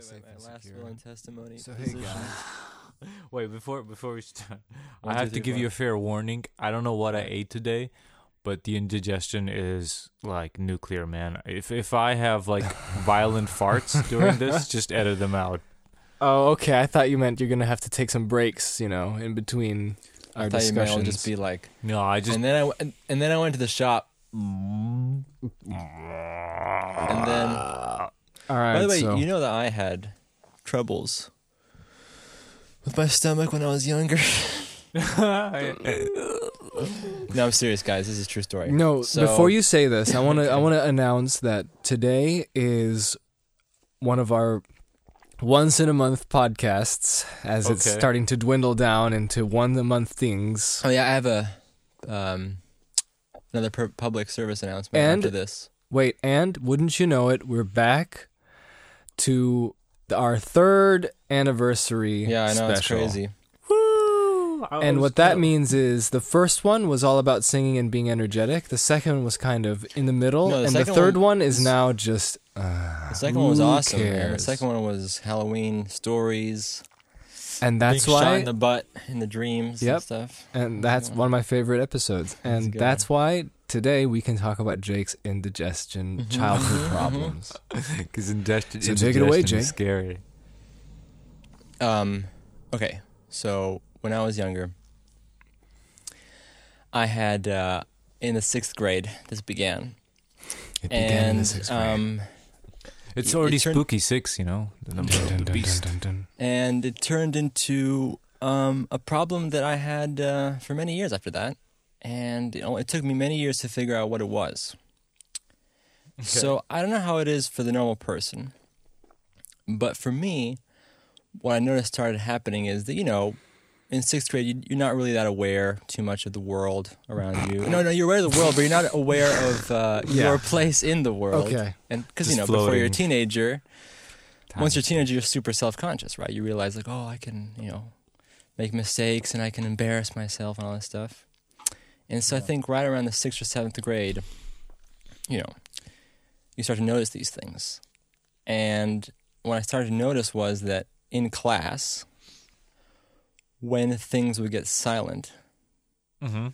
safe my and last secure. will and testimony. So hey position. guys, Wait, before before we start, One, I two, have to three, give you four. a fair warning. I don't know what I ate today, but the indigestion is like nuclear, man. If if I have like violent farts during this, just edit them out. oh okay, I thought you meant you're gonna have to take some breaks, you know, in between I our thought you might all discussions. just be like, No, I just and then I w- and, and then I went to the shop, and then all right. by the way, so you know that I had troubles with my stomach when I was younger. no, I'm serious, guys. This is a true story. no, So- before you say this, I want to I want to announce that today is one of our once in a month podcasts as it's Okay. starting to dwindle down into one a month things. Oh yeah, I have a um another per- public service announcement And- after this. Wait, and wouldn't you know it, we're back to the, our third anniversary Yeah, I know it's special. crazy. Oh, And what that means is the first one was all about singing and being energetic. The second one was kind of in the middle, No, the and the second third one one, is is- now just. uh, The second one was Who awesome. And the cares? second one was Halloween stories. And that's being shot why, in the butt in the dreams Yep. and stuff. and that's one of my favorite episodes. a And good that's why today we can talk about Jake's indigestion, Mm-hmm. childhood problems. because indigestion. So take it away, indigestion is Jake. Scary. Um, okay, so when I was younger, I had uh, in the sixth grade. This began, It began in and the sixth grade. um, It's It- it already turned- spooky six, you know. The number Dun, of dun, the dun, beast. dun, dun, and it turned into um, a problem that I had uh, for many years after that, and it, only, it took me many years to figure out what it was. So I don't know how it is for the normal person, but for me, what I noticed started happening is that you know, in sixth grade, you, you're not really that aware too much of the world around you. No, no, you're aware of the world, but you're not aware of uh, Yeah. your place in the world. Okay. and because you Just know, before you're a floating. teenager, once Time. you're a teenager, you're super self-conscious, right? You realize like, oh, I can, you know, make mistakes and I can embarrass myself and all that stuff. And so I think right around the sixth or seventh grade, you know, you start to notice these things. And what I started to notice was that in class, when things would get silent, Mhm.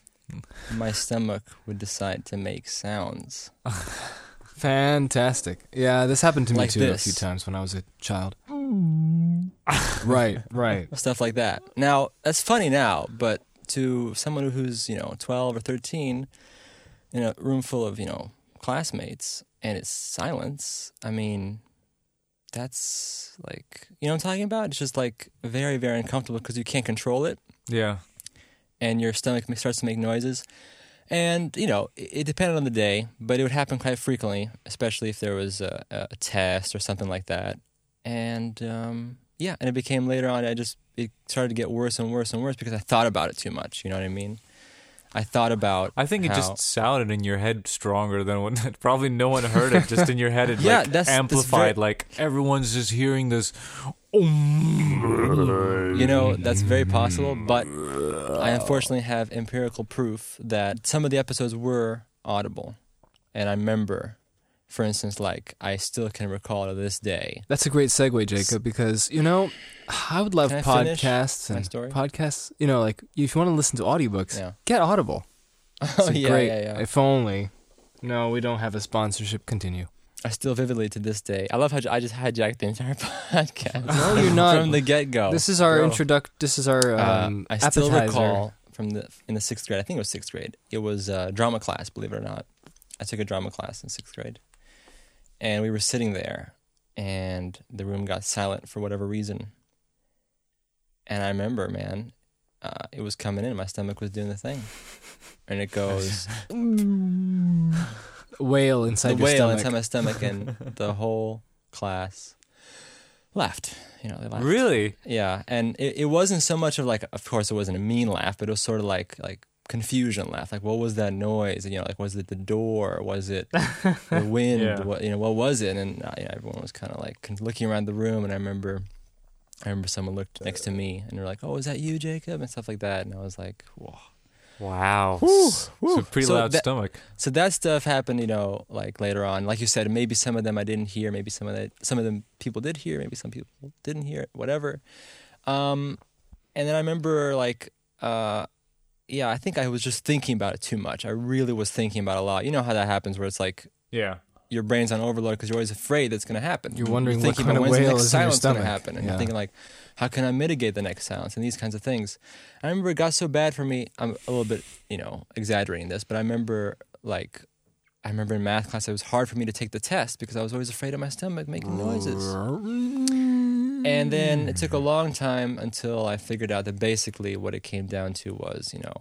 my stomach would decide to make sounds. dun. Fantastic. Yeah, this happened to me Like too this. a few times when I was a child. Mm-hmm. right, right. stuff like that. Now, that's funny now, but to someone who's, you know, 12 or 13 in a room full of, you know, classmates and it's silence, I mean, that's like, you know what I'm talking about? It's just like very, very uncomfortable because you can't control it Yeah. and your stomach ma- starts to make noises. And, you know, it, it depended on the day, but it would happen quite frequently, especially if there was a, a test or something like that. And, um, yeah, and it became later on, I just, it started to get worse and worse and worse because I thought about it too much. You know what I mean? I thought about. I think it how- just sounded in your head stronger than what probably no one heard it. Just in your head, it Yeah, like that's- that's very- amplified. like everyone's just hearing this. um, You know, that's very possible, but I unfortunately have empirical proof that some of the episodes were audible. And I remember, for instance, like, I still can recall to this day That's a great segue, Jacob, because you know, I would love Can I finish podcasts my and story? podcasts. You know, like if you want to listen to audiobooks, Yeah. get Audible. It's Oh a yeah, great, yeah, yeah. If only. No, we don't have a sponsorship. Continue. I still vividly to this day. I love how j- I just hijacked the entire podcast. No, you're not. from the get go. This is our Bro. introduct. This is our um, Oh, Uh, I still appetizer. recall from the in the sixth grade. I think it was sixth grade. It was uh, drama class. Believe it or not, I took a drama class in sixth grade, and we were sitting there, and the room got silent for whatever reason. And I remember, man, uh, it was coming in. My stomach was doing the thing, and it goes. whale inside the your whale stomach. inside my stomach, and the whole class laughed. You know, they laughed. Really? Yeah, and it, it wasn't so much of like, of course, it wasn't a mean laugh, but it was sort of like like confusion laugh. Like, what was that noise? And, you know, like was it the door? Was it the wind? Yeah. What you know, what was it? And uh, you know, everyone was kind of like con- looking around the room, and I remember. I remember someone looked next to me and they were like, "Oh, is that you, Jacob?" and stuff like that. And I was like, "Whoa!" Wow. Whew, S- whew. It's a pretty So loud that- stomach. So that stuff happened, you know, like later on. Like you said, maybe some of them I didn't hear, maybe some of that some of them people did hear, maybe some people didn't hear, whatever. Um, and then I remember like uh yeah, I think I was just thinking about it too much. I really was thinking about it a lot. You know how that happens where it's like Yeah. your brain's on overload because you're always afraid that's going to happen. You're wondering what thinking kind about of when's the whale next is in your silence going to stomach. happen, and you're Yeah. thinking like, how can I mitigate the next silence and these kinds of things. I remember it got so bad for me. I'm a little bit, you know, exaggerating this, but I remember like, I remember in math class it was hard for me to take the test because I was always afraid of my stomach making noises. Mm. And then it took a long time until I figured out that basically what it came down to was, you know,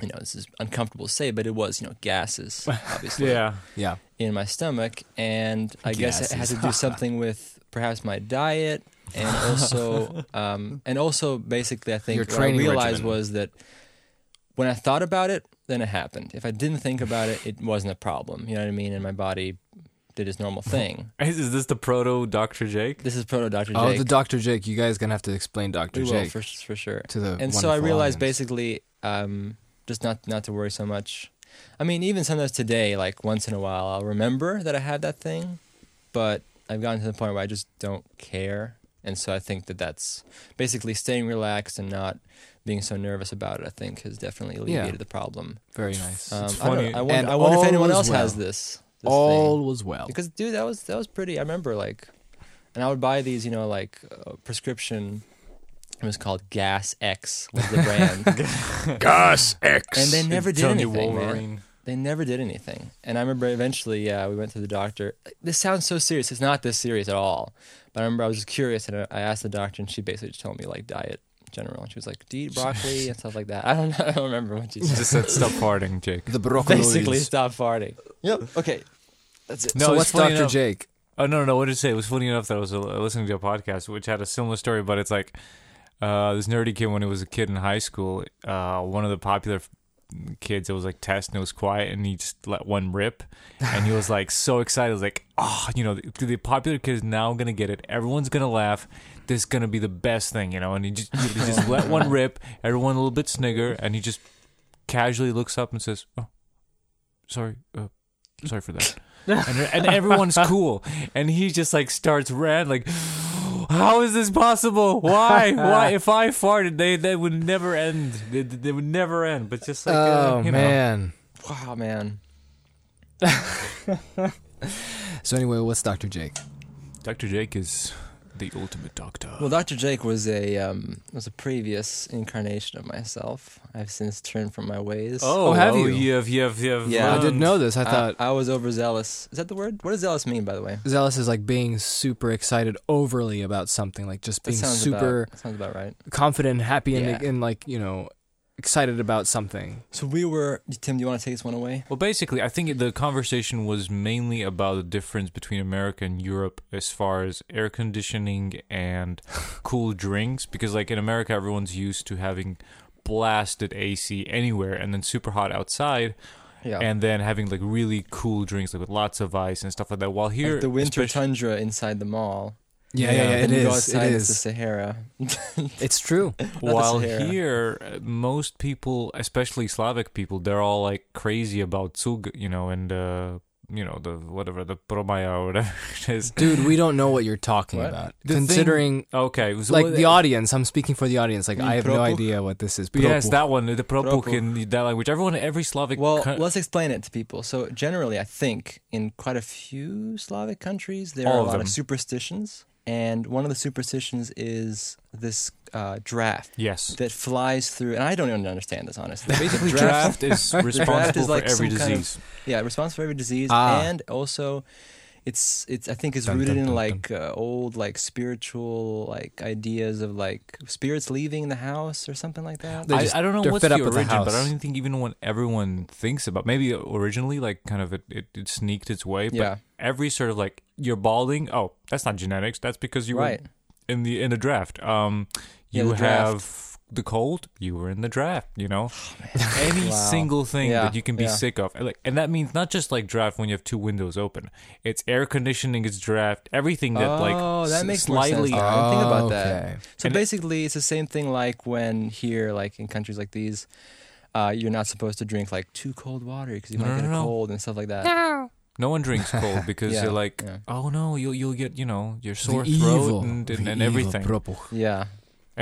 you know, this is uncomfortable to say, but it was, you know, gases, obviously Yeah. Yeah. in my stomach, and I guess it had to do something with perhaps my diet, and also, um, and also, basically, I think Your what I training realized regimen. was that when I thought about it, then it happened. If I didn't think about it, it wasn't a problem. You know what I mean? And my body did its normal thing. Is, is this the proto Dr. Jake? This is proto Doctor Oh, Jake. the Dr. Jake. You guys gonna have to explain Dr. we will Jake for, for sure. to the. and so I wonderful realized audience. basically um, just not not to worry so much. I mean, even sometimes today, like once in a while, I'll remember that I have that thing, but I've gotten to the point where I just don't care, and so I think that that's basically staying relaxed and not being so nervous about it. I think has definitely alleviated the problem. very nice. Um, It's I, don't funny. know. I wonder, And I wonder if all anyone was else has well. this. this All thing. was well. Because dude, that was that was pretty. I remember like, and I would buy these, you know, like uh, prescription. It was called Gas X was the brand, Gus X. and they never did Tony anything. man. Wolverine. They never did anything. And I remember eventually, yeah, we went to the doctor. This sounds so serious. It's not this serious at all. But I remember I was just curious, and I- I asked the doctor, and she basically just told me like diet in general, and she was like, "Do you eat broccoli and stuff like that." I don't know. I don't remember what she said. Just said stop farting, Jake. The broccoli. Basically, stop farting. Yep. Okay. That's it. No, so it's what's funny Dr. enough- Jake? Oh no, no, no! What did you say? It was funny enough that I was uh, listening to a podcast which had a similar story, but it's like uh, this nerdy kid when he was a kid in high school. Uh, one of the popular f- kids, it was like test and it was quiet, and he just let one rip, and he was like so excited, He was like, oh, you know, the, the popular kid is now gonna get it. Everyone's gonna laugh. This is gonna be the best thing, you know. And he just he just let one rip. Everyone a little bit snigger, and he just casually looks up and says, "Oh, sorry, uh, sorry for that." and, and everyone's cool, and he just like starts red, like, "How is this possible? Why? Why? If I farted, they they would never end. They, they would never end." But just like, uh, oh you man. Wow, man. So anyway, what's Dr. Jake? know, Doctor Jake is the ultimate doctor. Well, Dr. Jake was a um, was a previous incarnation of myself. I've since turned from my ways. Oh, have you? You have, you have, you have. um, Yeah. um, uh, I didn't know this. Oh, I thought I, was overzealous. Is that the word? What does zealous mean, by the way? zealous is like being super excited overly about something, like just That being sounds super about, that sounds about right. confident, and happy, and, Yeah. and like you know, excited about something. So we were. Tim, do you want to take this one away? Well, basically, I think the conversation was mainly about the difference between America and Europe as far as air conditioning and cool drinks. Because, like in America, everyone's used to having blasted AC anywhere and then super hot outside, Yeah. and then having like really cool drinks, like with lots of ice and stuff like that. While here, like the winter especially- tundra inside the mall. Yeah, Yeah. yeah, And yeah it you go is. It outside, It's the is. Sahara. It's true. Not While the Sahara. here, uh, most people, especially Slavic people, they're all like crazy about Zug, you know, and uh, you know the whatever the Promaya or whatever it is. Dude, we don't know what you're talking What? about. The thing- Considering Okay, so uh, like what- the audience, I'm speaking for the audience. Like You mean I have no Propuk? idea what this is. Yes, Propuk. that one, the propuk Propuk. in that language. Everyone, every Slavic. Well, coun- let's explain it to people. So generally, I think in quite a few Slavic countries there All are a of lot them. of superstitions, and one of the superstitions is this uh, draft yes. that flies through. And I don't even understand this honestly. Basically, The draft- draft is responsible like for every some kind of- disease. yeah, responsible for every disease, Ah. and also it's it's I think is Dun, rooted dun, in dun, like uh, old like spiritual like ideas of like spirits leaving the house or something like that. They just- I, I don't know they're what's fed the up with the origin, but I house. don't even think even when everyone thinks about maybe originally like kind of it, it, it sneaked its way. But Yeah. every sort of like you're balding. Oh, that's not genetics. That's because you right. were in the in the draft. Um, Yeah, you the draft. have the cold. You were in the draft. You know, any Wow. single thing Yeah, that you can be yeah. sick of, like, and that means not just like draft when you have two windows open. It's air conditioning. It's draft. Everything that like Oh, that s- makes more sense Uh-huh. slightly. now. I didn't think about that. Okay. So And it- basically, it's the same thing like when here, like in countries like these, uh, you're not supposed to drink like too cold water because you No, might no, get a no. cold and stuff like that. No. No one drinks cold because Yeah, they're like, yeah. oh no, you'll you'll get you know your sore The throat evil- and and, the and evil everything. purple. Yeah,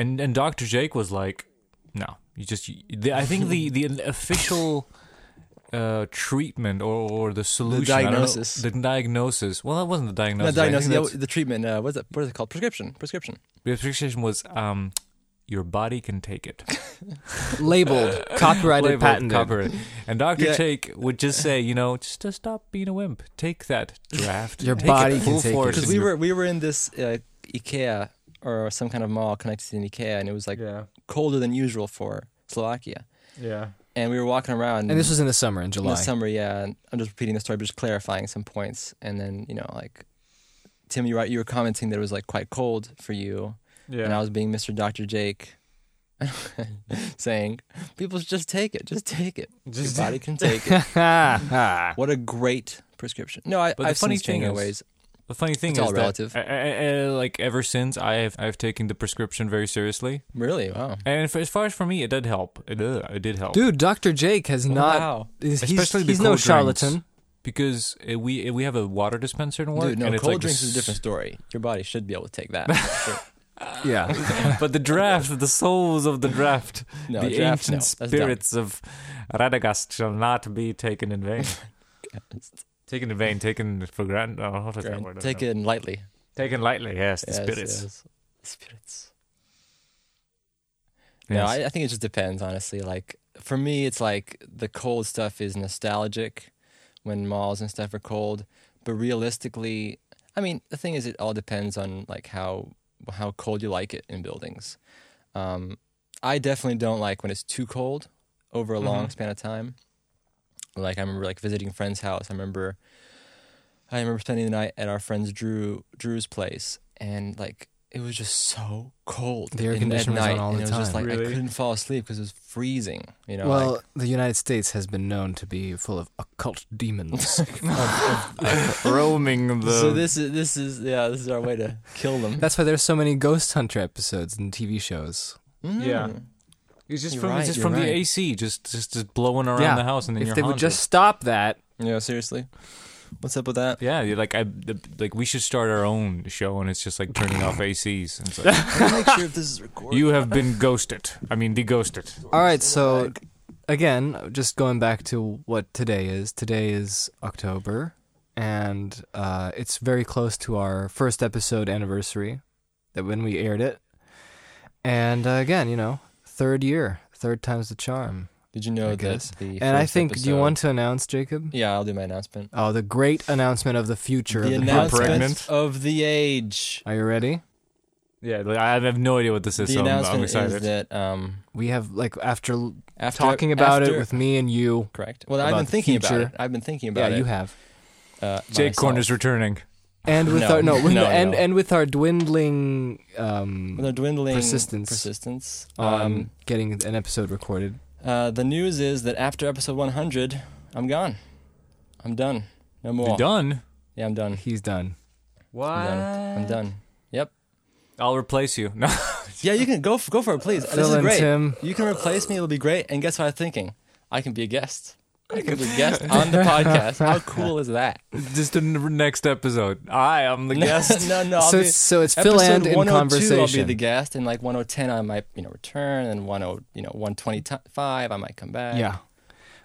And and Dr. Jake was like, no, you just. you- the, I think the the official uh, treatment or, or the solution, I don't know- diagnosis. the diagnosis. Well, that wasn't the not diagnosis. I think diagnosis. that's- The, the treatment. Uh, what's that? What is it called? Prescription. Prescription. The prescription was, um, your body can take it. Labeled, copyrighted, Labeled, patented. copyrighted. And Dr. Yeah. Jake would just say, you know, just to stop being a wimp. Take that draft. Your Take body it can full take it. force Because in we your- were we were in this uh, IKEA or some kind of mall connected to an IKEA, and it was like yeah, colder than usual for Slovakia. yeah. And we were walking around. And this was in the summer, in in July. the summer, yeah. And I'm just repeating the story, but just clarifying some points, and then you know, like Tim, you were you were commenting that it was like quite cold for you, and I was being Mr. Doctor Jake, saying people should just take it, just take it. Just- Your body can take it. What a great prescription. No, I, But the I've funny seen thing thing is- ways. The funny thing It's is all relative. that, uh, uh, uh, like, ever since I have I've taken the prescription very seriously, Really, wow. and for, as far as for me, it did help. It, uh, it did help, Dude, Dr. Jake has not. wow. He's, he's- Especially the he's no cold drinks. charlatan. because uh we uh we have a water dispenser in work, Dude, no, and it's cold like drinks this- is a different story. Your body should be able to take that. Sure. Yeah. but the draft, the souls of the draft, No, the draft, no. ancient That's dumb. spirits of Radagast shall not be taken in vain. taken in vain, taken for granted. Oh, what is that word? I don't Take know. it in lightly. Taken lightly. Yes, the Yes, spirits. yes. Spirits. No, Yes. I, I think it just depends, honestly. Like for me, it's like the cold stuff is nostalgic when malls and stuff are cold. But realistically, I mean, the thing is, it all depends on like how how cold you like it in buildings. Um, I definitely don't like when it's too cold over a long Mhm. span of time. Like I remember like visiting a friend's house. I remember I remember spending the night at our friend's Drew Drew's place, and like it was just so cold. The air in- at conditioner was on night, all and the it was just time. like I Really? couldn't fall asleep because it was freezing. You know, well, the United States has been known to be full of occult demons. Oh, roaming like, the. so this is this is yeah, this is our way to kill them. That's why there's so many ghost hunter episodes and TV shows. Mm. Yeah. it's just You're from, right, it's just you're from the right. AC, just just just blowing around Yeah, the house, and then If you're they would haunted. just stop that, yeah. Seriously, what's up with that? Yeah, you're like I the, like we should start our own show, and it's just like turning off ACs. And it's like, I wanna make sure if this is recorded. you have been ghosted. I mean, deghosted. All right, so again, just going back to what today is. Today is October, and uh, it's very close to our first episode anniversary that when we aired it. And uh, again, you know, third year, third time's the charm. Did you know I that guess. the and I first think, do you episode- want to announce, Jacob? Yeah, I'll do my announcement. Oh, the great announcement of the future the of the podcast. announcement pregnant? of the age. Are you ready? Yeah, like, I have no idea what this is. The so I'm- I'm, announcement excited. is that um, We have like after, l- after talking about after, it with me and you. correct. Well, I've about been the thinking about future. it. I've been thinking Yeah, about it. you have. uh, Jake myself. Corner's returning. And with No, our no, with no, and no. and with our dwindling um, With a dwindling Persistence. persistence. on Um, getting an episode recorded. uh, the news is that after episode 100, I'm gone. I'm done. No more. You're done. Yeah, I'm done. He's done. What? I'm done. I'm done. Yep. I'll replace you. No. Yeah, you can go f- go for it, please. this Phil is and great. Tim. You can replace me. It'll be great. And guess what I'm thinking? I can be a guest. I can be a guest on the podcast. How cool is that? Just in the next episode. I am the guest. no, no. I'll so be- it's so it's Phil and 102, in I'll be conversation. the guest, and like 110, I might you know return, and 10 you know 125, I might come back. yeah.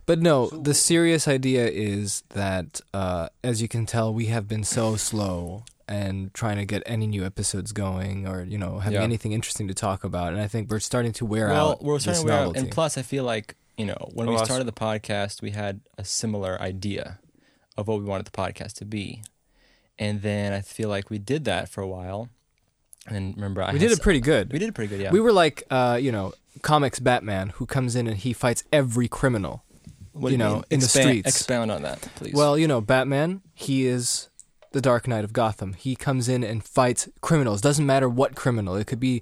But no, the serious idea is that uh, as you can tell, we have been so slow and trying to get any new episodes going or you know having Yeah. anything interesting to talk about and i think we're starting to wear well, out we're starting this to wear out, novelty. and plus, I feel like you know when we Well, us- started the podcast, we had a similar idea of what we wanted the podcast to be, and then I feel like we did that for a while, and then remember I we had did it s- pretty good we did it pretty good, yeah. we were like uh, you know comics batman who comes in and he fights every criminal What do you know, mean? in the Expand- streets. Expound on that, please. Well, you know, Batman, he is the Dark Knight of Gotham. He comes in and fights criminals. Doesn't matter what criminal. It could be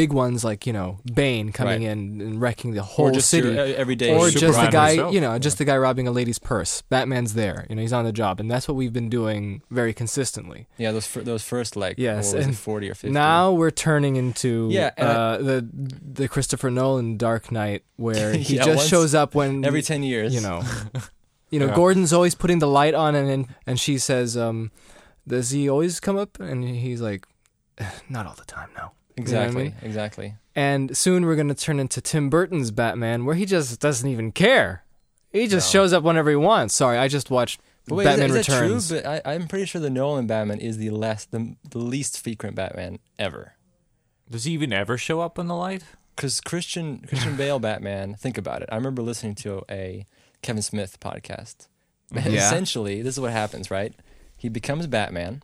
big ones like you know Bane coming Right. in and wrecking the whole or just city, your uh, everyday or Superman just the guy himself. you know just the guy robbing a lady's purse. Batman's there. You know he's on the job, and that's what we've been doing very consistently. yeah those fir- those first like Yes, what was it, and 40 or 50 Now we're turning into Yeah, and I- uh, the the Christopher Nolan Dark Knight where he Yeah, just once- shows up when every 10 years you know you know Yeah. Gordon's always putting the light on and and, and she says um does he always come up and he's like not all the time no exactly mean? exactly and soon we're going to turn into Tim Burton's Batman where he just doesn't even care he just No. shows up whenever he wants sorry i just watched but wait, Batman is, that, is returns that true but I, i'm pretty sure the nolan batman is the less the, the least frequent batman ever Does he even ever show up in the light? because Christian Christian Bale Batman. Think about it. I remember listening to a Kevin Smith podcast. And Yeah. Essentially, this is what happens, right? He becomes Batman.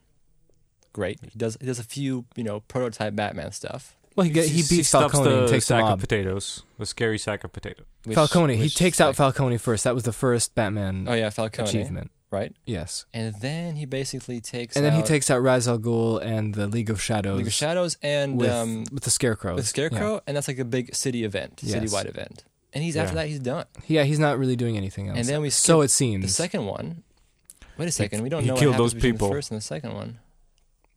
Great. He does he does a few you know prototype Batman stuff. well he, get, he beats stuffs Falcone the and takes the sack mob of potatoes, the scary sack of potatoes. which- Falcone he which, takes out like- Falcone first that was the first Batman Oh yeah, Falcone. achievement Right. yes And then he basically takes. and then he out takes out Ra's al Ghul and the League of Shadows League of Shadows and with, um, with the Scarecrow. the Scarecrow, and that's like a big city event, Yes. citywide event. And he's after Yeah. that, he's done. Yeah, he's not really doing anything else. And then we skip so it The seems. second one. Wait a second, we don't he know killed what those happens between people. The first and the second one.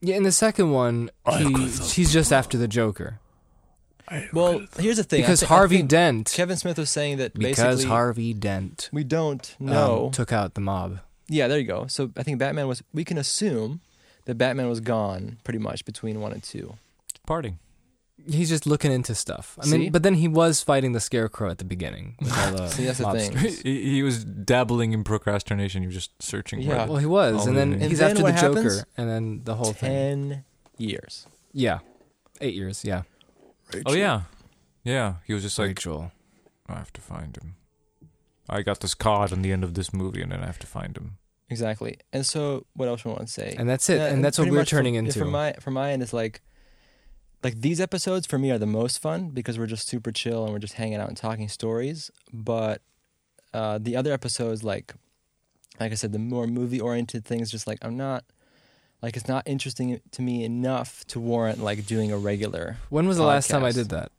yeah, in the second one, he, he's just after the Joker Well, here's the thing. I because thi- I Harvey think Dent. Kevin Smith was saying that Because basically Harvey Dent we don't um, know. took out the mob. yeah, there you go. So I think Batman was. We can assume that Batman was gone pretty much between one and two. Parting. He's just looking into stuff. I mean, See? but then he was fighting the Scarecrow at the beginning. With all the See, that's the thing. mobsters. he, he was dabbling in procrastination. You're just searching. for Yeah. it. Well, he was, and then And he's then after what the Joker, happens? and then the whole thing. Ten years. Yeah, eight years. Yeah, Oh yeah, yeah. He was just like, Rachel. I have to find him. I got this card on the end of this movie, and then I have to find him. Exactly. And so, what else do I want to say? and that's it. Yeah, and that's what pretty we're much for- turning yeah, into. For my for my end, it's like, like these episodes for me are the most fun because we're just super chill and we're just hanging out and talking stories. But uh, the other episodes, like, like I said, the more movie oriented things, just like I'm not, like it's not interesting to me enough to warrant like doing a regular. when was the last time I podcast. did that?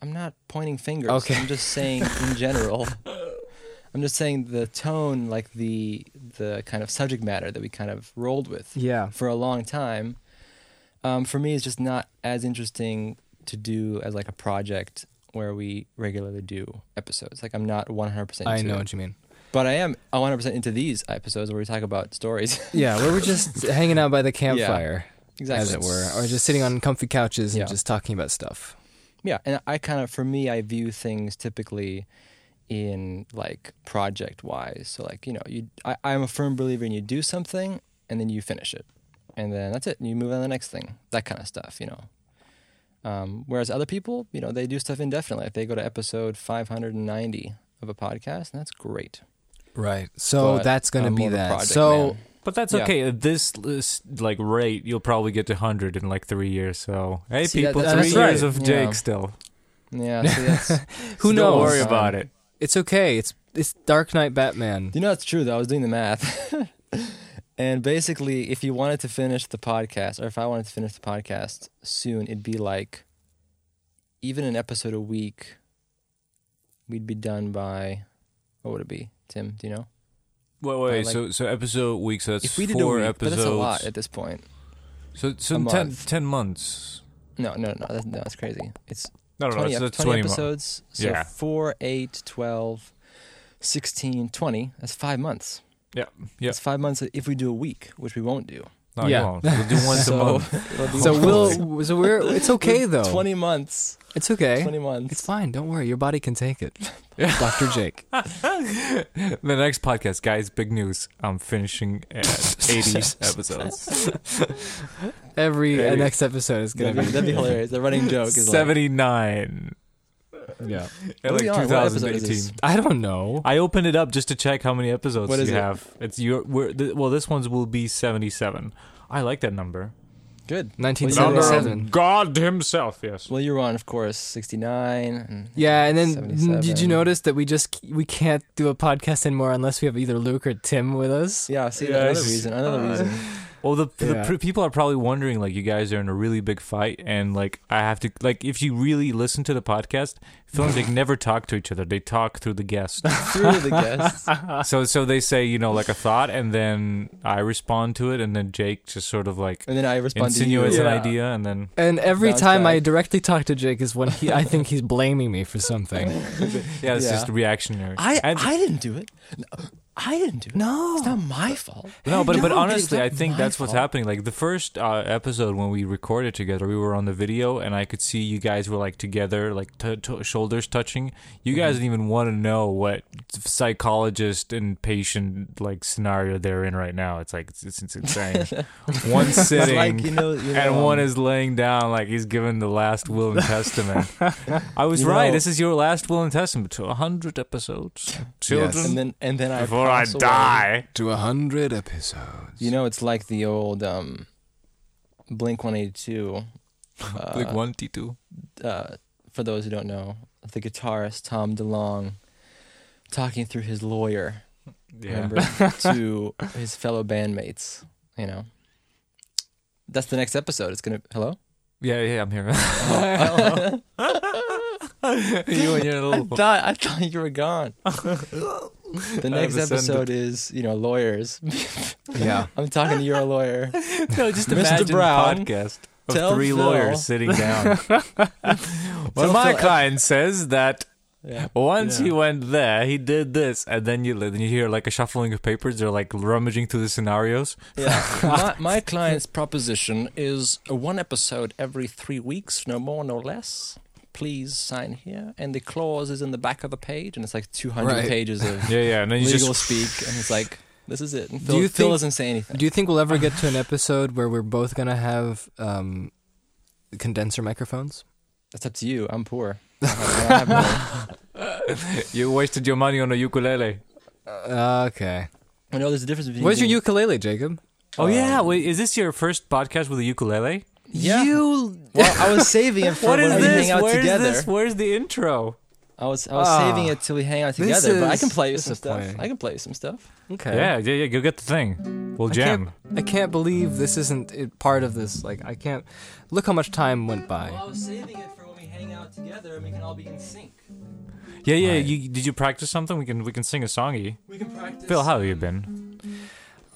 I'm not pointing fingers. Okay. I'm just saying in general. I'm just saying the tone, like the the kind of subject matter that we kind of rolled with Yeah. for a long time. Um, for me, it's just not as interesting to do as like a project where we regularly do episodes. Like I'm not 100 percent. I know what you mean. but I am 100 percent into these episodes where we talk about stories. Yeah, we were just hanging out by the campfire, exactly, as it were, or just sitting on comfy couches and Yeah. just talking about stuff. Yeah, and I kind of for me, I view things typically in like project wise. So like you know, you I, I'm a firm believer in you do something and then you finish it, and then that's it. And you move on to the next thing. That kind of stuff, you know. Um, whereas other people, you know, they do stuff indefinitely. Like they go to episode 590 of a podcast, and that's great. Right. So But that's going to I'm be more of a that. project So man. But that's Yeah. okay. At this this, like rate, you'll probably get to hundred in like three years. So hey, See, that- people, that's three right. years of Yeah. Jake still. yeah, so that's, who So knows? Don't worry about it. It's okay. It's it's Dark Knight Batman. You know, it's true, though. I was doing the math. and basically, if you wanted to finish the podcast, or if I wanted to finish the podcast soon, it'd be like even an episode a week, we'd be done by what would it be, Tim? Do you know? Wait, wait. But, Uh, like, so, so episode week. So that's if we did four a week, episodes. but that's a lot at this point. So, so A in ten, month. 10 months. No, no, no, that's, no, that's crazy. It's No, no, 20, no. That's ep- 20 twenty months. episodes. So Yeah. 4, 8, 12, 16, 20. That's five months. Yeah, yeah. That's five months if we do a week, which we won't do. No, Yeah. yeah. won't. We'll do once so a month. it'll be So once a week. we'll so we're it's okay though. 20 months. It's okay. 20 months. It's fine. Don't worry. Your body can take it. Dr. Jake. the next podcast, guys. Big news. I'm finishing at eighty episodes. Every uh, Hey. next episode is going That'd to be, be that'd be hilarious. The running joke is like, Seventy nine. Yeah. What At are like we on? What episode is 2018. I don't know. I opened it up just to check how many episodes What is you it? have. It's your we're, th- well, this one's will be seventy-seven. I like that number. good. Number of- 1977. God Himself, yes. Well, you were on, of course, 69. And Yeah, and then did you 77. notice that we just we can't do a podcast anymore unless we have either Luke or Tim with us? Yeah, see, Yeah, another it's- uh, reason. Another reason. Well, the, the Yeah. pr- people are probably wondering, like, you guys are in a really big fight, and like, I have to, like, if you really listen to the podcast, Phil and Jake never talk to each other; they talk through the guest. through the guests. so, so they say, you know, like a thought, and then I respond to it, and then Jake just sort of like And then I respond to you. insinuates an Yeah. idea, and then And every Bounce time I back. directly talk to Jake is when he I think he's blaming me for something. yeah, it's Yeah. just reactionary. I, And- I didn't do it. No, I didn't do it. It's No. not my fault. No, but but No, it's honestly, not I think my that's what's fault. happening. Like the first uh, episode when we recorded together, we were on the video, and I could see you guys were like together, like t- t- shoulders touching. You Mm-hmm. guys didn't even want to know what psychologist and patient like scenario they're in right now. It's like it's, it's, it's insane. one It's sitting. like, you know, you know, and one um, is laying down like he's given the last will and testament. I was You right. know- this is your last will and testament to 100 episodes. and Children, then and then I before I pass away. die. To a hundred episodes. You know, it's like the old um, Blink One Eighty Two. like 1T2. uh, for those who don't know, the guitarist Tom DeLonge talking through his lawyer Yeah. remember, to his fellow bandmates. You know, that's the next episode. It's gonna hello. Yeah, yeah, I'm here. I you and your little. thought I thought you were gone. The next have episode ascended. is you know lawyers. Yeah. I'm talking to your lawyer. Ah. No, just Mr. imagine Brown, a podcast of tell three Phil- lawyers sitting down. well, Tell my Phil- client says that Yeah. once Yeah. he went there, he did this, and then you then you hear like a shuffling of papers. They're like rummaging through the scenarios. Yeah. my, my client's proposition is one episode every three weeks, no more, no less. Please sign here. And the clause is in the back of the page, and it's like 200 Right. pages of Yeah, yeah, and then you legal just speak. And it's like, this is it. And Phil, you Phil think- doesn't say anything. Do you think we'll ever get to an episode where we're both gonna have um, condenser microphones? That's up to you. I'm poor. I don't have money. you wasted your money on a ukulele. Uh, okay. I know there's a difference between. Where's your being- ukulele, Jacob? Oh yeah, wait, is this your first podcast with a ukulele? Yeah. You Well, I was saving it for What is when we hang this? out Where's together. this? Where's the intro? I was I was Ah. saving it till we hang out This together, but I is can play you some stuff. disappointing. I can play you some stuff. okay? Yeah, yeah, yeah. Go get the thing. We'll I jam. can't, I can't believe this isn't it, part of this. Like, I can't. Look how much time went by. was saving it for when we hang out together and we can all be in sync. Yeah, yeah. Right. You, did you practice something? We can we can sing a songy. We can practice. Phil, how have you been?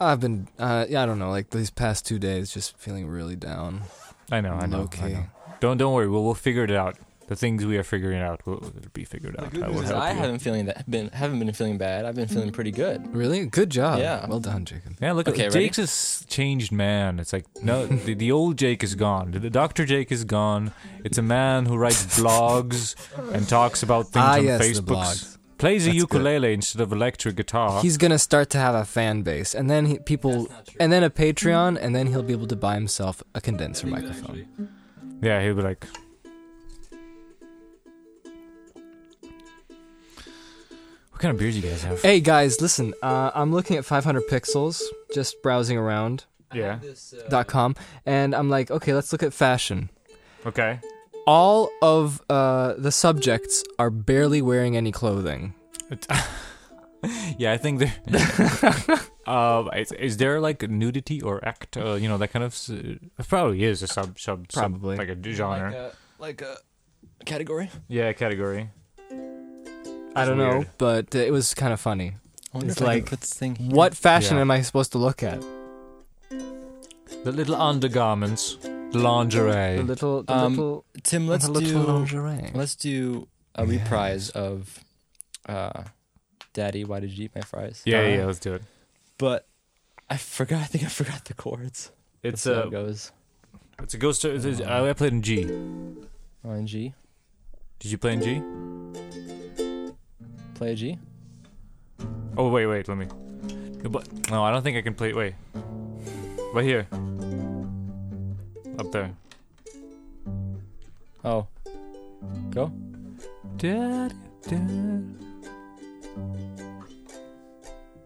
I've been, uh, yeah, I don't know, like these past two days, just feeling really down. I know, I know. I Low-key. know. Don't don't worry. We'll we'll figure it out. The things we are figuring out will will be figured out. I will Because help I you. haven't feeling that been haven't been feeling bad. I've been feeling pretty good. Really, good job. Yeah. well done, Jacob. Yeah, look. Okay, Okay, ready? Jake's a s- changed man. It's like no, the, the old Jake is gone. The Doctor Jake is gone. It's a man who writes blogs and talks about things Ah, on yes, the Facebook. Plays a That's good. ukulele instead of electric guitar. He's gonna start to have a fan base, and then he, people, and then a Patreon, and then he'll be able to buy himself a condenser microphone. yeah, he'll be like, "What kind of beers you guys have?" Hey guys, listen, uh, I'm looking at 500 pixels, just browsing around Yeah. uh, dot .com, and I'm like, okay, let's look at fashion. Okay. All of uh, the subjects are barely wearing any clothing. Yeah, I think there. um, is, is there like nudity or act? Uh, you know that kind of. s- It probably is a sub sub sub- Probably. like a genre. Like a, like a category. yeah, category. I don't know, weird. but uh, it was kind of funny. I wonder It's if I can like, put this thing. Here. What fashion Yeah. am I supposed to look at? The little undergarments, the lingerie. The little, the Um, little, Tim? Let's the little do. lingerie. Let's do a Yes. reprise of, uh, Daddy, why did you eat my fries? yeah, yeah, uh, let's do it. But I forgot. I think I forgot the chords. That's It's how it a goes it's a ghost. It's, it's, I played in G. on G. Did you play in G? Play a G. Oh wait, wait, let me. But no, I don't think I can play. Wait, right here, up there. Oh, go.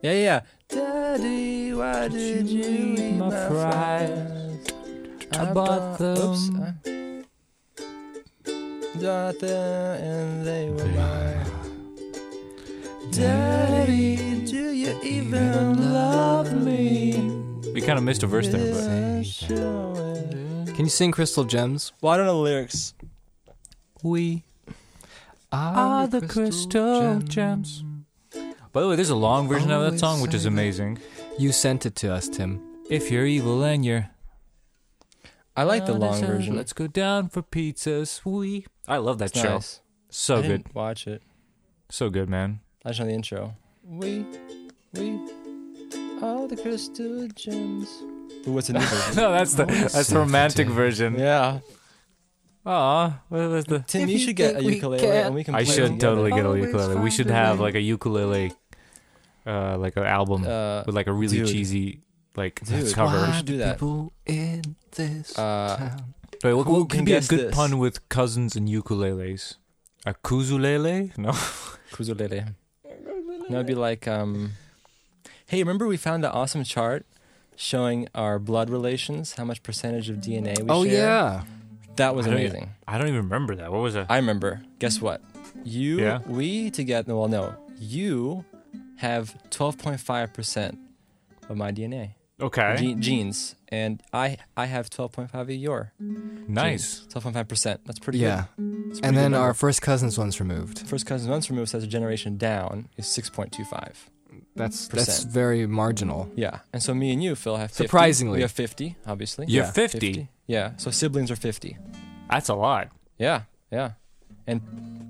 Yeah, yeah. yeah. Daddy, why did you eat my fries? I bought them. Oops. I bought them and they were mine. Daddy, do you even love me? You kind of missed a verse there, but Can you sing Crystal Gems? Well, I don't know the lyrics. We are Ah, the crystal gems. By the way, there's a long version of that Always song, which is say that. amazing. You sent it to us, Tim. If you're evil and you're I like the long version. Let's go down for pizza, sweet. I love that It's show. nice. So I good, didn't watch it. so good, man. I just know the intro. We, we, all the crystal gems. Ooh, what's a new version? No, that's the that's the romantic version. Oh, yeah. Aw, what was the? Tim, If you you should get a think we ukulele can- and we can I play should together. totally get a Always ukulele. We find should a have way. like a ukulele, uh, like an album Uh, with like a really dude. cheesy like Dude. cover. Why should do that. People in this Uh, town. Wait, what, Who what can could be a guess good this? pun with cousins and ukuleles? A kuzulele? No. Kuzulele. That would be like, um, hey, remember we found that awesome chart showing our blood relations, how much percentage of DNA we Oh share? yeah. That was I don't- amazing. I don't even remember that. What was that? I remember. Guess what? You, Yeah. we together, well, no, you have 12.5% of my DNA, Okay. Ge- genes, and I I have 12.5 of your. nice. genes. 12.5%. That's pretty Yeah. good. That's pretty And then good our number. first cousins one's removed. first cousin once removed says a generation down is 6.25. That's that's Percent. very marginal. Yeah. And so me and you, Phil, have 50. Surprisingly. We have 50, obviously. You're yeah, 50? Yeah. So siblings are 50. That's a lot. Yeah. Yeah. And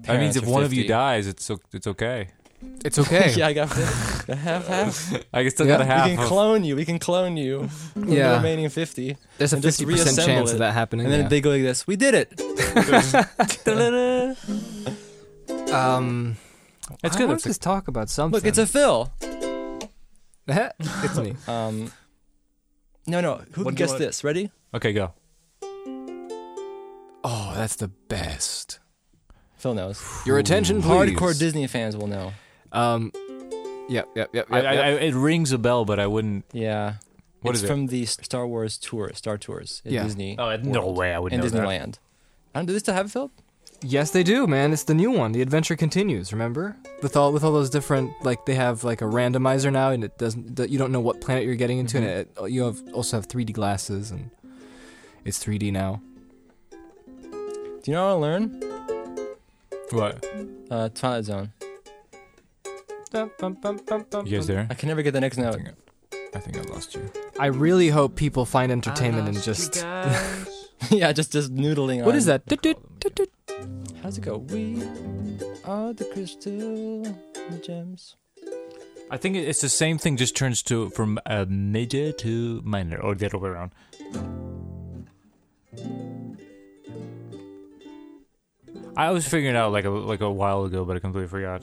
That means parents if are one of you 50. dies, it's o- it's okay. It's okay. yeah, I got 50. half, half. I can still Yeah. got a We We half. can Of, clone you. We can clone you. From Yeah. The remaining 50. There's a And just fifty percent reassemble chance it. of that happening. And then yeah. they go like this. We did it. Um, It's I good Let's if it- just talk about something. Look, it's a Phil. it's me. Um, no, no. Who What can do you guess want- this? Ready? okay, go. Oh, that's the best. Phil knows. Your attention, please. Hardcore Disney fans will know. Um, yep, yep, yep, yep. I, I, yep. I, it rings a bell, but I wouldn't. Yeah. What it's is it? from the Star Wars tour, Star Tours at Yeah. Disney Oh, no way! I would and know that. Disneyland. Um, do they still have it, Phil? yes, they do, man. It's the new one. The adventure continues. Remember, with all with all those different like they have like a randomizer now, and it doesn't. that You don't know what planet you're getting into, and Mm-hmm. it, you have also have 3D glasses, and it's 3D now. Do you know how to learn? What? Uh, Twilight Zone. You guys there? I can never get the next I note. think I, I think I lost you. I really hope people find entertainment Ah, in just yeah, just just noodling. what on. is that? How's it go? We are the crystal gems. I think it- it's the same thing, just turns to from uh, major to minor, or the other way around. I was figuring it out like a like a while ago, but I completely forgot.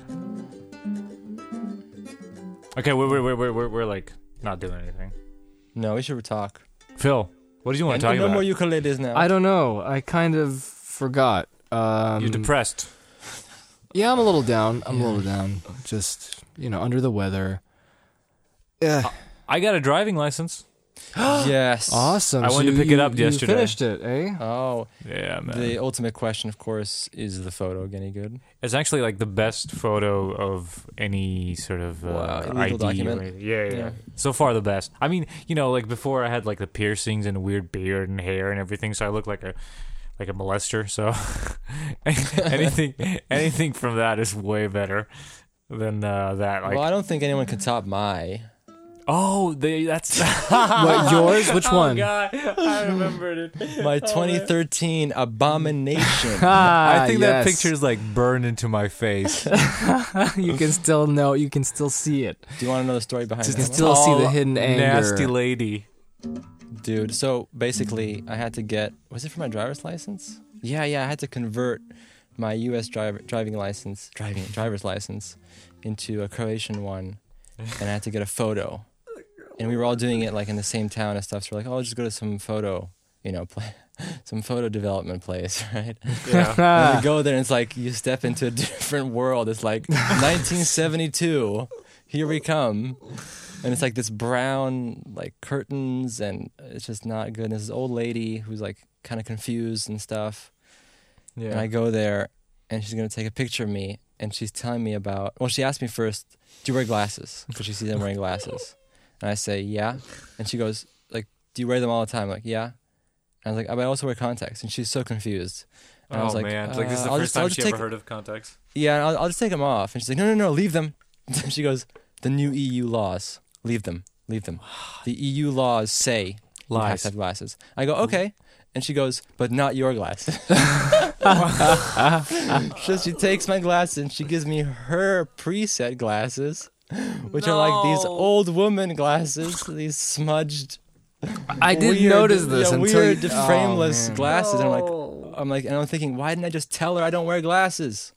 Okay, we're we're we're we're, we're, we're like not doing anything. No, we should talk. Phil, what did you want And to talk no about? more ukuleles now. I don't know. I kind of forgot. Um, You're depressed. Yeah, I'm a little down. I'm a little down. Just you know, under the weather. Yeah. I got a driving license. yes. Awesome. I So wanted to you- pick it you- up yesterday. You finished it, eh? Oh, Yeah, man. the ultimate question, of course, is the photo any good? It's actually like the best photo of any sort of uh, Wow, illegal ID. document. or anything. yeah, yeah, Yeah. yeah. So far, the best. I mean, you know, like before, I had like the piercings and weird beard and hair and everything, so I looked like a like a molester. So anything anything from that is way better than uh, that. Like, well, I don't think anyone can top my. oh, they, that's What yours? Which Oh, one? God, I remembered it. My 2013 abomination. Ah, I think that yes. picture is like burned into my face. you can still know. You can still see it. Do you want to know the story behind You that? can still see the Tall, hidden anger. Nasty lady. one? Dude, so basically, I had to get. Was it for my driver's license? Yeah, yeah. I had to convert my U.S. Driver, driving license, driving driver's license, into a Croatian one, and I had to get a photo. And we were all doing it like in the same town and stuff. So we're like, oh, just go to some photo, you know, play, some photo development place, right? Yeah. And Ah, you go there and it's like you step into a different world. It's like 1972. Here we come. And it's like this brown like curtains and it's just not good. And there's this old lady who's like kind of confused and stuff. And I go there and she's going to take a picture of me and she's telling me about well she asked me first, "Do you wear glasses?" because she sees I'm wearing glasses. And I say, "Yeah." And she goes, do you wear them all the time? Like, yeah. And I was like, but I also wear contacts. And she's so confused. And I oh was like, man, like this uh, is the I'll first just- I'll time just she ever take- heard of contacts. Yeah, and I'll, I'll just take them off. And she's like, no, no, no, leave them. she goes, the new EU laws, leave them, leave them. The EU laws say you have Lies. to have glasses. I go, okay. And she goes, but not your glasses. so she takes my glasses and she gives me her preset glasses, which are like these No. old woman glasses, these smudged I didn't weird- notice this yeah, until weird you, Oh, frameless man. glasses. And I'm like, I'm like, and I'm thinking, why didn't I just tell her I don't wear glasses?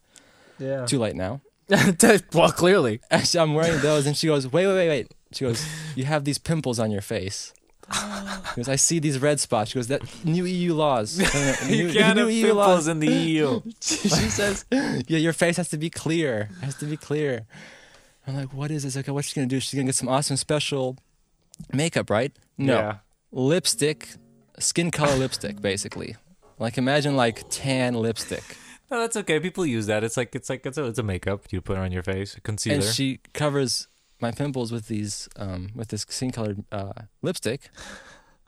Yeah. Too late now. well, clearly. Actually, I'm wearing those, and she goes, wait, wait, wait, wait. She goes, you have these pimples on your face. She goes, I see these red spots. She goes, that new EU laws. No, no, no, You can't have pimples in the E EU. she says, yeah, your face has to be clear. It has to be clear. I'm like, what is this? Okay, what's she gonna do? She's gonna get some awesome special makeup, right? No, Yeah. lipstick, skin color lipstick, basically. Like imagine like tan lipstick. No, that's okay. People use that. It's like it's like it's a, it's a makeup you put on your face, a concealer. and she covers my pimples with these um with this skin colored uh lipstick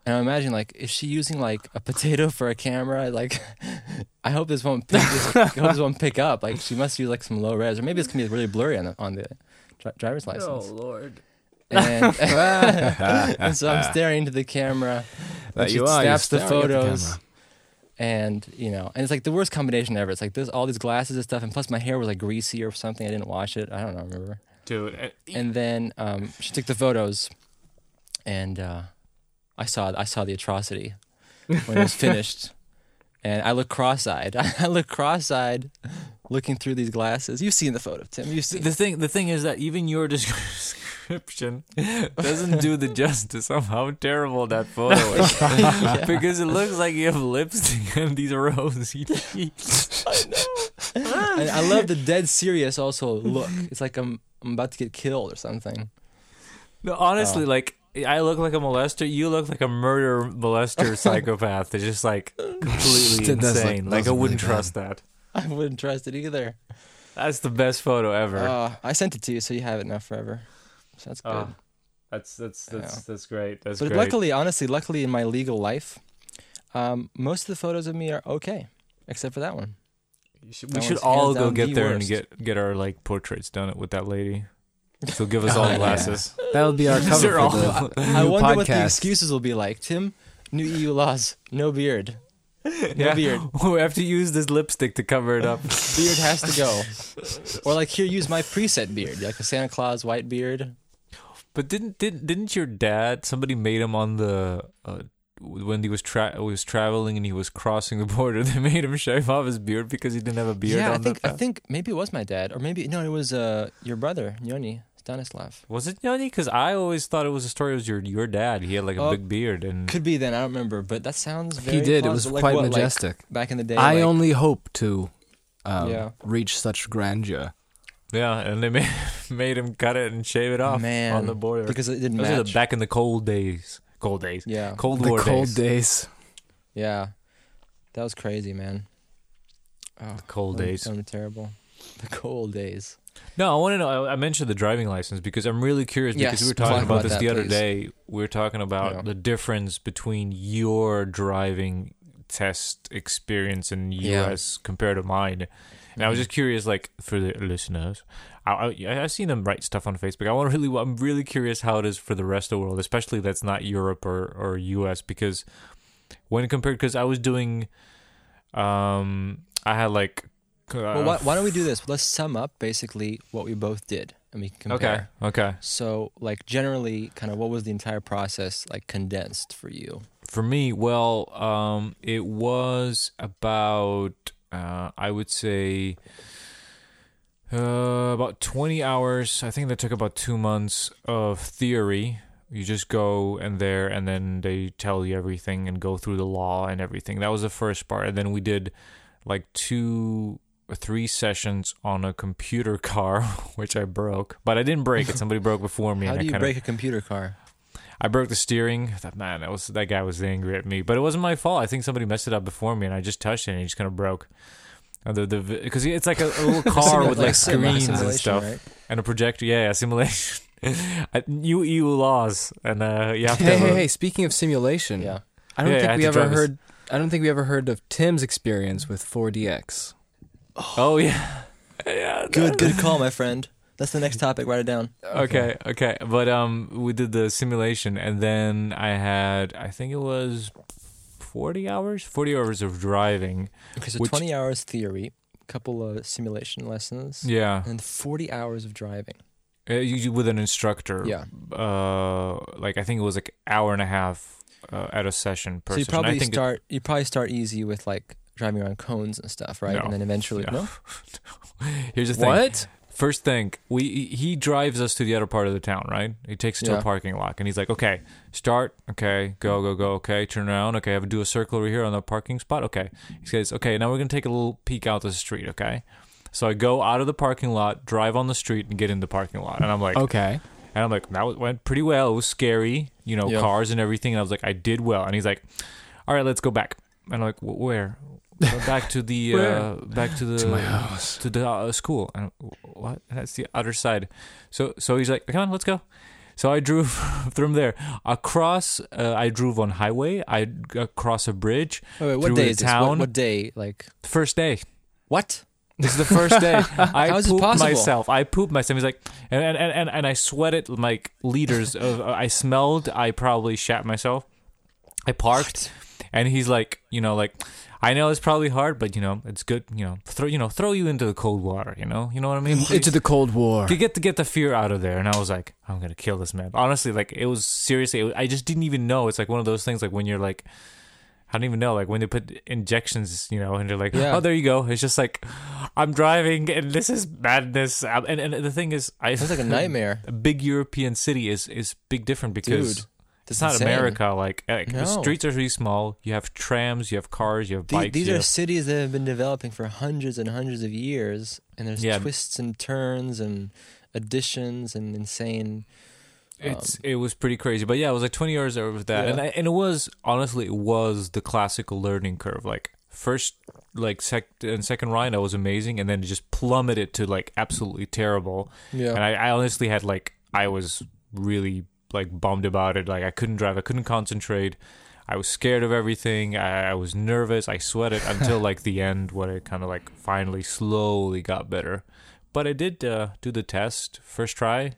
and i imagine like is she using like a potato for a camera like i hope this won't pick, this, I hope this won't pick up like she must use like some low res or maybe it's gonna be really blurry on the on the dri- driver's Oh, license Lord. and, and so i'm staring into the camera That and you she are. You're snaps the staring at the photos camera. and you know and it's like the worst combination ever it's like this all these glasses and stuff and plus my hair was like greasy or something i didn't wash it i don't know I remember Dude, eh, and then um, she took the photos, and uh, I saw I saw the atrocity when it was finished, and I looked cross-eyed. I looked cross-eyed, looking through these glasses. You've seen the photo, Tim. You've seen. the thing the thing is that even your description doesn't do the justice of how terrible that photo is because it looks like you have lipstick and these rosy cheeks. And I love the dead serious also look. It's like I'm I'm about to get killed or something. No, honestly, like I look like a molester. You look like a murder molester psychopath. It's just like completely That does look- insane. like does I look really wouldn't bad. trust that. I wouldn't trust it either. That's the best photo ever. Uh, I sent it to you, so you have it now forever. So that's good. Oh, that's that's that's Yeah. that's great. That's but great. luckily, honestly, luckily in my legal life, um, most of the photos of me are okay, except for that one. we that should one's all hands go down get the there and worst. get get our like portraits done with that lady. She'll give us all Oh, yeah. glasses. That would be our cover These are for all- the I new wonder what the podcast. excuses will be like. Tim, new EU laws, no beard. No Yeah. beard. we have to use this lipstick to cover it up. Beard has to go. or like here, use my preset beard, like a Santa Claus white beard. but didn't didn't didn't your dad? Somebody made him on the. Uh, when he was tra- was traveling and he was crossing the border, they made him shave off his beard because he didn't have a beard. yeah, on I think the I think maybe it was my dad, or maybe no, it was uh, your brother Yoni Mm-hmm. Stanislav. was it Yanni? Because I always thought it was a story. It was your your dad. He had like a Oh. big beard and Could be then. I don't remember, but that sounds. Very He did. It was plausible. Like quite what, like, majestic. back in the day. I like- only hope to um, Yeah. reach such grandeur. yeah, and they made, made him cut it and shave it off Man, on the border. because it didn't Those are the match. back in the cold days. Cold days. yeah, Cold the War cold days. days. yeah, that was crazy, man. Oh, Cold that was- days. that was terrible. The cold days. No, I want to know. I, I mentioned the driving license because I'm really curious because Yes, we were talking talk about, about this that, the other please. day. We were talking about Yeah. the difference between your driving test experience in Yeah. Mm-hmm. U.S. compared to mine. And I was just curious, like for the listeners, I, I I- I've seen them write stuff on Facebook. I want to really, I'm really curious how it is for the rest of the world, especially that's not Europe or or U.S. Because when compared, because I was doing, um, I had like. uh, Well, why, why don't we do this? Let's sum up basically what we both did, and we can compare. okay, okay. So, like generally, kind of what was the entire process like condensed for you? For me, well, um, it was about, uh, I would say, uh, about 20 hours. I think that took about two months of theory. You just go and there, and then they tell you everything and go through the law and everything. That was the first part. And then we did like two or three sessions on a computer car, which I broke, but I didn't break it. Somebody broke before me. How and do I you kinda, break a computer car? I broke the steering. That man, that was that guy was angry at me, but it wasn't my fault. I think somebody messed it up before me, and I just touched it, and it just kind of broke. Uh, The the because it's like a, a little car Simula- with like a sim- a screens and simulation, stuff right? and a projector. Yeah, yeah simulation. I- you EU laws, and uh, you have to. Hey, have hey, a- hey! Speaking of simulation, Yeah. I don't Yeah, I think had we to ever drive a s- heard. I don't think we ever heard of Tim's experience with 4DX. Oh yeah, yeah. Good, good call, my friend. That's the next topic. Write it down. Okay, okay. But um, we did the simulation, and then I had, I think it was forty hours, forty hours of driving. Okay, so Which- 20 hours theory, couple of simulation lessons, Yeah, and 40 hours of driving. Uh, usually with an instructor. Yeah. Uh, like I think it was like hour and a half uh, at a session per So you session. I probably think it- start you probably start easy with like driving around cones and stuff, right? No. And then eventually Yeah. no. here's the thing. What? First thing, we he drives us to the other part of the town, right? He takes us to Yeah. a parking lot, and he's like, "Okay, start. Okay, go, go, go. Okay, turn around. Okay, have do a circle over here on the parking spot. Okay." He says, "Okay, now we're gonna take a little peek out the street. Okay." So I go out of the parking lot, drive on the street, and get in the parking lot, and I'm like, Okay. and I'm like, that was- went pretty well. It was scary, you know, Yeah. cars and everything. And I was like, I did well. And he's like, all right, let's go back. And I'm like, "Wh- where? "Well, back to the uh, Where? back to the To my house. to the uh, school. And I'm, "Wh- what? That's the other side. So so he's like, come on, let's go. So I drove from there across. Uh, I drove on highway. I across a bridge. Wait, wait, Through what day the is this? What- town. What, day? Like First day. what? This is the first day. I How is this pooped possible? myself. I pooped myself. He's like, and and and, and, and I sweated like liters of. I smelled. I probably shat myself. I parked, and he's like, you know, like, I know it's probably hard, but you know, it's good. You know, throw you know, throw you into the cold water. You know, you know what I mean. Please. Into the Cold War. to get to get the fear out of there, and I was like, I'm gonna kill this man. Honestly, like it was seriously, it was- I just didn't even know. It's like one of those things, like when you're like, I don't even know, like when they put injections, you know, and they're like, Yeah. oh, there you go. It's just like, I'm driving, and this is madness. Um, And and the thing is, I It was like a nightmare, A big European city is is big different because. dude. It's not insane. America. Like, like, the No. streets are really small. You have trams, you have cars, you have The- bikes. these you are have- cities that have been developing for hundreds and hundreds of years, and there's Yeah. twists and turns and additions and insane. It's Um, it was pretty crazy, but yeah, it was like twenty hours over that, Yeah. and I, and it was honestly it was the classical learning curve. Like first, like sec and second round, I was amazing, and then it just plummeted to like absolutely terrible. Yeah, And I, I honestly had like I was really like bummed about it. Like I couldn't drive, I couldn't concentrate, I was scared of everything. I, I was nervous. I sweated until like the end when it kind of like finally slowly got better. But I did uh, do the test first try.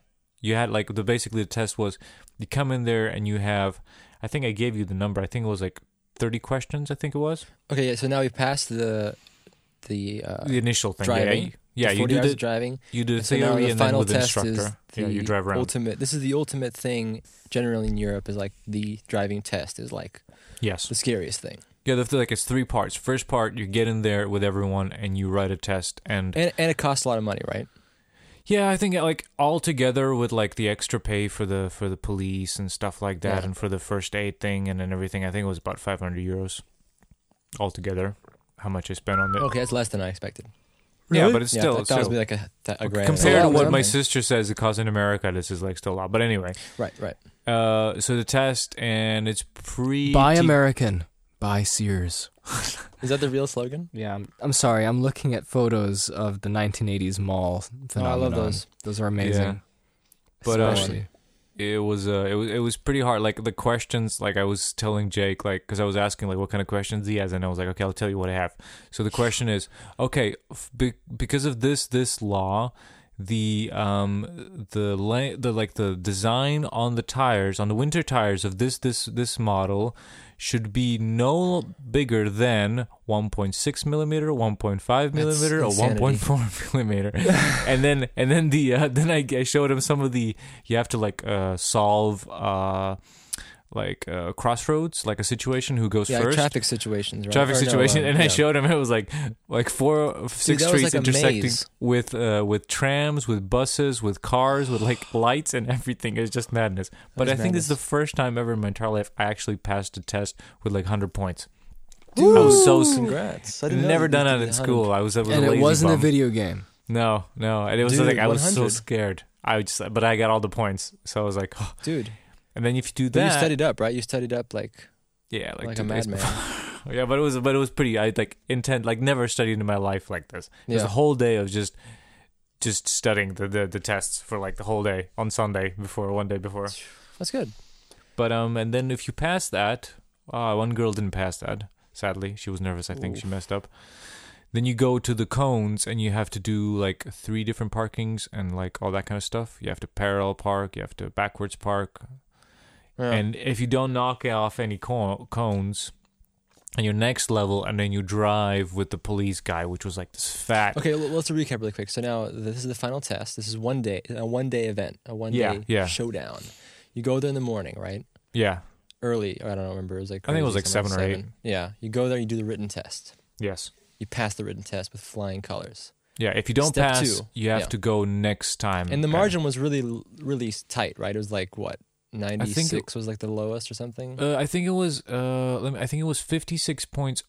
You had like the basically the test was you come in there and you have I think I gave you the number. I think it was like thirty questions. I think it was Okay, yeah, so now we passed the the, uh, the initial thing. Yeah, driving. you, yeah, the you 40 do hours the of driving. you do the And so now theory the and then final with the test is instructor. Yeah, you the drive around. Ultimate. This is the ultimate thing. Generally in Europe, is like the driving test is like yes. the scariest thing. Yeah, the, like it's three parts. First part, you get in there with everyone and you write a test. And And, and it costs a lot of money, right? yeah, I think like all together with like the extra pay for the for the police and stuff like that, Yeah. and for the first aid thing and then everything. I think it was about five hundred euros altogether. How much I spent on it? Okay, that's less than I expected. Yeah, but it's Yeah, still, I thought it still- was be like a, th- a grand. compared to It's a what lot, my Something. sister says it costs in America, this is like still a lot. But anyway, Right, right. uh, so the test and it's pre Buy American. Buy Sears. Is that the real slogan? Yeah, I'm, I'm sorry. I'm looking at photos of the 1980s mall Oh, I phenomenon. love those. Those are amazing. Yeah. But, um, Especially- it was uh it was it was pretty hard like the questions like i was telling jake like because i was asking like what kind of questions he has and i was like okay i'll tell you what i have so the question is okay f- be- because of this this law the um the la- the like the design on the tires on the winter tires of this this this model should be no bigger than 1.6 millimeter 1.5 millimeter or insanity. 1.4 millimeter and then and then the uh, then I, I showed him some of the you have to like uh solve uh like uh crossroads like a situation who goes Yeah, first traffic situations. Right? traffic Or no, situation um, and i yeah. showed him it was like like four Dude, six that was like streets a intersecting maze. with uh with trams with buses with cars with like lights and everything it's just madness but i is think this is the madness. first time ever in my entire life i actually passed a test with like 100 points Dude, I was so s- Congrats! I didn't know never that done you that did in the school i was, I was and a it lazy wasn't a bum. video game. No, no, and it was Dude, like I was so 100. scared. I just, but I got all the points, so I was like, oh. 100. dude. and then if you do But you that, studied up, right? You studied up like yeah, like, like, two a days madman. before. yeah, but it was, but it was pretty. I like intent, like never studied in my life like this. It was Yeah. the whole day of just just studying the, the the tests for like the whole day on Sunday before one day before. That's good. But um, and then if you pass that, uh, one girl didn't pass that. Sadly, she was nervous. I think she messed up. Then you go to the cones and you have to do like three different parkings and like all that kind of stuff. You have to parallel park. You have to backwards park. Yeah. And if you don't knock off any co- cones, and your next level, and then you drive with the police guy, which was like this fat. okay, l- let's recap really quick. So now this is the final test. This is one day, a one day event, a one Yeah, day yeah. showdown. You go there in the morning, right? Yeah. Early. I don't remember. It was like I think it was crazy, like something seven or eight. Yeah. You go there. You do the written test. Yes. You pass the written test with flying colors. Yeah. If you don't Step pass, two. you have Yeah. to go next time. And the Uh, margin was really, really tight, right? It was like what ninety six was like the lowest or something. Uh, I think it was. Uh, let me, I think it was fifty-six points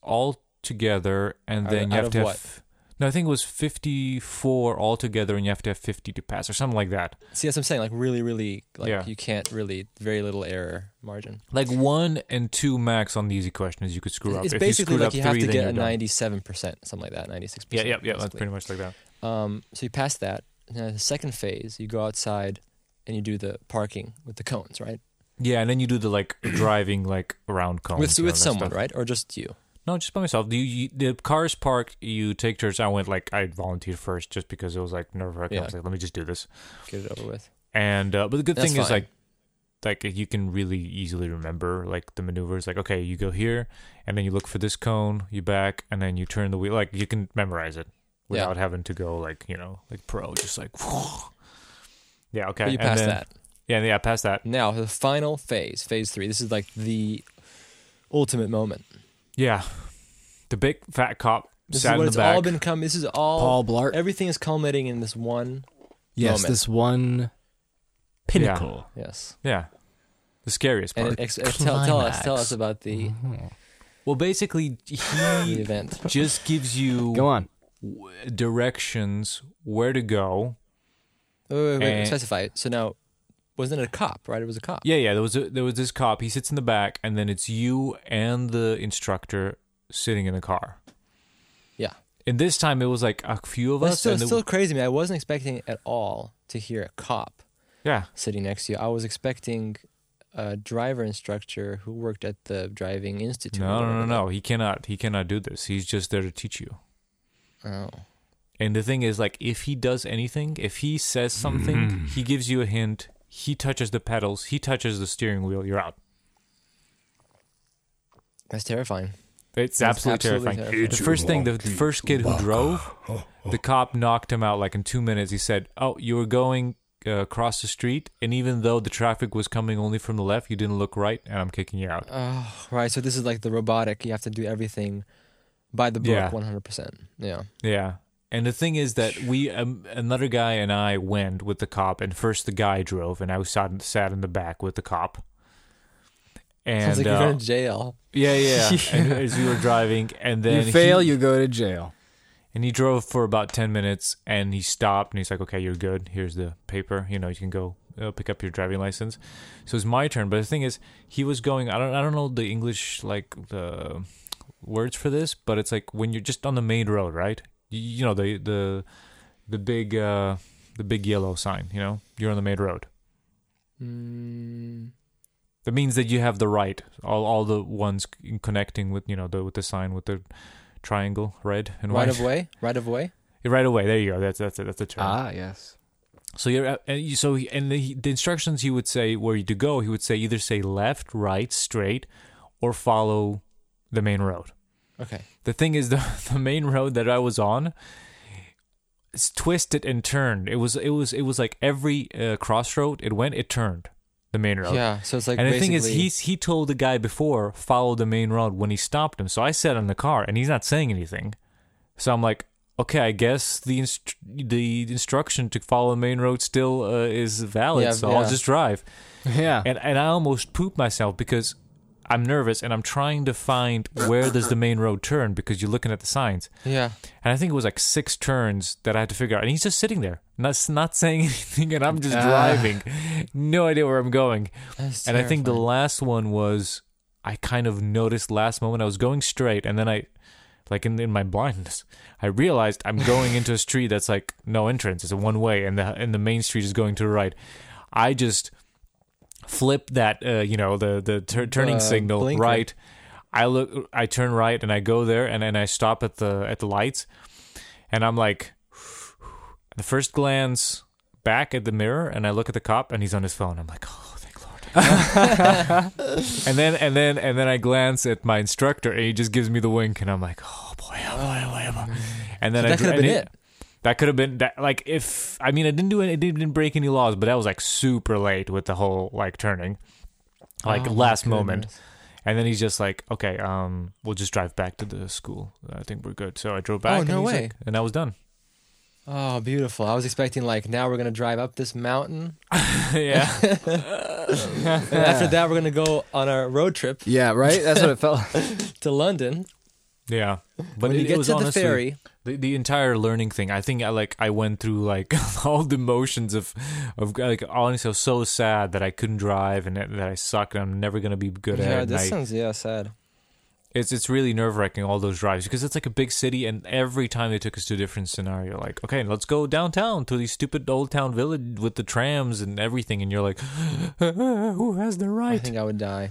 altogether, and Out- then out you have of to what? have. No, I think it was fifty-four altogether, and you have to have fifty to pass, or something like that. See, that's what I'm saying. Like really, really, like Yeah. you can't really very little error margin. Like one and two max on the easy questions, you could screw up. It's If basically you screwed like up you have three, to then get you're a done. ninety seven percent, something like that, ninety six Yeah, percent. yeah, yeah. That's pretty much like that. Um, so you pass that. Now the second phase, you go outside and you do the parking with the cones, right? Yeah, and then you do the like driving like around cones with you know, with that someone, stuff. right, or just you? No, just by myself. You, you, the cars parked. You take turns. I went like I volunteered first, just because it was like nerve wracking. I Yeah. was like, let me just do this. Get it over with. And uh, but the good That's thing is fine. like like you can really easily remember like the maneuvers. Like okay, you go here, and then you look for this cone, you back, and then you turn the wheel. Like you can memorize it Yeah. without having to go like you know like pro, just like. Yeah. Okay. But you and pass then- that. Yeah. Yeah. Pass that. Now the final phase, phase three. This is like the ultimate moment. Yeah. The big fat cop This sat is in what the it's back. all been coming. This is all Paul Blart. Everything is culminating in this one. Yes, moment. this one pinnacle. Yes. yeah. The scariest And part. it ex- ex- tell, tell us, tell us climax. about the, Mm-hmm. well, basically, the he event. just gives you Go on. w- directions where to go. Wait, wait, wait, And- specify. it. So now, wasn't it a cop? Right, it was a cop. Yeah, yeah. There was a, there was this cop. He sits in the back, and then it's you and the instructor sitting in the car. Yeah. And this time it was like a few of But it's us. still, and it's it- still crazy to me. I wasn't expecting at all to hear a cop yeah, sitting next to you. I was expecting a driver instructor who worked at the driving institute. no, or no, no, no. He cannot. He cannot do this. He's just there to teach you. whatever. Oh. And the thing is, like, if he does anything, if he says something, he gives you a hint. He touches the pedals. He touches the steering wheel. You're out. That's terrifying. It's That's absolutely, absolutely terrifying. terrifying. The first thing, the first kid who drove, the cop knocked him out like in two minutes. He said, "Oh, you were going uh, across the street, and even though the traffic was coming only from the left, you didn't look right, and I'm kicking you out." Oh, right. So this is like the robotic. You have to do everything by the book, Yeah. one hundred percent. Yeah. Yeah. And the thing is that we, um, another guy and I went with the cop, and first the guy drove, and I was sat, sat in the back with the cop. And Sounds like uh, you're going to jail. yeah, yeah, And as we were driving, and then you fail, he- you go to jail. And he drove for about 10 minutes and he stopped and he's like, okay, you're good. Here's the paper. You know, you can go uh, pick up your driving license. So it's my turn. But the thing is, he was going, I don't, I don't know the English, like the words for this, but it's like when you're just on the main road, right? You, you know, the, the, the big, uh, the big yellow sign, you know, you're on the main road. Mm, That means that you have the right. All, all the ones c- connecting with, you know, the, with the sign with the triangle, red and right white. of way. Right of way. Right away. There you go. That's, that's, it. that's the term. Ah, yes. So you're uh, and you, so he, and the, the instructions he would say where you to go, he would say either say left, right, straight, or follow the main road. Okay. The thing is, the the main road that I was on, it's twisted and turned. It was it was it was like every uh, crossroad it went, it turned the main road. Yeah. So it's like and the thing basically, is, he's he told the guy before follow the main road when he stopped him. So I sat in the car and he's not saying anything. So I'm like, okay, I guess the inst- the instruction to follow the main road still uh, is valid. Yeah, so yeah. I'll just drive. Yeah. And and I almost pooped myself because I'm nervous and I'm trying to find where does the main road turn because you're looking at the signs. yeah. And I think it was like six turns that I had to figure out. And he's just sitting there, not not saying anything, and I'm just Ah. driving, no idea where I'm going. That's And I think the terrifying. last one was I kind of noticed last moment I was going straight and then I like in, in my blindness, I realized I'm going into a street that's like no entrance. It's a one way, and the and the main street is going to the right. I just flipped that, uh, you know, the the tur- turning Uh, signal blinker. right. I look, I turn right, and I go there, and then I stop at the at the lights, and I'm like, the first glance back at the mirror, and I look at the cop, and he's on his phone. I'm like, oh, thank Lord. and then and then and then I glance at my instructor, and he just gives me the wink, and I'm like, oh boy, oh boy, oh boy, oh boy. And then Mm. So I that dr- could have been and it. That could have been that. Like if I mean, I didn't do it. It didn't break any laws, but that was like super late with the whole like turning, like Oh, my last moment. goodness. And then he's just like, okay, um, we'll just drive back to the school. I think we're good. So I drove back. Oh, and no he's way. like- and I was done. Oh, beautiful. I was expecting like now we're gonna drive up this mountain, yeah. and after that we're gonna go on a road trip Yeah, right. That's what it felt. like. to London. Yeah. But when it, you it get was to honestly, the ferry, The, the entire learning thing. I think I like I went through like all the motions of of like honestly I was so sad that I couldn't drive and that, that I sucked and I'm never gonna be good at it. yeah, and this I- sounds yeah sad. it's it's really nerve wracking all those drives because it's like a big city and every time they took us to a different scenario like okay let's go downtown to the stupid old town village with the trams and everything and you're like who has the I right think I would die.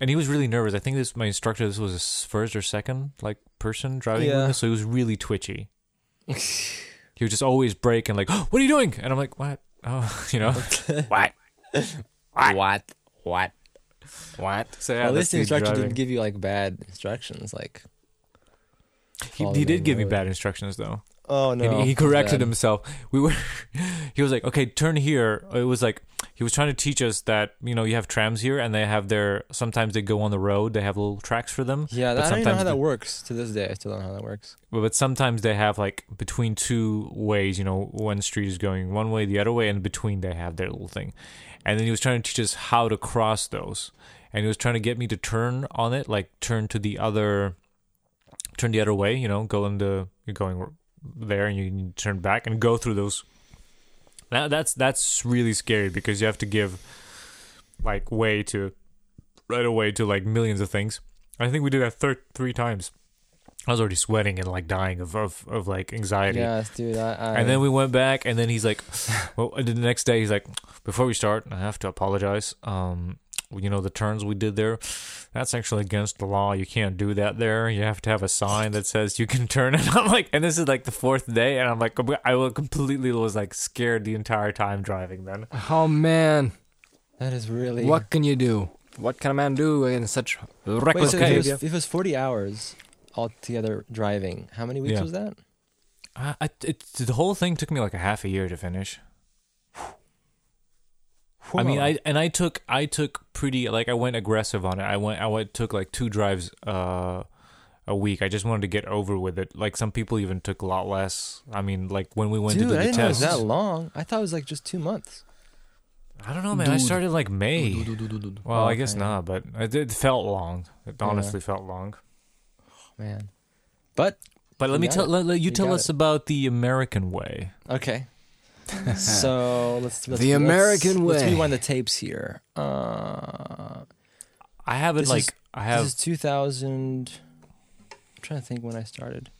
and he was really nervous I think this my instructor this was his first or second like person driving with Yeah. us so he was really twitchy he would just always break and like "Oh, what are you doing and I'm like what oh you know what What? What? What? what so yeah, well, at that's least the the instructor driving. didn't give you like bad instructions. Like, he, follow he the did main give me road. bad instructions though oh no, and he corrected Bad. himself. We were, he was like, okay, turn here. It was like he was trying to teach us that you know you have trams here, and they have their sometimes they go on the road. They have little tracks for them. Yeah, but that, I don't even know how sometimes that the- works to this day. I still don't know how that works. but sometimes they have like between two ways you know one street is going one way the other way and between they have their little thing and then he was trying to teach us how to cross those and he was trying to get me to turn on it like turn to the other turn the other way you know go in the you're going there and you need to turn back and go through those now that's that's really scary because you have to give like way to right away to like millions of things i think we did that thir- three times I was already sweating and like dying of of, of like anxiety. Yes, dude. I, I, And then we went back, and then he's like, "Well, and the next day he's like, before we start, I have to apologize. Um, you know the turns we did there, that's actually against the law. You can't do that there. You have to have a sign that says you can turn." And I'm like, and this is like the fourth day, and I'm like, I was completely was like scared the entire time driving. Then Oh man, that is really what can you do? What can a man do in such Wait, reckless so Okay. if, conditions? it was, if it was forty hours altogether driving, how many weeks Yeah. was that? I, I, it, the whole thing took me like a half a year to finish. I mean, Whoa. I and I took I took pretty like I went aggressive on it. I went I went took like two drives uh a week. I just wanted to get over with it. Like some people even took a lot less. I mean, like when we went dude, to do I the didn't know it was test. that long. I thought it was like just two months. I don't know, man. I Dude. started like May. Well, I guess Okay. not, but it, it felt long. It honestly felt long. Man, but But let You me got tell it. let, let you, You tell got us about the American way. Okay. so let's, let's The let's- American Let's way. rewind the tapes here. Uh, I have it This like is- I have this is 2000. I'm trying to think when I started.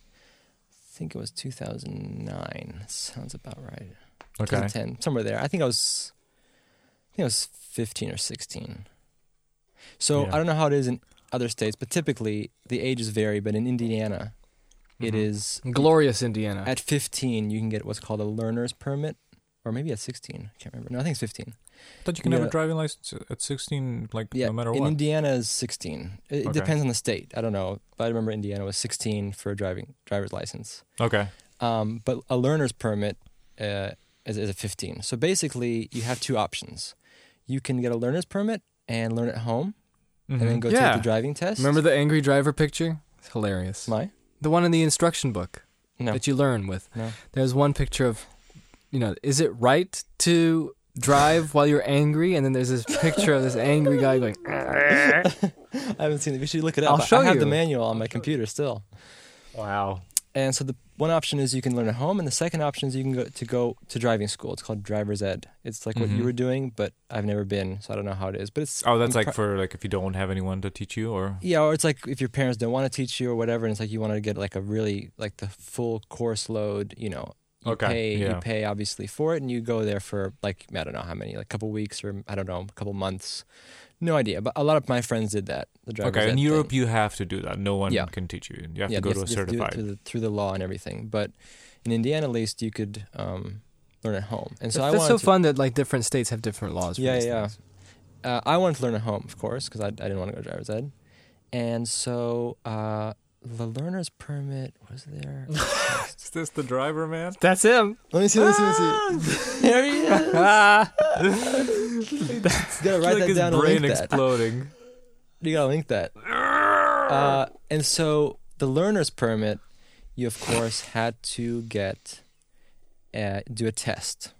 I think it was 2009. Sounds about right. okay. 2010, somewhere there. I think I was, I think I was 15 or 16. So Yeah. I don't know how it is in other states, but typically the ages vary. But in Indiana, it Mhm. is Glorious Indiana. at 15 you can get what's called a learner's permit, or maybe at 16. I can't remember. No, I think it's 15. thought you can have yeah. a driving license at 16 like Yeah, no matter in what. Indiana is 16. It, it Okay. depends on the state. I don't know, but I remember Indiana was 16 for a driving driver's license. okay. Um, but a learner's permit uh, is, is a 15. So basically, you have two options. You can get a learner's permit and learn at home, and then Mhm. go Mm-hmm. Yeah. take the driving test. Remember the angry driver picture? It's hilarious. my The one in the instruction book no. that you learn with. No. There's one picture of, you know, is it right to drive while you're angry? And then there's this picture of this angry guy going, I haven't seen it. We should look it I'll up. I- show I have you. the manual on my computer still. Mm-hmm. Wow. And so the one option is you can learn at home, and the second option is you can go to go to driving school. It's called driver's ed. It's like what Mhm. Mm-hmm. you were doing, but I've never been, so I don't know how it is. But it's Oh, that's I'm like pro- for like if you don't have anyone to teach you, or yeah, or it's like if your parents don't want to teach you or whatever, and it's like you want to get like a really like the full course load. You know, you Okay, pay yeah. you pay obviously for it, and you go there for like I don't know how many, like a couple weeks or I don't know, a couple months. No idea, but a lot of my friends did that. The driver's okay. ed In thing. Europe, you have to do that. No one Yeah. can teach you. You have yeah, to go you to a you do it certified. through the, through the law and everything. But in Indiana, at least, you could um, learn at home. And so I that's wanted so to, fun that like different states have different laws. For Yeah, these yeah. things. Uh, I wanted to learn at home, of course, because I, I didn't want to go to driver's ed. And so uh, the learner's permit was there. Is this the driver man? That's him. Ah. let me see. Let me see. Let me see. there he is. Ah, You gotta write like that his down. and brain link that. exploding. You gotta link that. Uh, and so the learner's permit, you of course had to get, uh, do a test.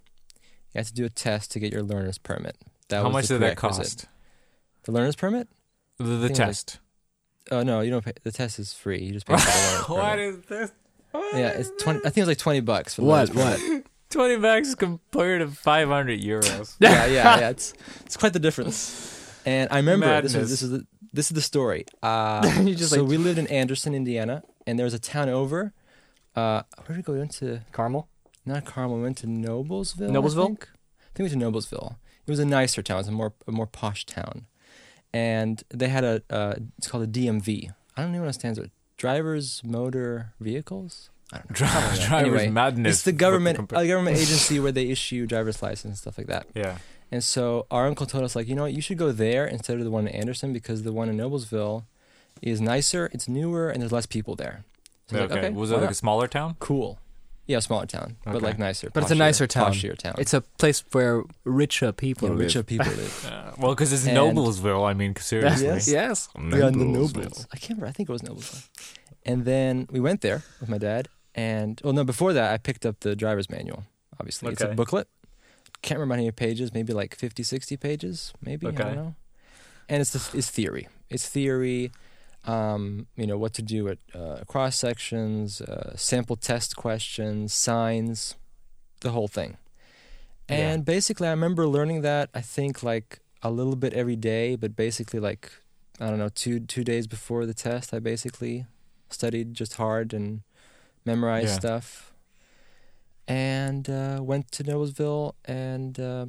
You had to do a test to get your learner's permit. That How was much the did that prerequisite. cost? The learner's permit? The, the think it was test. Oh no, you don't pay. The test is free. You just pay for the learner's permit. is this? Yeah, it's twenty. I think it was like twenty bucks for the What? learner's permit. What? Twenty bucks compared to five hundred euros. yeah, yeah, yeah. It's it's quite the difference. And I remember this is Madness. this is the, this is the story. Uh, You just so like- we lived in Anderson, Indiana, and there was a town over. Uh, where did we go? We went to Carmel. not Carmel. We went to Noblesville. Noblesville? I think, I think we went to Noblesville. It was a nicer town. It was a more a more posh town, and they had a uh, it's called a DMV. I don't even know what it stands for. Drivers Motor Vehicles. I don't know. Dri- Something like that. driver's Anyway, madness. It's the with government compa- a government agency where they issue driver's license and stuff like that. yeah. And so our uncle told us, like, you know what, you should go there instead of the one in Anderson because the one in Noblesville is nicer, it's newer, and there's less people there. So I was okay. like, okay, Was why it like not? a smaller town? cool? Yeah, smaller town, but Okay. like nicer. But it's a posher- nicer town. Poshier town. It's a place where richer people yeah, live. richer people live. Uh, well, because it's And- Noblesville. I mean, seriously. Yes. Yes. yeah, the Nobles. I can't remember. I think it was Noblesville. And then we went there with my dad, and well, no, before that I picked up the driver's manual. Obviously, it's a Okay. booklet. Can't remember how many pages. Maybe like 50, 60 pages. Maybe I Okay. don't know. And it's the, it's theory. It's theory. Um, you know what to do at uh, cross sections, uh, sample test questions, signs, the whole thing. Yeah. And basically, I remember learning that I think like a little bit every day, but basically like I don't know two two days before the test, I basically studied just hard and memorized Yeah. stuff. And uh, went to Noblesville and uh,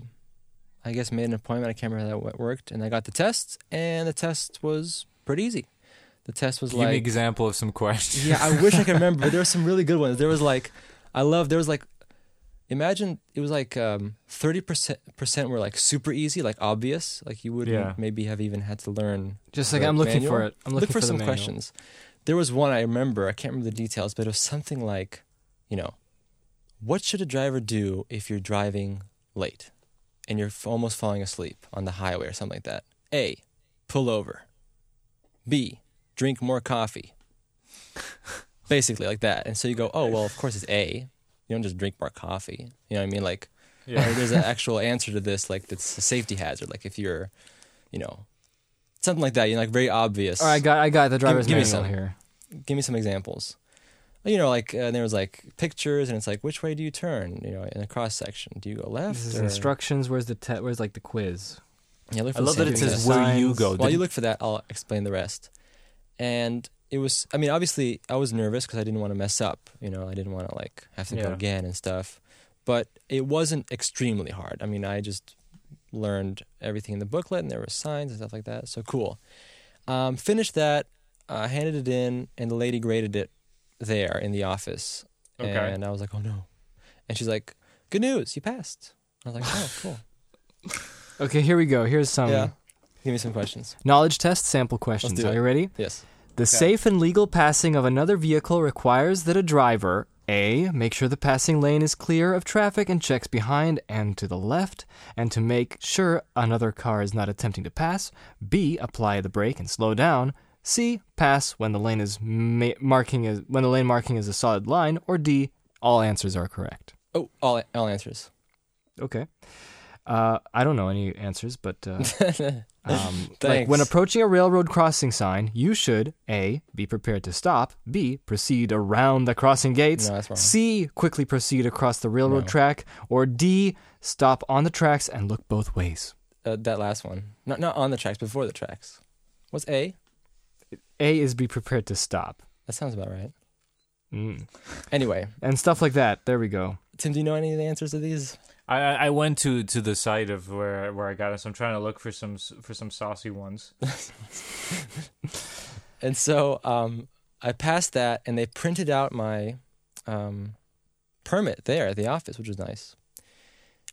I guess made an appointment. I can't remember how that wo- worked. And I got the test, and the test was pretty easy. The test was Give me an like example of some questions. yeah, I wish I could remember, but there were some really good ones. There was like, I love. There was like, imagine it was like um, thirty percent percent were like super easy, like obvious, like you wouldn't Yeah. maybe have even had to learn. Just like the I'm looking manual. for it. I'm looking Look for, the some manual. questions. There was one I remember. I can't remember the details, but it was something like, you know, what should a driver do if you're driving late and you're f- almost falling asleep on the highway or something like that? A, pull over. B, drink more coffee. Basically, like that. And so you go, oh, well, of course it's A. You don't just drink more coffee. You know what I mean? Like, Yeah. or there's an actual answer to this, like, that's a safety hazard. Like, if you're, you know, something like that, you're like very obvious. All right, I got I got the driver's give me manual some. here. give me some examples. You know, like uh, there was like pictures, and it's like which way do you turn? You know, in a cross section, do you go left? This is or- instructions. Where's the te- where's like the quiz? Yeah, look for I love that it something says that- where you Signs. go. While Oh, Did- you look for that, I'll explain the rest. And it was, I mean, obviously, I was nervous because I didn't want to mess up. You know, I didn't want to like have to go Yeah. again and stuff. But it wasn't extremely hard. I mean, I just learned everything in the booklet, and there were signs and stuff like that. So cool. Um, finished that, uh, handed it in, and the lady graded it there in the office. Okay. And I was like, oh no. And she's like, good news, you passed. I was like, oh, cool. Okay, here we go. Here's Um, some yeah. Give me some questions. knowledge test sample questions. do Are it. you ready? Yes. The safe and legal passing of another vehicle requires that a driver A. Make sure the passing lane is clear of traffic and checks behind and to the left, and to make sure another car is not attempting to pass. B. Apply the brake and slow down. C. Pass when the lane is ma- marking is when the lane marking is a solid line. Or D. All answers are correct. Oh, all all answers. Okay. Uh, I don't know any answers, but uh, Um, like Thanks. when approaching a railroad crossing sign, you should A. Be prepared to stop. B. Proceed around the crossing gates. No, that's wrong. C. Quickly proceed across the railroad track. Or D. Stop on the tracks and look both ways. Uh, that last one. Not not on the tracks, before the tracks. What's A? A is be prepared to stop. That sounds about right. Mm. Anyway, And stuff like that. There we go. Tim, do you know any of the answers to these? I I I went to to the site of where where I got it. So I'm trying to look for some s- for some saucy ones. And so um, I passed that, and they printed out my um, permit there at the office, which was nice.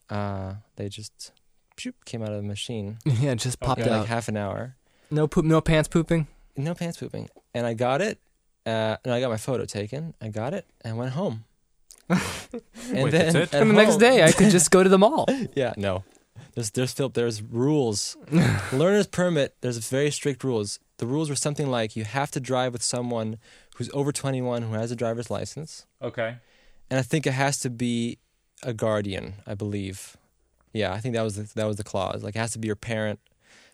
Uh, they just shoop, came out of the machine Yeah, it just popped Okay. in like out. half an hour. No poop. No pants pooping. No pants pooping. And I got it. Uh, and I got my photo taken. I got it and went home. and Wait, then that's it? at And the next home- day, I could just go to the mall. Yeah, no. There's there's Philip, there's rules. Learner's permit, there's very strict rules. The rules were something like you have to drive with someone who's over 21 who has a driver's license. Okay. And I think it has to be a guardian, I believe. Yeah, I think that was the, that was the clause. Like it has to be your parent,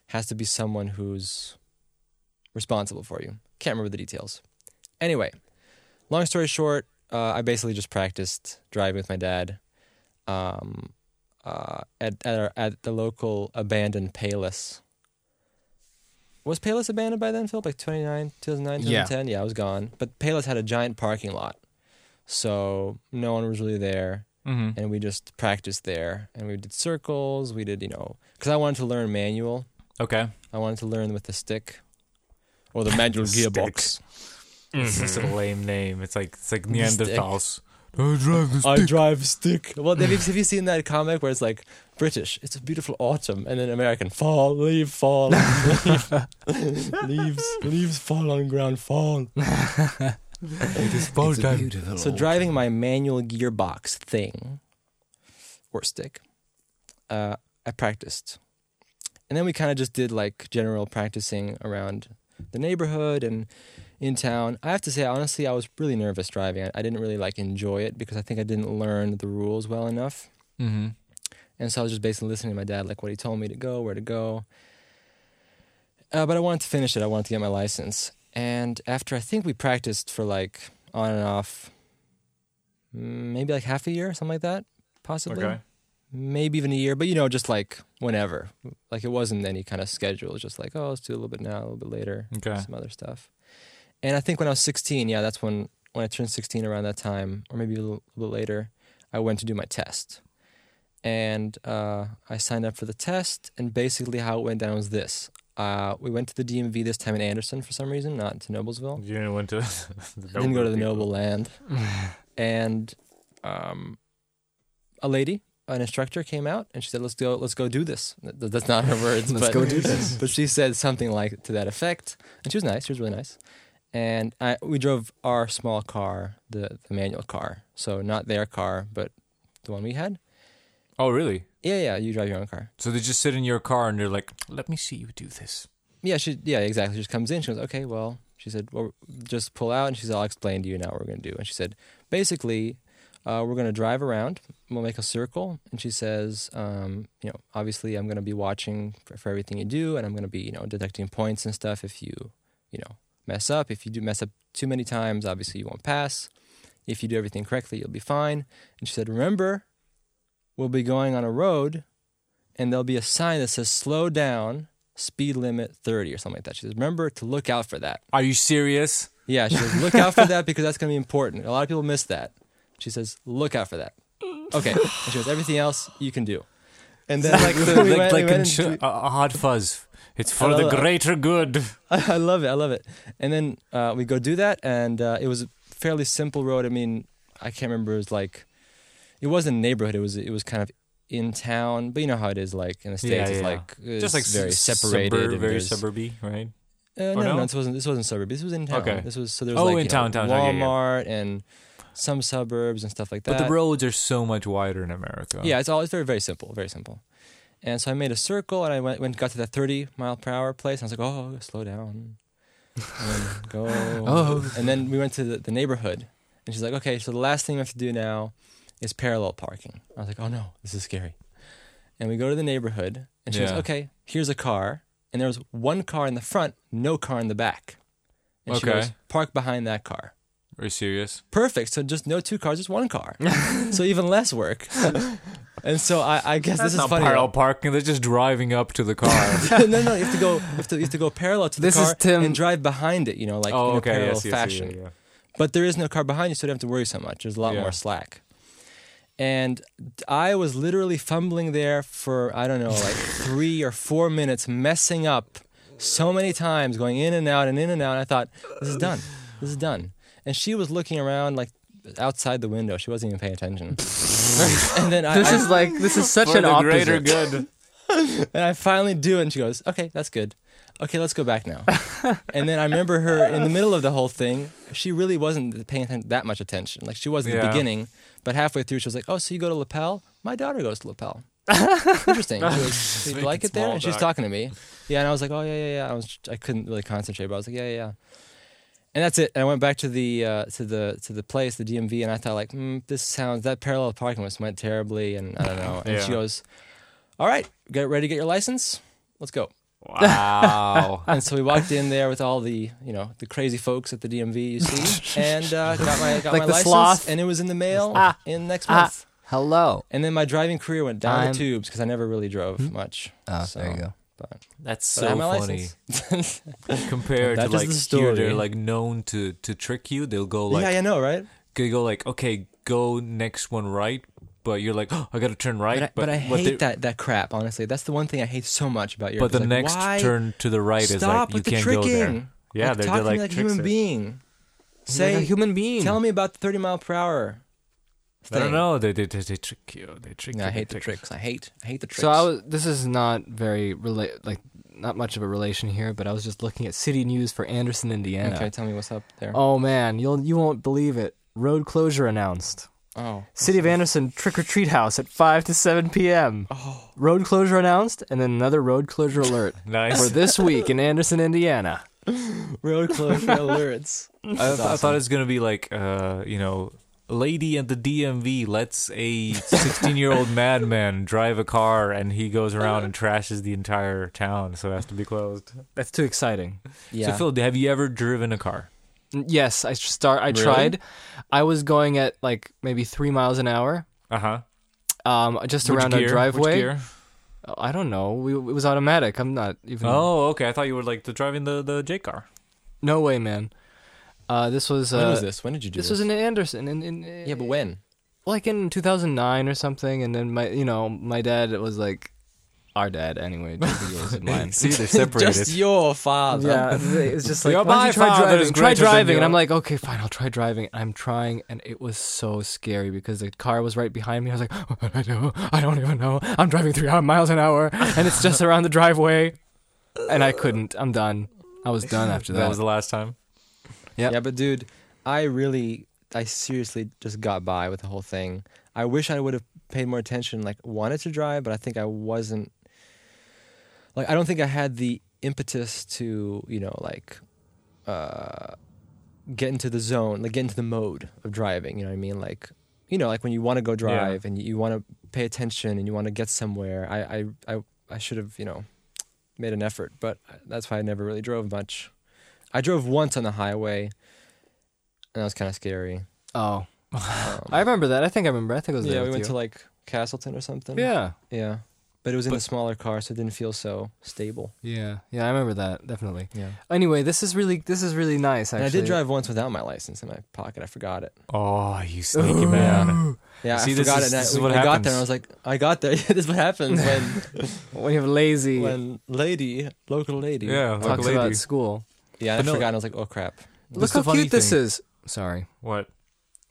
has to be someone who's responsible for you. Can't remember the details. Anyway, long story short, uh, I basically just practiced driving with my dad um, uh, at at, our, at the local abandoned Payless. Was Payless abandoned by then, Philip? Like 29, 2009, Yeah. 2010? Yeah, I was gone. But Payless had a giant parking lot. So no one was really there Mm-hmm. and we just practiced there and we did circles we did you know because i wanted to learn manual Okay. i wanted to learn with the stick or the manual stick. gearbox It's just a lame name. It's like it's like The stick. Neanderthals. I drive this i drive stick well have you, have you seen that comic where it's like british it's a beautiful autumn and then american fall leave fall leave leaves leaves fall on ground fall It's beautiful. so driving my manual gearbox thing or stick uh, i practiced and then we kind of just did like general practicing around the neighborhood and in town i have to say honestly i was really nervous driving I, I didn't really like enjoy it because i think i didn't learn the rules well enough Mm-hmm. and so i was just basically listening to my dad like what he told me to go where to go uh, but i wanted to finish it i wanted to get my license and after i think we practiced for like on and off mm, maybe like half a year something like that possibly Okay. maybe even a year, but you know, just like whenever. Like it wasn't any kind of schedule. It was just like, oh, let's do a little bit now, a little bit later, Okay. some other stuff. And I think when I was 16, yeah, that's when when I turned 16 around that time, or maybe a little, little later, I went to do my test. And uh, I signed up for the test, and basically how it went down was this. Uh, we went to the DMV this time in Anderson for some reason, not to Noblesville. You went to the I didn't go to the people. noble land. and um, a lady, an instructor, came out and she said, "Let's go, let's go do this." Th- th- That's not her words, Let's but go do this. But she said something like to that effect, and she was nice. She was really nice. And I, we drove our small car, the, the manual car, so not their car, but the one we had. Oh, really? Yeah, yeah, you drive your own car. So they just sit in your car and they're like, "Let me see you do this." Yeah, she. Yeah, exactly. She just comes in. She goes, "Okay, well." She said, "Well, just pull out." And she said, "I'll explain to you now what we're going to do." And she said, "Basically, uh, we're going to drive around. We'll make a circle." And she says, um, "You know, obviously, I'm going to be watching for, for everything you do, and I'm going to be, you know, deducting points and stuff if you, you know, mess up. If you do mess up too many times, obviously, you won't pass. If you do everything correctly, you'll be fine." And she said, "Remember, we'll be going on a road, and there'll be a sign that says slow down.'" speed limit 30 or something like that. She says, remember to look out for that. Are you serious? Yeah, she says, look out for that because that's going to be important. A lot of people miss that. She says, look out for that. Okay. And she goes, everything else you can do. And then like, so we went- we went in and ch- dri- a, a hot fuzz. It's for love the that. greater good. I love it. I love it. And then uh, we go do that, and uh, it was a fairly simple road. I mean, I can't remember. It was like, it wasn't a neighborhood. It was it was kind of in town, but you know how it is. Like in the Yeah, states, it's yeah. like it's just like s- very separated, suburb- and very there's- suburby, right? Uh, Or no, no? no, this wasn't. This wasn't suburb. This was in town. Okay. This was so there was Oh, like in you town, know, town, town, yeah, yeah. Walmart and some suburbs and stuff like that. But the roads are so much wider in America. yeah, it's all it's very very simple, very simple. And so I made a circle and I went, went got to that thirty mile per hour place. And I was like, oh, slow down, and then go. Oh. and then we went to the, the neighborhood, and she's like, okay, so the last thing we have to do now is parallel parking. I was like, oh no, this is scary. And we go to the neighborhood, and she Yeah. goes, okay, here's a car. and there was one car in the front, no car in the back. And she Okay. goes, park behind that car. Are you serious? Perfect. So just no two cars, just one car. so even less work. And so I, I guess this is not funny. parallel parking. They're just driving up to the car. no, no, you have to go. You have to, you have to go parallel to the This is car Tim- and drive behind it. You know, like oh, in okay. a parallel yes, yes, yeah, fashion. yeah, yeah. But there is no car behind you, so you don't have to worry so much. There's a lot Yeah. more slack. And I was literally fumbling there for I don't know, like three or four minutes, messing up so many times, going in and out and in and out. And I thought, this is done. This is done. And she was looking around like outside the window. She wasn't even paying attention. and then I, This I- is like this is such For an the greater opposite. good. and I finally do it, and she goes, "Okay, that's good. Okay, let's go back now." and then I remember her in the middle of the whole thing. She really wasn't paying atten- that much attention. Like she was in the Yeah. beginning, but halfway through, she was like, "Oh, so you go to lapel? My daughter goes to lapel. Interesting. She was, Do you Making like it there?" small And she's talk. talking to me. Yeah, and I was like, "Oh yeah, yeah, yeah." I was I couldn't really concentrate, but I was like, "Yeah, yeah." yeah. And that's it. And I went back to the uh, to the to the place, the DMV, and I thought like, mm, this sounds that parallel parking was went terribly, and I don't know. And she Yeah. goes, "All right, get ready to get your license. Let's go." Wow. And so we walked in there with all the you know the crazy folks at the DMV, you see, and uh, got my got Like my the license, sloth. and it was in the mail Ah. in next Ah. month. Hello. And then my driving career went down I'm- the tubes because I never really drove much. Oh, So, there you go. But, That's but I so have my funny. license. Compared That to is like the here, story. they're like known to to trick you. They'll go like, yeah, I know, right? they go like, okay, go next one right, but you're like, oh, I gotta turn right. But I, but I what they- hate that, that crap. Honestly, that's the one thing I hate so much about Europe. But the It's like, next why turn to the right is Stop like you with the can't tricking. go there. Yeah, like, they're, talk to they're like me like a tricks human it. being. Say, Say, a human being. tell me about the thirty mile per hour. I don't thing. know. They, they, they, they trick you. They trick No, you. I hate they the trick. tricks. I hate, I hate the tricks. So I was. This is not very relate. Like not much of a relation here, but I was just looking at city news for Anderson, Indiana. okay, tell me what's up there. Oh man, you'll you won't believe it. Road closure announced. Oh. City of Anderson trick or treat house at five to seven p.m. Oh. Road closure announced, and then another road closure alert for Nice. this week in Anderson, Indiana. Road closure alerts. I, I thought it was gonna be like, uh, you know, lady at the DMV lets a 16 year old madman drive a car, and he goes Uh-huh. around and trashes the entire town, so it has to be closed. That's too exciting. Yeah. So Phil, have you ever driven a car? N- Yes, I start. I Really? tried. I was going at like maybe three miles an hour, Uh huh. um, just around gear? a Which driveway. gear? Oh, I don't know. We, it was automatic. I'm not even. Oh, okay. I thought you were like the driving the the J car. no way, man. Uh, this was. Uh, when was this? When did you do This this? was in Anderson, in, in yeah, but when? like in 2009 or something. And then my, you know, my dad was like, our dad anyway. Just yours and mine. See, they're separated. Just your father. Yeah, it was just like, Your why don't you try father driving? is Try greater than driving. And your- I'm like, okay, fine, I'll try driving. And I'm trying, and it was so scary because the car was right behind me. I was like, what do I do? I don't even know. I'm driving three miles an hour, and it's just around the driveway. And I couldn't. I'm done. I was done after that. that was the last time. Yeah, but dude, I really, I seriously just got by with the whole thing. I wish I would have paid more attention, like wanted to drive, but I think I wasn't. Like, I don't think I had the impetus to, you know, like, uh, get into the zone, like get into the mode of driving. You know what I mean? Like, you know, like when you want to go drive and you, you want to pay attention and you want to get somewhere. I, I, I, I should have, you know, made an effort, but that's why I never really drove much. I drove once on the highway, and that was kind of scary. oh, Um, I remember that. I think I remember. I think it was yeah, there we with went you. to like Castleton or something. yeah, yeah, but it was in But- a smaller car, so it didn't feel so stable. yeah, yeah. I remember that definitely. Yeah, Anyway, this is really this is really nice. and Actually, I did drive once without my license in my pocket. I forgot it. Oh, you sneaky Ooh. man. Yeah, See, I this forgot is- it. And this I, is what I got there, happens. and I was like, I got there. this is what happens when when you have lazy when lady, local lady, Yeah, like a talks lady. about school. yeah, and I But no- forgot. And I was like, oh crap. That's the Look how funny cute this thing. is. Sorry. What?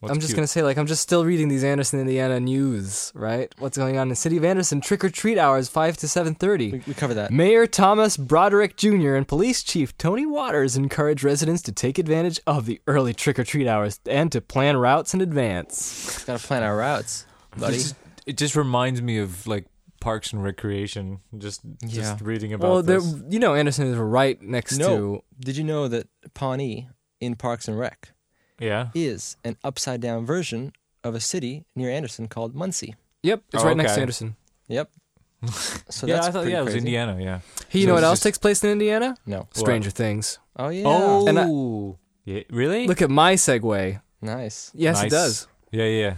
What's I'm just cute? gonna say, like, I'm just still reading these Anderson, Indiana news, right? What's going on in the city of Anderson? Trick or treat hours, five to seven We, thirty. we covered that. Mayor Thomas Broderick Jr. and Police Chief Tony Waters encourage residents to take advantage of the early trick or treat hours and to plan routes in advance. Got to plan our routes, buddy. This is- it just reminds me of like Parks and Recreation. Just just Yeah. reading about Well, they're- this. you know, Anderson is right next No. Did you know that Pawnee in Parks and Rec Yeah. is an upside down version of a city near Anderson called Muncie? to. Yep, it's Oh, right next okay. to Anderson. Yep. So yeah, that's I thought pretty yeah, it was crazy. Indiana. Yeah. Hey, you So know it's what else just- takes place in Indiana? No. What? Stranger Things. Oh yeah. Oh, And I- yeah, really? Look at my segue. nice. Yes, it Nice. does. Yeah, yeah.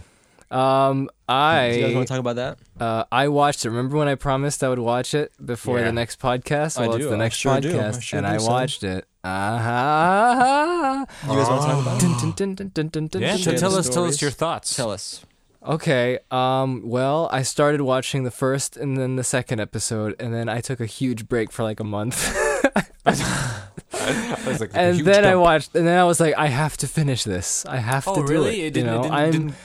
Um, Do you guys want I to talk about that? uh, I watched it. Remember when I promised I would watch it before Yeah. the next podcast? I Well, it's do. the I next sure do. I podcast, sure and do, I son. watched it. Ah. You guys want to Oh. talk about it? Yeah, Share t- tell the us, tell us stories. your thoughts. Tell us. Okay. Um. Well, I started watching the first and then the second episode, and then I took a huge break for like a month, I was like, and huge then I dump. watched, and then I was like, I have to finish this. I have Oh, to do really? it. It didn't, you know, it didn't, I'm. didn't-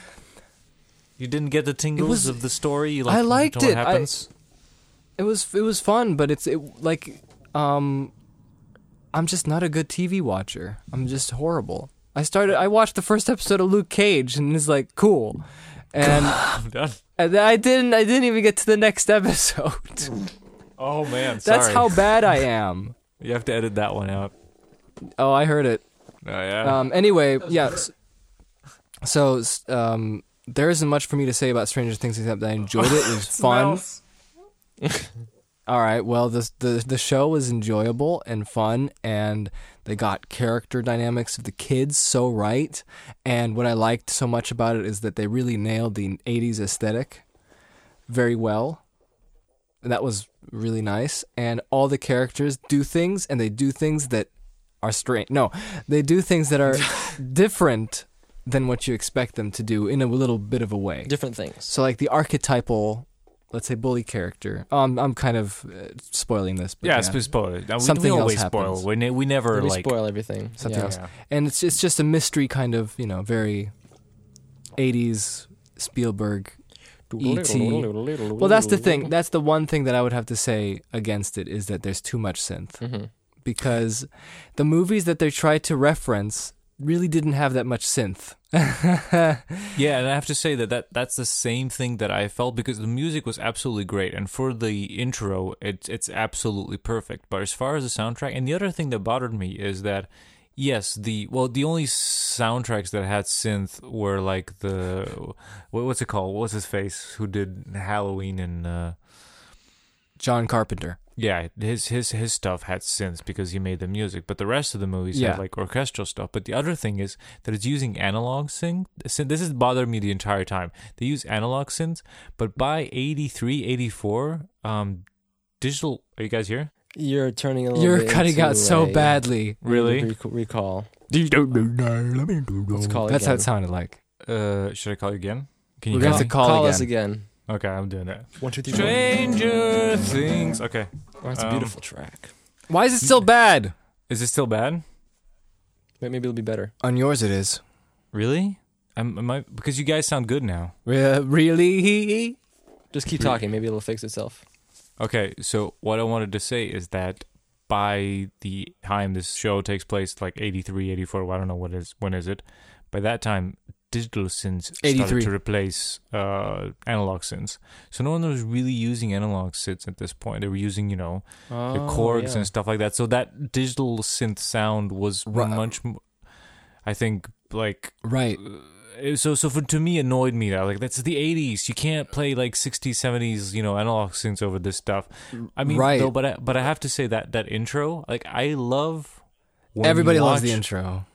you didn't get the tingles was- of the story. You, I you liked know it. what I- happens? It was it was fun, but it's it like, um, I'm just not a good TV watcher. I'm just horrible. I started. I watched the first episode of Luke Cage, and it's like cool, and I'm done. and then I didn't. I didn't even get to the next episode. Oh man, sorry. That's how bad I am. you have to edit that one out. Oh, I heard it. Oh yeah. Um, anyway, yeah. s- So s- um, there isn't much for me to say about Stranger Things except that I enjoyed it. It was fun. Smells. All right. Well, the the the show was enjoyable and fun, and they got character dynamics of the kids so right. And what I liked so much about it is that they really nailed the '80s aesthetic very well. And that was really nice. And all the characters do things, and they do things that are strange. No, they do things that are different than what you expect them to do in a little bit of a way. Different things. So like the archetypal, let's say bully character. Um, I'm kind of uh, spoiling this, but Yeah, sp- spoil it. Uh, We, Something we else always happens. spoil. We, ne- we never we like. spoil everything. something yeah. else. Yeah. And it's it's just a mystery kind of you know very 80s Spielberg. E.T.. Well, that's the thing. That's the one thing that I would have to say against it is that there's too much synth Mhm. because the movies that they tried to reference really didn't have that much synth. Yeah, and I have to say that, that that's the same thing that I felt because the music was absolutely great, and for the intro, it's it's absolutely perfect. But as far as the soundtrack, and the other thing that bothered me is that yes, the well, the only soundtracks that had synth were like the what, what's it called? What was his face who did Halloween and. Uh, John Carpenter. yeah, his his his stuff had synths because he made the music, but the rest of the movies Yeah. had like orchestral stuff. But the other thing is that it's using analog synth. synth this has bothered me the entire time. They use analog synths, but by 83, 84, um, digital. Are you guys here? You're turning a little You're bit cutting into out so a- badly. Really? Rec- recall. Let's call That's how again. it sounded like. Uh, should I call you again? Can We're you gonna guys? have to call, Call again. us again. Okay, I'm doing that. One, two, three, four. Stranger Things. Okay, Oh, that's a Um, beautiful track. Why is it still bad? is it still bad? May- Maybe it'll be better. On yours it is. Really? I'm, am I because you guys sound good now. Re- really? Just keep talking. Maybe it'll fix itself. Okay, so what I wanted to say is that by the time this show takes place, like 83, 84, well, I don't know what is when is it. By that time, digital synths started 83. to replace uh, analog synths. So no one was really using analog synths at this point. They were using, you know, the Oh, chords and stuff like that. So that digital synth sound was Right. much, m- I think, like Right. it- so so for to me annoyed me that like that's the 80s you can't play like 60s 70s you know analog synths over this stuff i mean Right. though, but I, but i have to say that that intro like i love when Everybody you loves the watch- intro.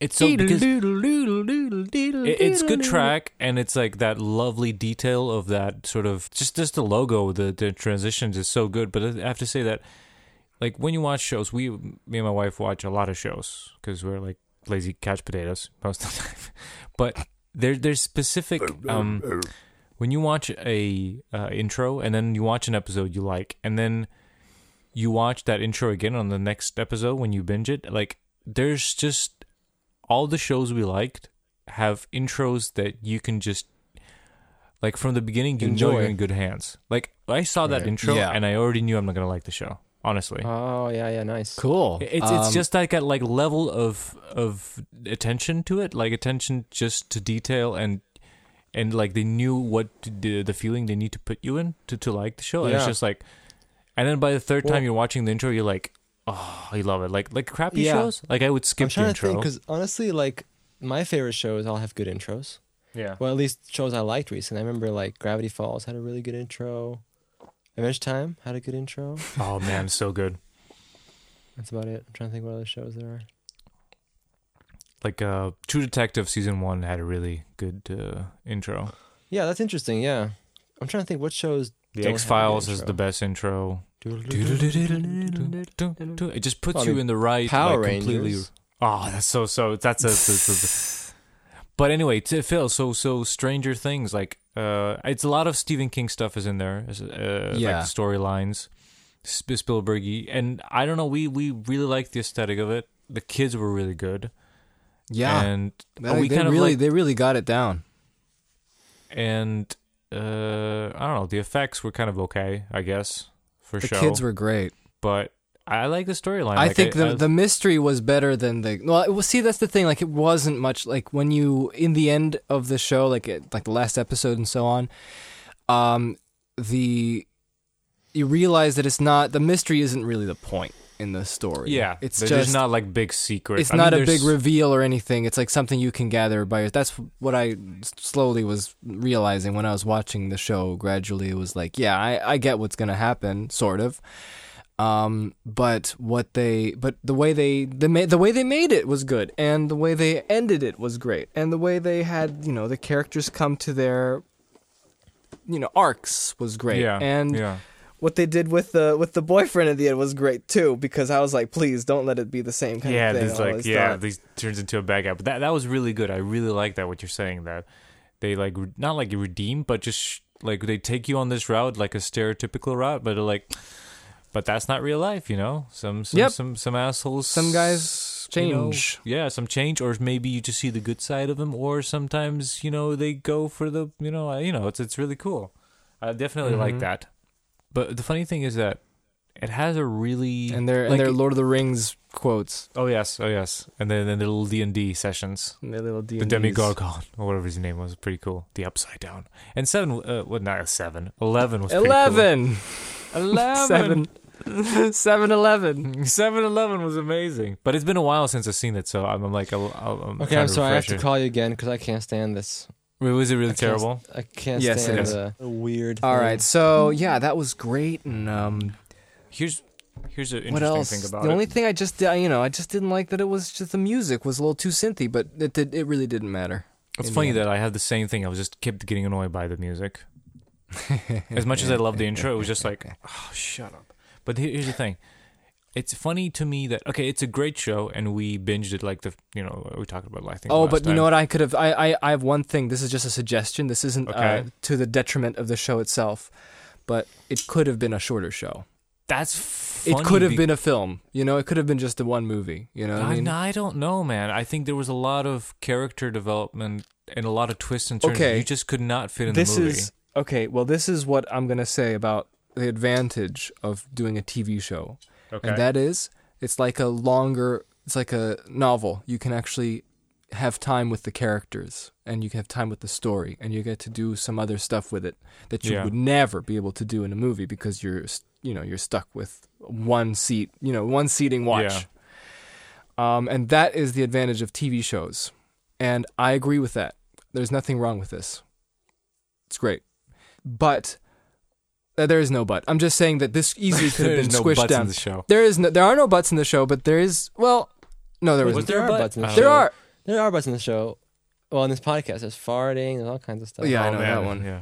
it's so because it, it's It's good track and it's like that lovely detail of that sort of just just the logo the the transitions is so good but i have to say that like when you watch shows we me and my wife watch a lot of shows because we're like lazy couch potatoes most of the time but there there's specific um when you watch a uh, intro and then you watch an episode you like and then you watch that intro again on the next episode when you binge it like there's just all the shows we liked have intros that you can just like from the beginning you know Enjoy. you're in good hands like i saw that Right. intro Yeah. and i already knew i'm not gonna like the show honestly Oh yeah, yeah, nice. Cool. it's Um, it's just like that like level of of attention to it, like attention just to detail and and like they knew what to do, the feeling they need to put you in to to like the show. And it's Yeah. just like, and then by the third Well- time you're watching the intro, you're like, oh, I love it. Like like crappy Yeah. shows, like I would skip I'm the trying to intro. think because honestly, like my favorite shows all have good intros. yeah, Well, at least shows I liked recently. I remember like Gravity Falls had a really good intro. Adventure Time had a good intro. Oh man, so good. That's about it. I'm trying to think what other shows there are. Like uh, True Detective season one had a really good uh, intro. Yeah, that's interesting. Yeah, I'm trying to think what shows. The don't have a X Files is intro. the best intro. Um, It just puts Well, I you mean, in the right Power like, Rangers. completely. Oh, that's so so. That's a. that's a- but anyway, to Phil, so so Stranger Things, like uh, it's a lot of Stephen King stuff is in there, is, uh, Yeah. like storylines, Sp- Spielbergy, and I don't know. We we really liked the aesthetic of it. The kids were really good, Yeah, and They- we they kind of really like- they really got it down. and uh, I don't know. The effects were kind of okay, I guess, for The show. kids were great. but I like the storyline. I Like, think the I- the mystery was better than the well, it- well. See, that's the thing. Like, it wasn't much. Like when you in the end of the show, like it, like the last episode and so on, um, the you realize that it's not the mystery isn't really the point in the story. yeah, it's there's just not like big secret. it's I mean, not a there's- big reveal or anything. It's like something you can gather by. your- That's what I s- slowly was realizing when I was watching the show. Gradually, it was like, yeah, I, I get what's gonna happen, sort of. Um, but what they, but the way they, the ma- the way they made it was good, and the way they ended it was great, and the way they had, you know, the characters come to their, you know, arcs was great, Yeah, and yeah. what they did with the with the boyfriend at the end was great too because I was like, please don't let it be the same kind yeah, of thing. this I like always yeah, thought. this turns into a bad guy. But that that was really good. I really like that what you're saying that they like re- not like redeem, but just sh- like they take you on this route like a stereotypical route, but they're like, but that's not real life, you know. Some some Yep. some, some assholes. Some guys you know, change. yeah, some change, or maybe you just see the good side of them, or sometimes you know they go for the you know uh, you know it's it's really cool. I definitely like Mhm. that. But the funny thing is that it has a really and their like, and their Lord of the Rings quotes, Oh yes, oh yes, and then then the little D and D sessions, and their little d the Demigorgon or whatever his name was, pretty cool. The Upside Down and seven, uh, well not seven, eleven was pretty Eleven, cool. eleven, seven, seven, eleven. seven, eleven was amazing. But it's been a while since I've seen it, so I'm, I'm like, I'll, I'll, I'm Okay, trying I'm sorry. I have refresh to it. call you again because I can't stand this. Wait, was it really I can't- terrible? I can't Yes, it stand is. the the weird. All thing. right, so yeah, that was great. And um, Here's here's an what interesting else? thing about the it. only thing I just I- you know I just didn't like that it was just the music was a little too synthy, but it did, it really didn't matter. it's in the funny end. that I had the same thing. I was just kept getting annoyed by the music. as much as I love the intro, it was just like, oh, shut up. But here- here's the thing. It's funny to me that okay, it's a great show, and we binged it like the you know we talked about. I think. Oh, last but you time. know what? I could have. I, I, I have one thing. This is just a suggestion. This isn't uh, Okay. to the detriment of the show itself, but it could have been a shorter show. That's funny. it could have be- been a film. You know, it could have been just the one movie. You know what I, I, mean? I don't know, man. I think there was a lot of character development and a lot of twists and turns. Okay. You just could not fit in this the movie. is okay. Well, this is what I'm gonna say about the advantage of doing a TV show, okay. and that is it's like a longer. It's like a novel. You can actually have time with the characters and you can have time with the story and you get to do some other stuff with it that you Yeah. would never be able to do in a movie because you're s- you know you're stuck with one seat you know one seating watch um, and that is the advantage of tv shows and i agree with that there's nothing wrong with this it's great but uh, there is no but i'm just saying that this easily could have There's been no squished butts down in the show. there is no there are no buts in the show but there is well no there There, was Was not there a are butt? butts in the I show. don't there are There are butts in the show. Well, in this podcast, there's farting and all kinds of stuff. Yeah, I oh, know man. that one. Yeah.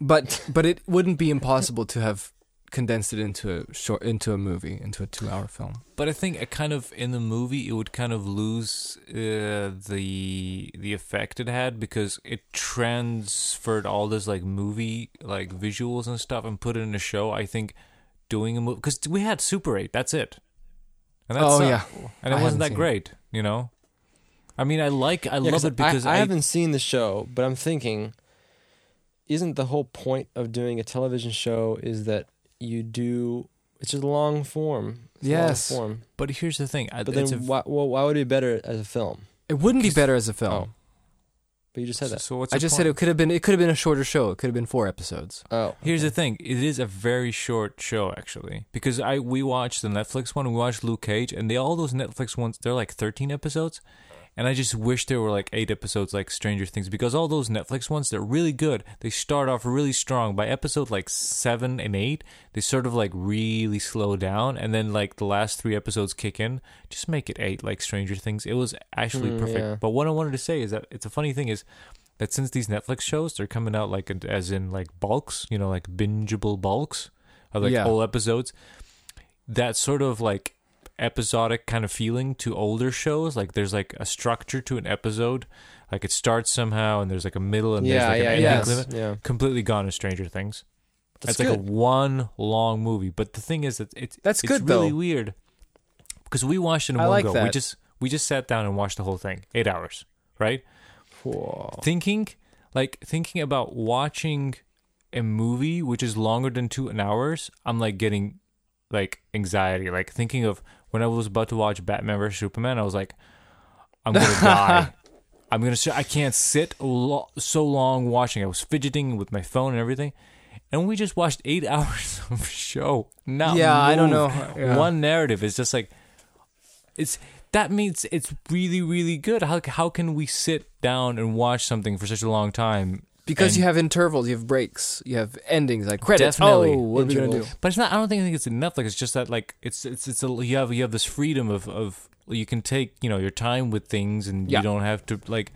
But but it wouldn't be impossible to have condensed it into a short into a movie into a two hour film. But I think it kind of in the movie it would kind of lose uh, the the effect it had because it transferred all this like movie like visuals and stuff and put it in a show. I think doing a movie because we had Super Eight, that's it. And that Oh, sucked. and I it haven't wasn't that seen it. great, you know. I mean, I like I love it because I, I, haven't seen the show, but I'm thinking, isn't the whole point of doing a television show is that you do it's just long form. It's long Yes. Uh, form. But here's the thing, I, But it's then a, why, well, why would it be better as a film? It wouldn't be better as a film. Oh, But you just said so, that. so what's I the just point? said it could have been it could have been a shorter show. It could have been four episodes. Oh, Here's the thing: it is a very short show, actually, because I we watched the Netflix one, we watched Luke Cage, and they all those Netflix ones they're like 13 episodes, And I just wish there were like eight episodes like Stranger Things because all those Netflix ones, they're really good. They start off really strong. By episode like seven and eight, they sort of like really slow down. And then like the last three episodes kick in. Just make it eight like Stranger Things. It was actually Mm, perfect. yeah. But what I wanted to say is that it's a funny thing is that since these Netflix shows, they're coming out like as in like bulks, you know, like bingeable bulks of like Yeah. whole episodes. That sort of like episodic kind of feeling to older shows. Like there's like a structure to an episode. Like it starts somehow and there's like a middle and yeah, there's like yeah, an ending yes. climax. yeah. Completely gone in Stranger Things. That's, That's, like a good. one long movie. But the thing is that it's That's it's good, really though. weird. Because we watched it in I one like go. We that. just we just sat down and watched the whole thing. Eight hours. Right? Whoa. thinking like thinking about watching a movie which is longer than two hours i'm like getting like anxiety like thinking of when i was about to watch batman vs superman i was like i'm gonna die i'm gonna sh- i can't sit lo- so long watching i was fidgeting with my phone and everything and we just watched eight hours of show not Yeah, I don't move. know. Yeah. one narrative is just like it's that means it's really really good how, how can we sit down and watch something for such a long time Because And- you have intervals, you have breaks, you have endings, like credits. Definitely. Oh, what are we gonna do? but it's not i don't think it's enough like it's just that like it's it's it's a, you have you have this freedom of of you can take you know your time with things and Yeah. you don't have to like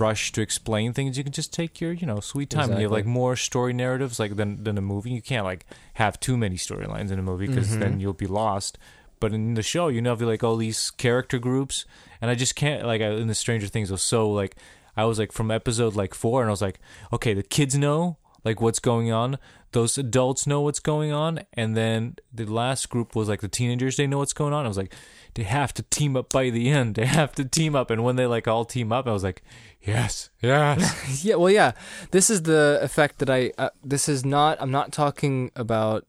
rush to explain things you can just take your you know sweet time and you have like Exactly. more story narratives like than than a movie you can't like have too many storylines in a movie because then you'll be lost but in the show you know have like all these character groups and i just can't like I, in the stranger things was so like i was like from episode like four and i was like okay the kids know like what's going on those adults know what's going on and then the last group was like the teenagers they know what's going on i was like they have to team up by the end they have to team up and when they like all team up i was like yes yes Yeah, well, yeah. This is the effect that I. Uh, this is not. I'm not talking about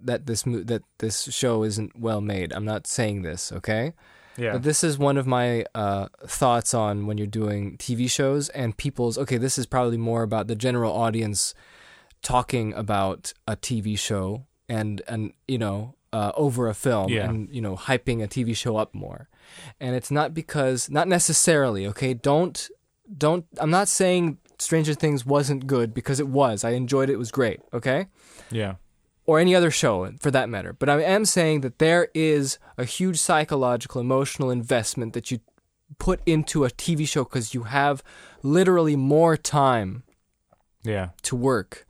that this mo- that this show isn't well made. I'm not saying this, okay? yeah But this is one of my uh, thoughts on when you're doing TV shows and people's. Okay, this is probably more about the general audience talking about a TV show and and you know uh, over a film Yeah. and you know hyping a TV show up more. And it's not because not necessarily. Okay, don't don't. I'm not saying Stranger Things wasn't good because it was. I enjoyed it. It was great. Okay yeah or any other show for that matter. But I am saying that there is a huge psychological, emotional investment that you put into a TV show because you have literally more time yeah to work,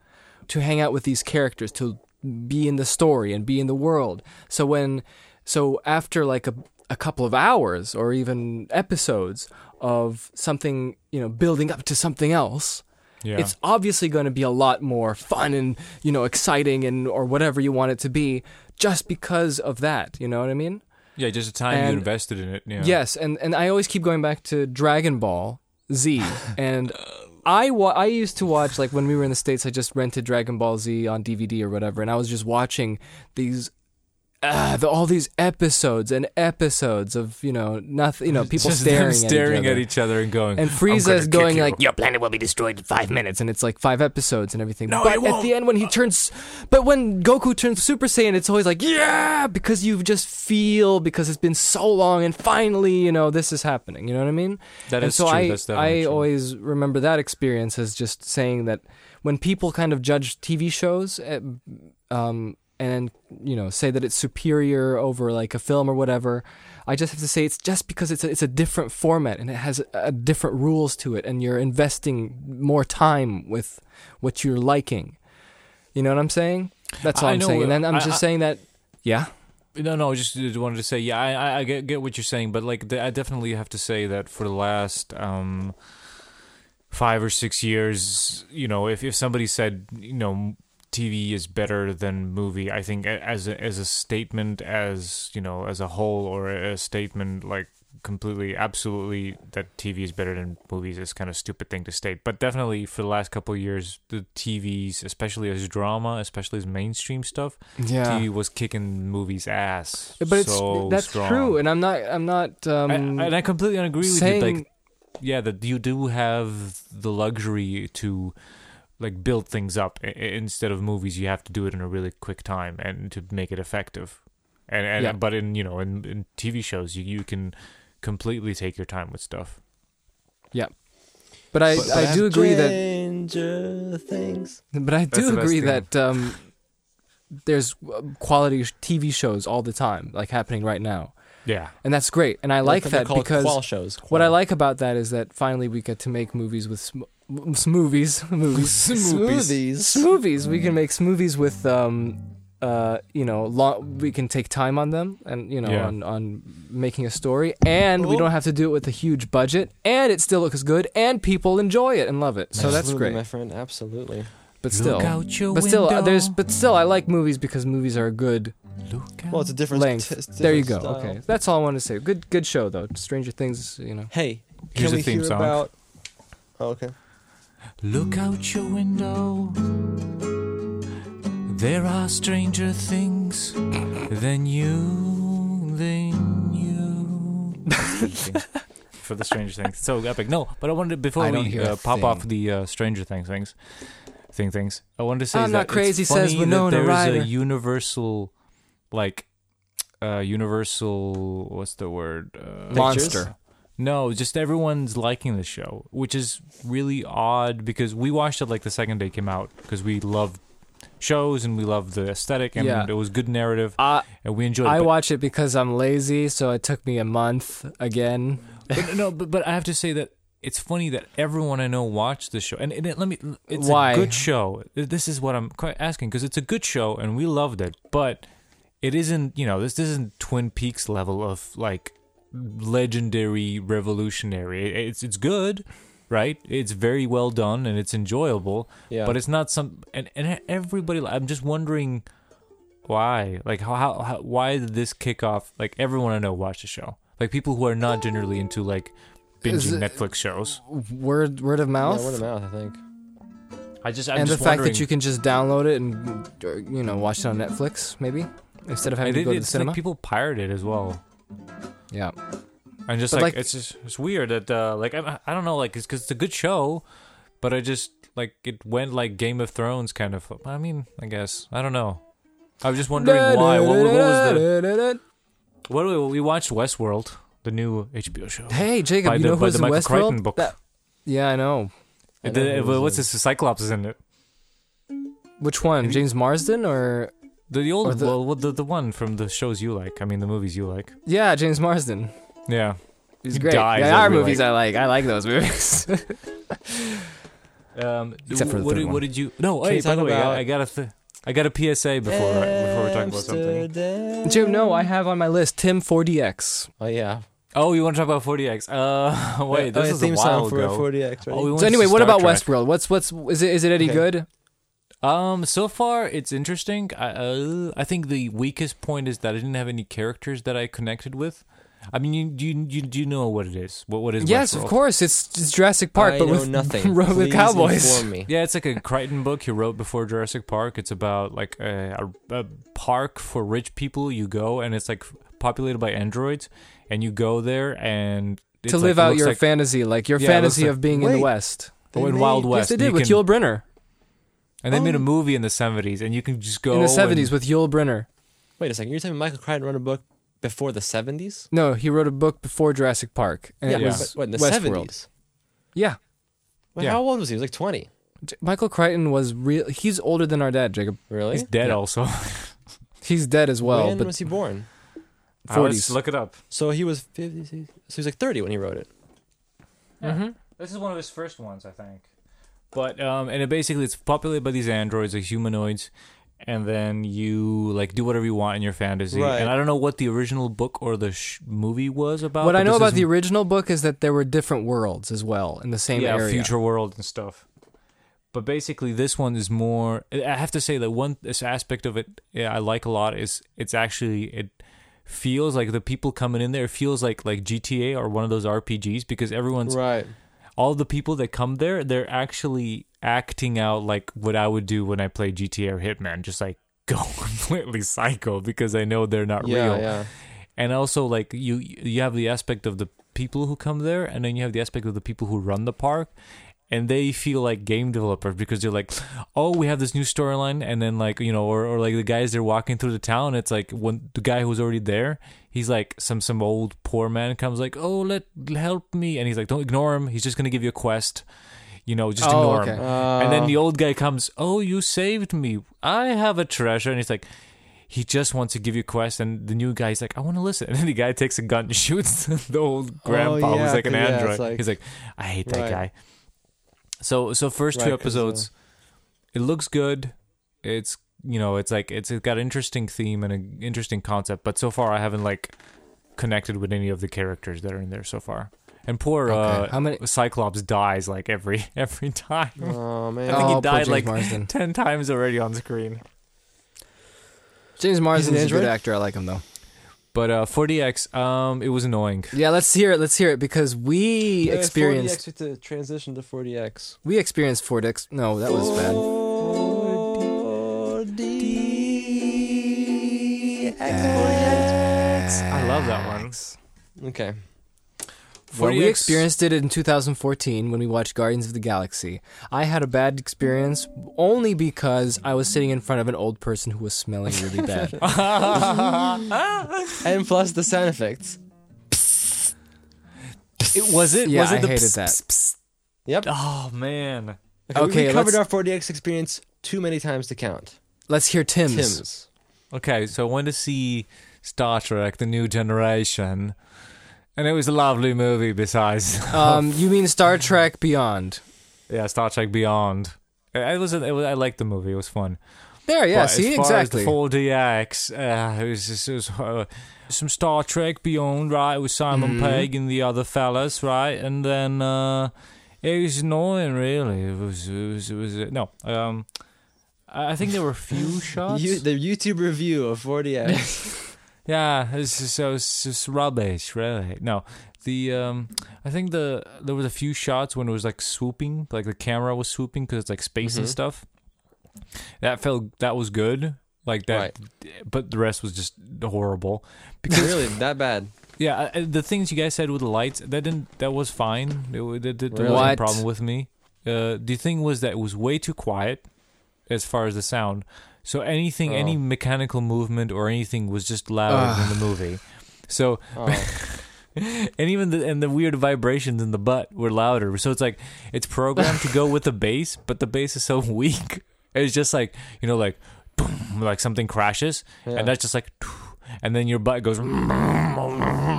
to hang out with these characters, to be in the story and be in the world. So when, so after like a a couple of hours or even episodes of something, you know, building up to something else, yeah it's obviously going to be a lot more fun and you know exciting and or whatever you want it to be just because of that you know what i mean yeah just the time you and- invested in it yeah yes and and i always keep going back to dragon ball z and I wa- I used to watch like when we were in the states I just rented Dragon Ball Z on DVD or whatever and I was just watching these uh, the, all these episodes and episodes of you know nothing you know people Just them staring at staring each other. at each other and going And "I'm Frieza gonna is kick going you." like, "Your planet will be destroyed in five minutes," and it's like five episodes and everything. No, but at it won't. the end, when he turns, but when Goku turns Super Saiyan, it's always like, "Yeah," because you just feel because it's been so long, and finally, you know, this is happening. You know what I mean? That and is so true. I, That's definitely I true. always remember that experience as just saying that when people kind of judge TV shows, uh, um, and you know, say that it's superior over like a film or whatever, I just have to say it's just because it's a, it's a different format and it has uh different rules to it, and you're investing more time with what you're liking. You know what I'm saying? That's all I am know saying. And what- then I'm I- just I- saying that. Yeah. No, no, I just did- wanted to say, yeah, I, I, I get, get what you're saying, but like, I definitely have to say that for the last um, five or six years, you know, if, if somebody said, you know, TV is better than movie, I think a- as a, as a statement, as you know, as a whole, or a statement like completely, absolutely, that TV is better than movies is kind of stupid thing to state. But definitely for the last couple of years, the TVs, especially as drama, especially as mainstream stuff, Yeah. TV was kicking movies' ass. but it's so that's strong. true, and I'm not. I'm not. I- Um, and I completely agree with saying, you. Like, yeah, that you do have the luxury to like build things up I- I- instead of movies. You have to do it in a really quick time and to make it effective. And and Yeah. but in you know in, in TV shows you you can completely take your time with stuff. But I, But- I do agree that Stranger things. But I That's do the best agree thing. that um, there's uh, quality sh- TV shows all the time, like happening right now, Yeah. and that's great. And I like They're that called because qual shows. what I Qual. like about that is that finally we get to make movies with sm- m- smoothies, movies, smoothies, smoothies. We can make smoothies with um, uh, you know, lo- we can take time on them, and you know, Yeah. on on making a story, and we Oh. don't have to do it with a huge budget, and it still looks good, and people enjoy it and love it. So that's Absolutely, great. my friend. Absolutely. But still, Look out your but still, uh, window. there's but still, I like movies because movies are a good Look out. Well, it's a different length. t- it's a there you go. different style. Okay, that's all I wanted to say. Good, good show though. Stranger Things, you know. Hey, can Here's a we theme hear song. about? Oh, okay. Look out your window. There are stranger things than you, than you. For the Stranger Things, so epic. No, but I wanted to, before I don't we hear uh, a pop off thing. the uh, Stranger Things things, thing things. I wanted to say I'm is not that it's crazy, says funny that Winona there's Ryder. a universal, like, uh, universal. What's the word? Uh, Monster. no, just everyone's liking the show, which is really odd because we watched it like the second day it came out because we love shows and we love the aesthetic and Yeah. it was good narrative Uh, and we enjoyed. it. I but, watch it because I'm lazy, so it took me a month again. but no, but, but I have to say that it's funny that everyone I know watched the show and, and it, let me. It's Why? a good show. This is what I'm quite asking because it's a good show and we loved it, but it isn't. You know, this isn't Twin Peaks level of like legendary revolutionary. It- It's it's good. Right, it's very well done and it's enjoyable, Yeah. but it's not some and and everybody. I'm just wondering why, like how, how how why did this kick off? Like everyone I know watched the show, like people who are not generally into like Is it- binging Netflix shows. Word, word of mouth, Yeah, word of mouth. I think. I just I'm and the just fact wondering- that you can just download it and uh, you know watch it on Netflix, maybe instead of I having to did- go to the it's cinema. Like people pirate it as well. yeah, And just But, like, like- it's just it's weird that uh, like I, I don't know like it's because it's a good show, but I just like it went like Game of Thrones kind of. I mean, I guess I don't know. I was just wondering why. What, what was the what do we, we watched Westworld, the new HBO show. Hey Jacob, By you the- know by who's the in Michael Westworld? Crichton book. That- yeah, I know. I The- know who it what's is. this? The Cyclops is in it. Which one, Have you- James Marsden or The, the Or old the- well, well, the the one from the shows you like. I mean, the movies you like. yeah, James Marsden? Yeah. He's He great. dies They are every, movies like- I like. I like those movies. Um, Except for the what, third did, one. what did you? No, Can hey, we by talk the way, about- I, I got a th- I got a PSA before before we talk about something. Amsterdam. Jim, no, I have on my list Tim 4DX. Oh yeah. Oh, you want to talk about 40x? Uh, wait, Oh, this yeah, is theme a while song for ago. 40x. Right? Oh, we went So to anyway, what Star about Trek. Westworld? What's what's is it is it any Okay. good? Um, so far it's interesting. I uh, I think the weakest point is that I didn't have any characters that I connected with. I mean, you do you, you, do you know what it is? What what is? Yes, of Westworld? course. It's, it's Jurassic Park, I but know with nothing. with Please cowboys. inform me. Yeah, it's like a Crichton book he wrote before Jurassic Park. It's about like a, a, a park for rich people. You go and it's like populated by androids, and you go there and it's to like- live it out looks your like, fantasy, like your Yeah, it fantasy looks of being in the Wait. West. oh, in They Wild made- West. Yes, they did you with can- Yul Brynner and they made a Oh. movie in the seventies, and you can just go in the and- seventies with Yul Brynner. Wait a second. You're telling me Michael Crichton wrote a book before the 70s? No, he wrote a book before Jurassic Park, and it Yeah. was but, what, in the Westworld. 70s? Yeah, Wait, Yeah. How old was he? He was like 20. J- Michael Crichton was real. He's older than our dad, Jacob. Really? He's dead Yeah. also. He's dead as well, when but was he born? Uh, let's forties. look it up. So he was 50. So he was like 30 when he wrote it. This is one of his first ones, I think. But um, and it basically it's populated by these androids, like humanoids, and then you like do whatever you want in your fantasy. Right. And I don't know what the original book or the sh- movie was about. What but I know this about is- the original book is that there were different worlds as well in the same yeah area. future world and stuff. But basically, this one is more. I I have to say that one this aspect of it yeah, I like a lot is it's actually it feels like the people coming in there feels like like GTA or one of those RPGs because everyone's Right. all the people that come there, they're actually acting out like what I would do when I play GTA or Hitman, just like go completely psycho because I know they're not Yeah, real. yeah. And also like you you have the aspect of the people who come there and then you have the aspect of the people who run the park. and they feel like game developers because they're like, oh, we have this new storyline, and then like you know, or, or like the guys they're walking through the town, it's like when the guy who's already there, he's like some some old poor man comes like, oh, let help me, and he's like, don't ignore him, he's just gonna give you a quest. You know, just Oh, ignore okay. him. and Uh. then the old guy comes, oh, you saved me. I have a treasure. And he's like, he just wants to give you a quest. And the new guy's like, I want to listen. And then the guy takes a gun and shoots the old grandpa Oh, yeah, who's like an 'cause, yeah, it's android. like- he's like, I hate Right. that guy. So, so first two Right, 'cause, uh, episodes, it looks good. It's you know, it's like it's it got an interesting theme and an interesting concept. But so far, I haven't like connected with any of the characters that are in there so far. And poor Okay, uh, how many- Cyclops dies like every every time. Oh man. I think oh, he poor died, James like- Marsden. 10 times already on screen. James Marsden's a good android? actor. I like him though. But uh 4DX, um, it was annoying. Yeah, let's hear it. Let's hear it because we Oh. Yeah, experienced 40X with the transition to 40X. we experienced four dicks. No, that was bad. I love that one. Okay. Well, we 40X experienced it in 2014 when we watched Guardians of the Galaxy. I had a bad experience only because I was sitting in front of an old person who was smelling really bad. And plus the sound effects. It was it. Yeah, was it I the hated pss, that. pss, pss? Yep. Oh man. Okay, we covered let's- our 40X experience too many times to count. Let's hear Tim's. Tim's. Okay, so I went to see Star Trek: The New Generation, and it was a lovely movie. Besides, Um, you mean Star Trek Beyond? yeah, Star Trek Beyond. It was, it was. I liked the movie. It was fun. There, yeah. But see, as far exactly. As the 4DX, uh, it was, just- it was, uh, some Star Trek Beyond, right? With Simon Mhm. Pegg and the other fellas, right? And then uh, it was annoying, really. It was, it was, it was uh, no. Um, I I think there were a few shots. You, the YouTube review of 40X. yeah, it's just, it was just rubbish, really. No, the um, I think the there was a few shots when it was like swooping, like the camera was swooping because it's like space and Mm-hmm. Mhm. stuff. That felt that was good, like that. But the rest was just horrible. Because really, that bad. yeah, I- I- the things you guys said with the lights, that didn't that was fine. It, wa- that, that, there wasn't What? a problem with me. Uh, the thing was that it was way too quiet as far as the sound. So anything, Oh. any mechanical movement or anything was just louder than the movie. So Oh. and even the and the weird vibrations in the butt were louder. So it's like it's programmed to go with the bass, but the bass is so weak. It's just like you know, like boom, like something crashes, Yeah. and that's just like, and then your butt goes,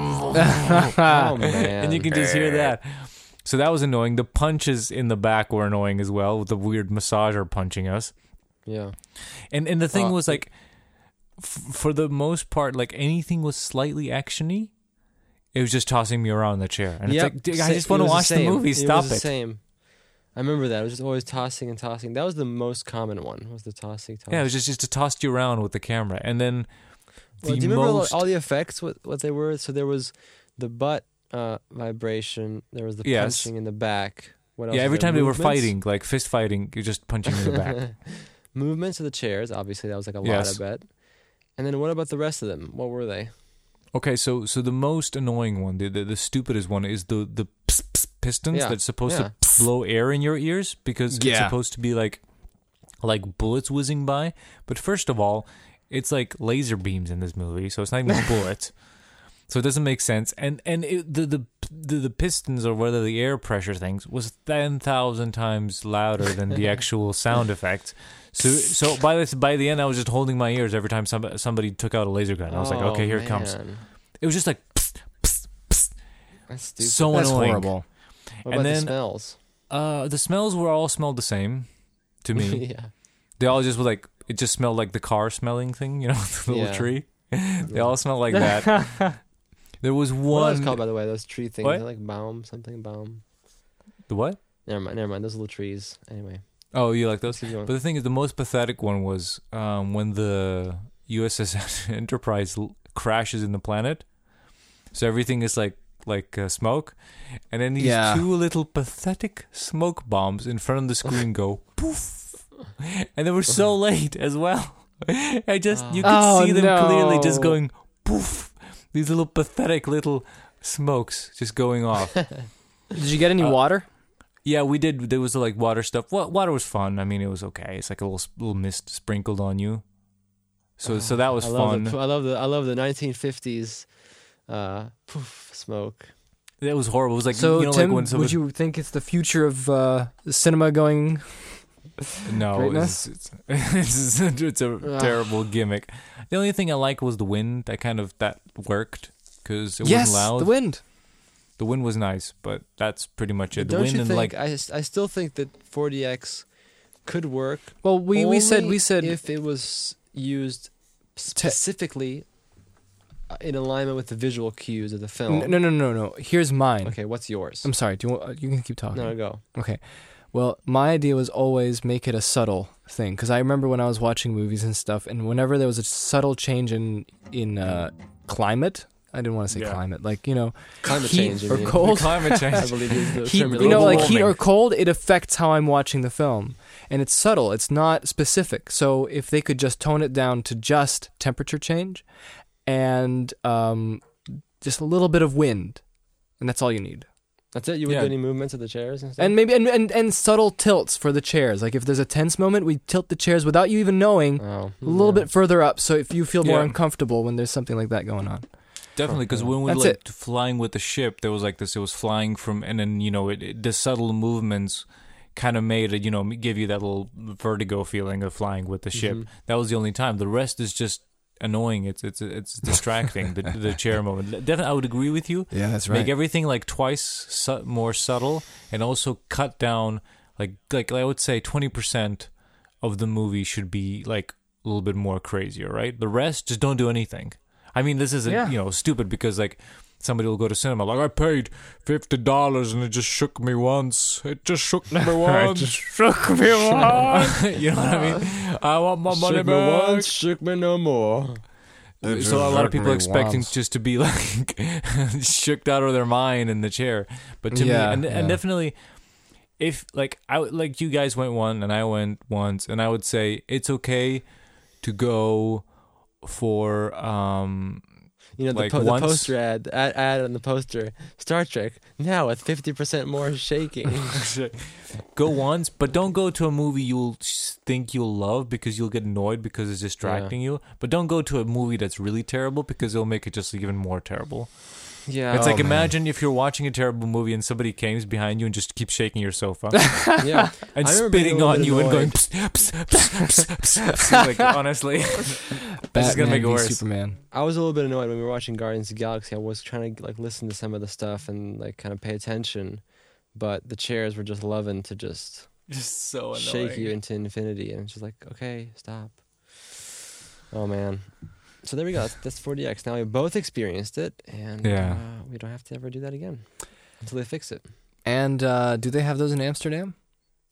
oh man. Ah. and you can just hear that. So that was annoying. The punches in the back were annoying as well, with the weird massager punching us. Yeah. And and the thing Uh, was like, f- for the most part, like anything was slightly actiony. It was just tossing me around the chair, and Yep. it's like, dude, Sa- I just it want to was watch the, same. movie. Stop was it. the same. I remember that. It was just always tossing and tossing. That was the most common one. Was the tossing, tossing. Yeah, it was just just to toss you around with the camera, and then the Well, do you remember all- most. all the effects? What what they were? So there was the butt uh, vibration. There was the Yes. punching in the back. What else? yeah, was every there? time they were Movements? fighting, like fist fighting, you're just punching in the back. Movements of the chairs. Obviously, that was like a Yes. lot. I bet. And then what about the rest of them? What were they? Okay, so so the most annoying one, the the, the stupidest one, is the the ps- ps- pistons Yeah, that's supposed yeah. to blow air in your ears because it's Yeah. supposed to be like like bullets whizzing by. But first of all, it's like laser beams in this movie, so it's not even bullets. So it doesn't make sense. And and it, the, the the the pistons or whether the air pressure things was ten thousand times louder than the actual sound effects. So so by this by the end, I was just holding my ears every time some, somebody took out a laser gun. I was like, Oh, okay, here it comes. man. It was just like psst, psst, psst. That's stupid. so That's annoying. horrible. and what about the then- smells? Uh, the smells were all smelled the same to me. yeah. they all just were like it just smelled like the car smelling thing, you know, the little Yeah. tree. They all smelled like that. there was What was one. called by the way? Those tree things. What? They're like baum something baum. the what? Never mind. Never mind. Those little trees. Anyway. Oh, you like those? keep going. But the thing is, the most pathetic one was um, when the USS Enterprise l- crashes in the planet. So everything is like like uh, smoke, and then these Yeah. two little pathetic smoke bombs in front of the screen go poof, and they were so late as well. I just you could Oh, see them clearly just no. going poof. These little pathetic little smokes just going off. Did you get any Uh, water? Yeah, we did. There was like water stuff. Well, water was fun. I mean, it was okay. It's like a little s- little mist sprinkled on you. So so Ah, that was I love fun. The, I love the I love the 1950s uh, poof smoke. that was horrible. It was like so you know Tim, like when would someone you think it's the future of uh, cinema going? no greatness? Ah. it's it's, it's, it's a, it's a Ugh. terrible gimmick. The only thing I liked was the wind. That kind of that worked because it yes, was loud. the wind. The wind was nice, but that's pretty much it. The Don't wind you and think? like I s- I still think that 40x could work. Well, we, we said only we said if it was used specifically uh, in alignment with the visual cues of the film. N- no no no no. Here's mine. Okay, what's yours? I'm sorry. Do you want, you can keep talking? No, go. Well, my idea was always make it a subtle thing because I remember when I was watching movies and stuff, and whenever there was a subtle change in in uh, climate, I didn't want to say Yeah. climate, like you know, Climate heat change I or mean. cold. climate I change. believe is the Heat, term you're you know, looking like for. heat or warming. cold, it affects how I'm watching the film, and it's subtle. It's not specific. So if they could just tone it down to just temperature change, and um, just a little bit of wind, and that's all you need. That's it. You would Yeah. do any movements of the chairs and stuff. And maybe and, and and subtle tilts for the chairs. Like if there's a tense moment, we tilt the chairs without you even knowing oh, a little yeah. bit further up, so if you feel more Yeah. uncomfortable when there's something like that going on. Definitely, because when we were That's like flying with the ship, there was like this. It was flying from, and then you know, it, it- the subtle movements kind of made it, you know, give you that little vertigo feeling of flying with the ship. Mhm. That was the only time. The rest is just annoying. It's it's it's distracting. the the chair moment. Definitely, I would agree with you. Yeah, that's Make everything like twice su- more subtle, and also cut down like like I would say twenty percent of the movie should be like a little bit more crazier, right? The rest just don't do anything. I mean, this isn't Yeah. you know stupid because like somebody will go to cinema like I paid fifty dollars and it just shook me once. It just shook me once. shook me you know what I mean? I want my money Shook me back. once, shook me no more. So a lot of people expecting just to be like shook out of their mind in the chair. But to Yeah, me, and, yeah. and definitely, if like I would- like you guys went one and I went once, and I would say it's okay to go for um You know, the, Like po- the once- poster ad, ad, ad on the poster. Star Trek, now with 50% more shaking. go once, but don't go to a movie you'll s- think you'll love because you'll get annoyed because it's distracting you. But don't go to a movie that's really terrible because it'll make it just even more terrible. yeah. oh, It's like man. imagine if you're watching a terrible movie and somebody comes behind you and just keeps shaking your sofa yeah. and I remember being spitting a on little you and going annoyed. psst, psst, psst, psst, psst, psst. like honestly This is gonna make it worse. Superman. I was a little bit annoyed when we were watching Guardians of the Galaxy. I was trying to like listen to some of the stuff and like kind of pay attention, but the chairs were just loving to just just so shake you into infinity, and it's just like, okay, stop. Oh man. So there we go. That's, that's 40x. Now we both experienced it, and Yeah. uh, we don't have to ever do that again until they fix it. And uh, do they have those in Amsterdam?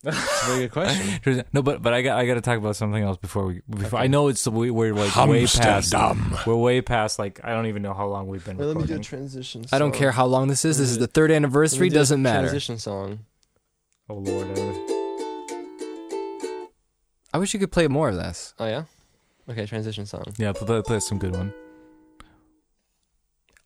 It's a very good question. no but but I got I got to talk about something else before we before I know it's we, we're like way past Amsterdam. we're way past like I don't even know how long we've been Wait, let me do a recording. transition. I don't song. care how long this is. This is Let me the third Let me anniversary. do a Doesn't matter. Transition song. Oh lord. I- I wish you could play more of this. Oh yeah. Okay, transition song. Yeah, play, play, play some good one.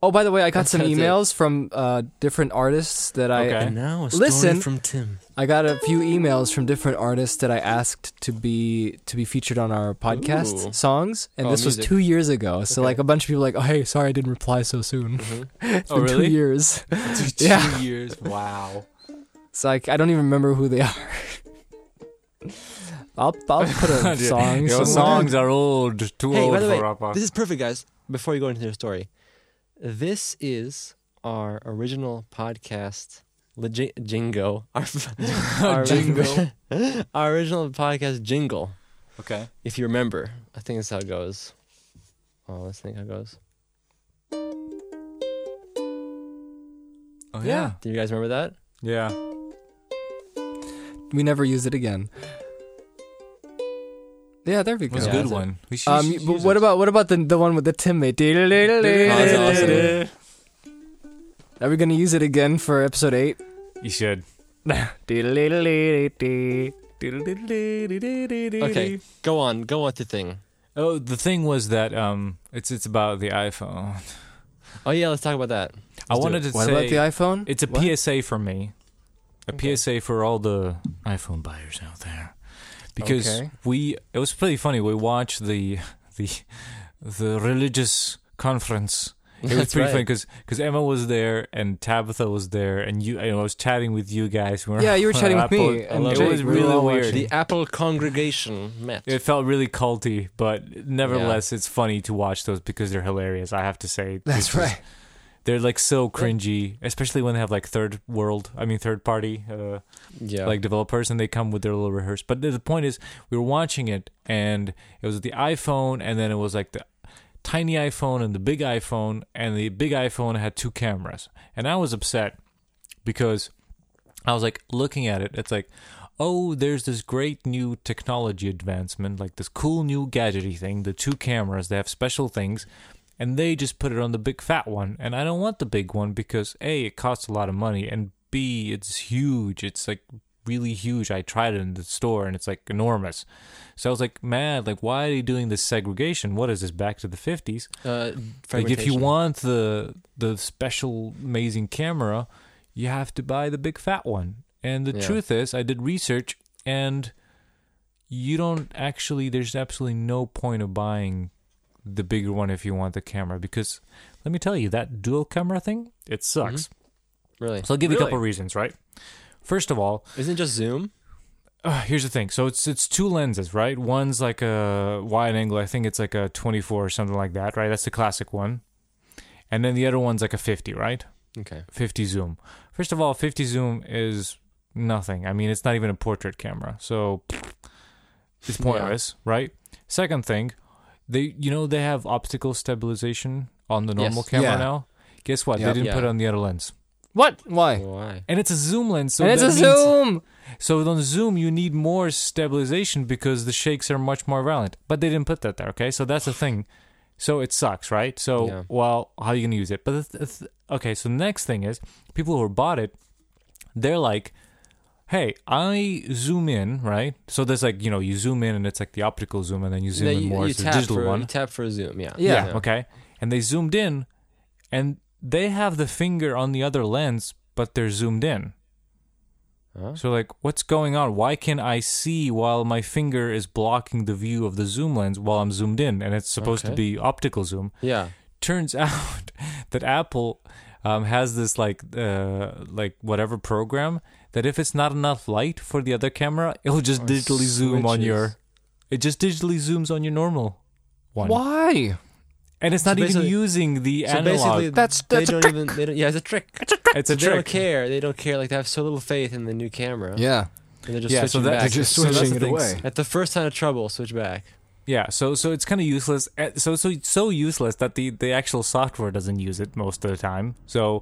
Oh, by the way, I got That's some it. emails from uh, different artists that I Okay. And now a story Listen. from Tim. I got a few emails from different artists that I asked to be to be featured on our podcast Ooh. songs, and Oh, this was music. two years ago. So Okay. like a bunch of people were like, oh hey, sorry I didn't reply so soon. hmm It's Oh, been really? two years. Two Yeah. years. Wow. It's like I don't even remember who they are. I'll I'll put a song. Your somewhere. songs are old, too Hey, by old the way, for our This is perfect, guys. Before you go into your story, this is our original podcast, Le Ji- Jingo. Our, our, Jingo. our original podcast jingle. Okay. If you remember, I think that's how it goes. Oh, let's think how it goes. Oh Yeah. Do you guys remember that? Yeah. We never use it again. Yeah, there we It go. was Yeah, a good that's it. one. We should, Um, should but use what it. Oh, about what about the the one with the teammate? that's awesome. Are we gonna use it again for episode eight? You should. Okay. okay. Go on, go on to thing. Oh, the thing was that um, it's it's about the iPhone. Oh yeah, let's talk about that. I wanted to What say about the iPhone? it's a What? PSA for me. a PSA for all the iPhone buyers out there, because Okay. we it was pretty funny. We watched the the the religious conference. It was That's pretty right. funny because Emma was there and Tabitha was there and you. I, know, I was chatting with you guys. We were Yeah, you were on chatting with Apple. me and It Jake. was We were all really weird. watching. The Apple congregation met. It felt really culty, but nevertheless, it's funny to watch those because they're hilarious. I have to say, That's It's just- right. They're like so cringy, especially when they have like third world, I mean third party, uh, yeah. like developers, and they come with their little rehearse. But the the point is, we were watching it, and it was the iPhone, and then it was like the tiny iPhone and the big iPhone, and the big iPhone had two cameras, and I was upset because I was like looking at it. It's like, oh, there's this great new technology advancement, like this cool new gadgety thing. The two cameras, they have special things, and they just put it on the big fat one. And I don't want the big one because a, it costs a lot of money, and b, it's huge. It's like really huge. I tried it in the store, and it's like enormous. So I was like mad. Like, why are you doing this segregation? What is this? Back to the fifties? uh, Like if fragmentation. you want the the special amazing camera, you have to buy the big fat one. And the Yeah. truth is, I did research and you don't actually there's absolutely no point of buying the bigger one if you want the camera because let me tell you that dual camera thing, it sucks. really, Mm-hmm. So I'll give you a couple Really? reasons, right? First of all, isn't it just Zoom? uh, here's the thing. So it's it's two lenses, right? One's like a wide angle. I think it's like a 24 or something like that, right? That's the classic one. And then the other one's like a 50, right? Okay. 50 zoom. First of all, 50 zoom is nothing. I mean, it's not even a portrait camera. So it's pointless, right? Second thing, they you know they have optical stabilization on the normal Yes. camera Yeah. now. Guess what? Yep. They didn't put it Yeah. on the other lens. What? Why? Why? And it's a zoom lens, so and it's that a means- Zoom. so on Zoom, you need more stabilization because the shakes are much more violent. But they didn't put that there. Okay, so that's the thing. So it sucks, right? So Yeah. well, how are you gonna use it? But the th- th- okay, so the next thing is people who bought it, they're like, "Hey, I zoom in, right?" So there's like you know you zoom in and it's like the optical zoom, and then you zoom No, in you, more. you it's the tap digital for, one. You tap for Zoom. Yeah. Yeah. Okay, and they zoomed in, and they have the finger on the other lens, but they're zoomed in. Huh? So like, what's going on? Why can I see while my finger is blocking the view of the zoom lens while I'm zoomed in, and it's supposed to Okay. be optical zoom? Yeah. Turns out that Apple um, has this like uh, like whatever program that if it's not enough light for the other camera, it'll just Or digitally zoom on Oh, switches. your. It just digitally zooms on your normal one, Why? and it's So not even basically- using the So analog. basically, That's- that's they a don't even. They don't, yeah, it's a trick. it's a they trick. don't care. They don't care. Like they have so little faith in the new camera. Yeah. And they're just Yeah, so switching that- back. They're just So that's switching the it thing. away. At the first sign of trouble, switch back. Yeah, so so it's kind of useless. eh, So so it's so useless that the the actual software doesn't use it most of the time. So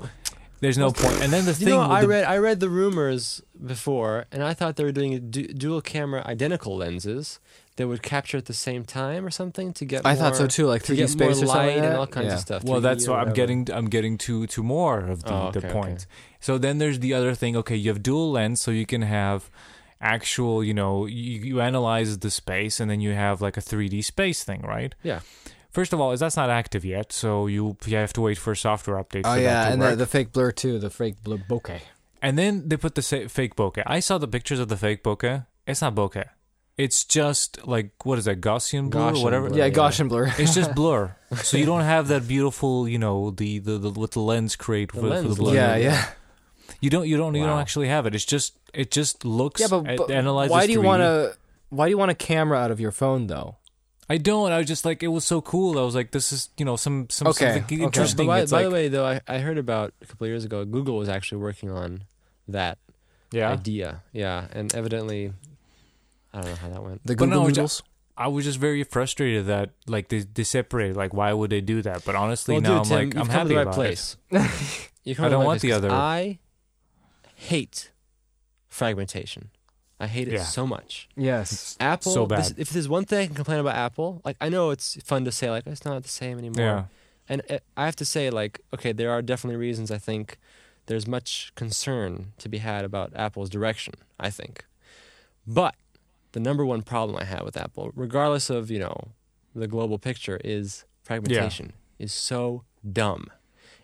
there's no point. And then the You thing know, with I the- read I read the rumors before, and I thought they were doing du- dual camera identical lenses that would capture at the same time or something to get. I thought so more- too, like To 3D get more space or something. light like and that? all kinds yeah. of stuff. well, 3D that's or what I'm whatever. getting. I'm getting to to more of the Oh, the okay, point. okay. So then there's the other thing. Okay, you have dual lens, so you can have actual. You know, you, you analyze the space, and then you have like a 3D space thing, right? Yeah. First of all, is that's not active yet, so you you have to wait for a software update. Oh for that yeah, to and work. the, the fake blur too. The fake blur bokeh. And then they put the sa- fake bokeh. I saw the pictures of the fake bokeh. It's not bokeh. It's just like what is that Gaussian blur or Gaussian whatever. blur. Yeah, yeah. Gaussian blur. It's just blur. so you don't have that beautiful, you know, the the, the what the lens create The for, for lens the blur. look. yeah, yeah. You don't you don't you don't Wow. actually have it. It's just it just looks. Yeah, but, it but analyzes why do you 3D. want to? Why do you want a camera out of your phone though? I don't. I was just like it was so cool. I was like, this is you know some some Okay, something okay. interesting. By, it's by like, the way, though, I, I heard about a couple of years ago, Google was actually working on that yeah. idea. Yeah, and evidently, I don't know how that went. The But Google no, it's- Noodles. I was just very frustrated that like they, they separated. Like why would they do that? But honestly, now I'm Tim, like you've I'm come to happy the right about it. place. you I don't want the other- I hate fragmentation. I hate it Yeah. so much. yes. Apple. So this- bad. if there's one thing I can complain about Apple, like I know it's fun to say like it's not the same anymore. Yeah. And uh, I have to say like okay, there are definitely reasons I think there's much concern to be had about Apple's direction. I think, but the number one problem I have with Apple, regardless of you know the global picture, is fragmentation. Is so dumb.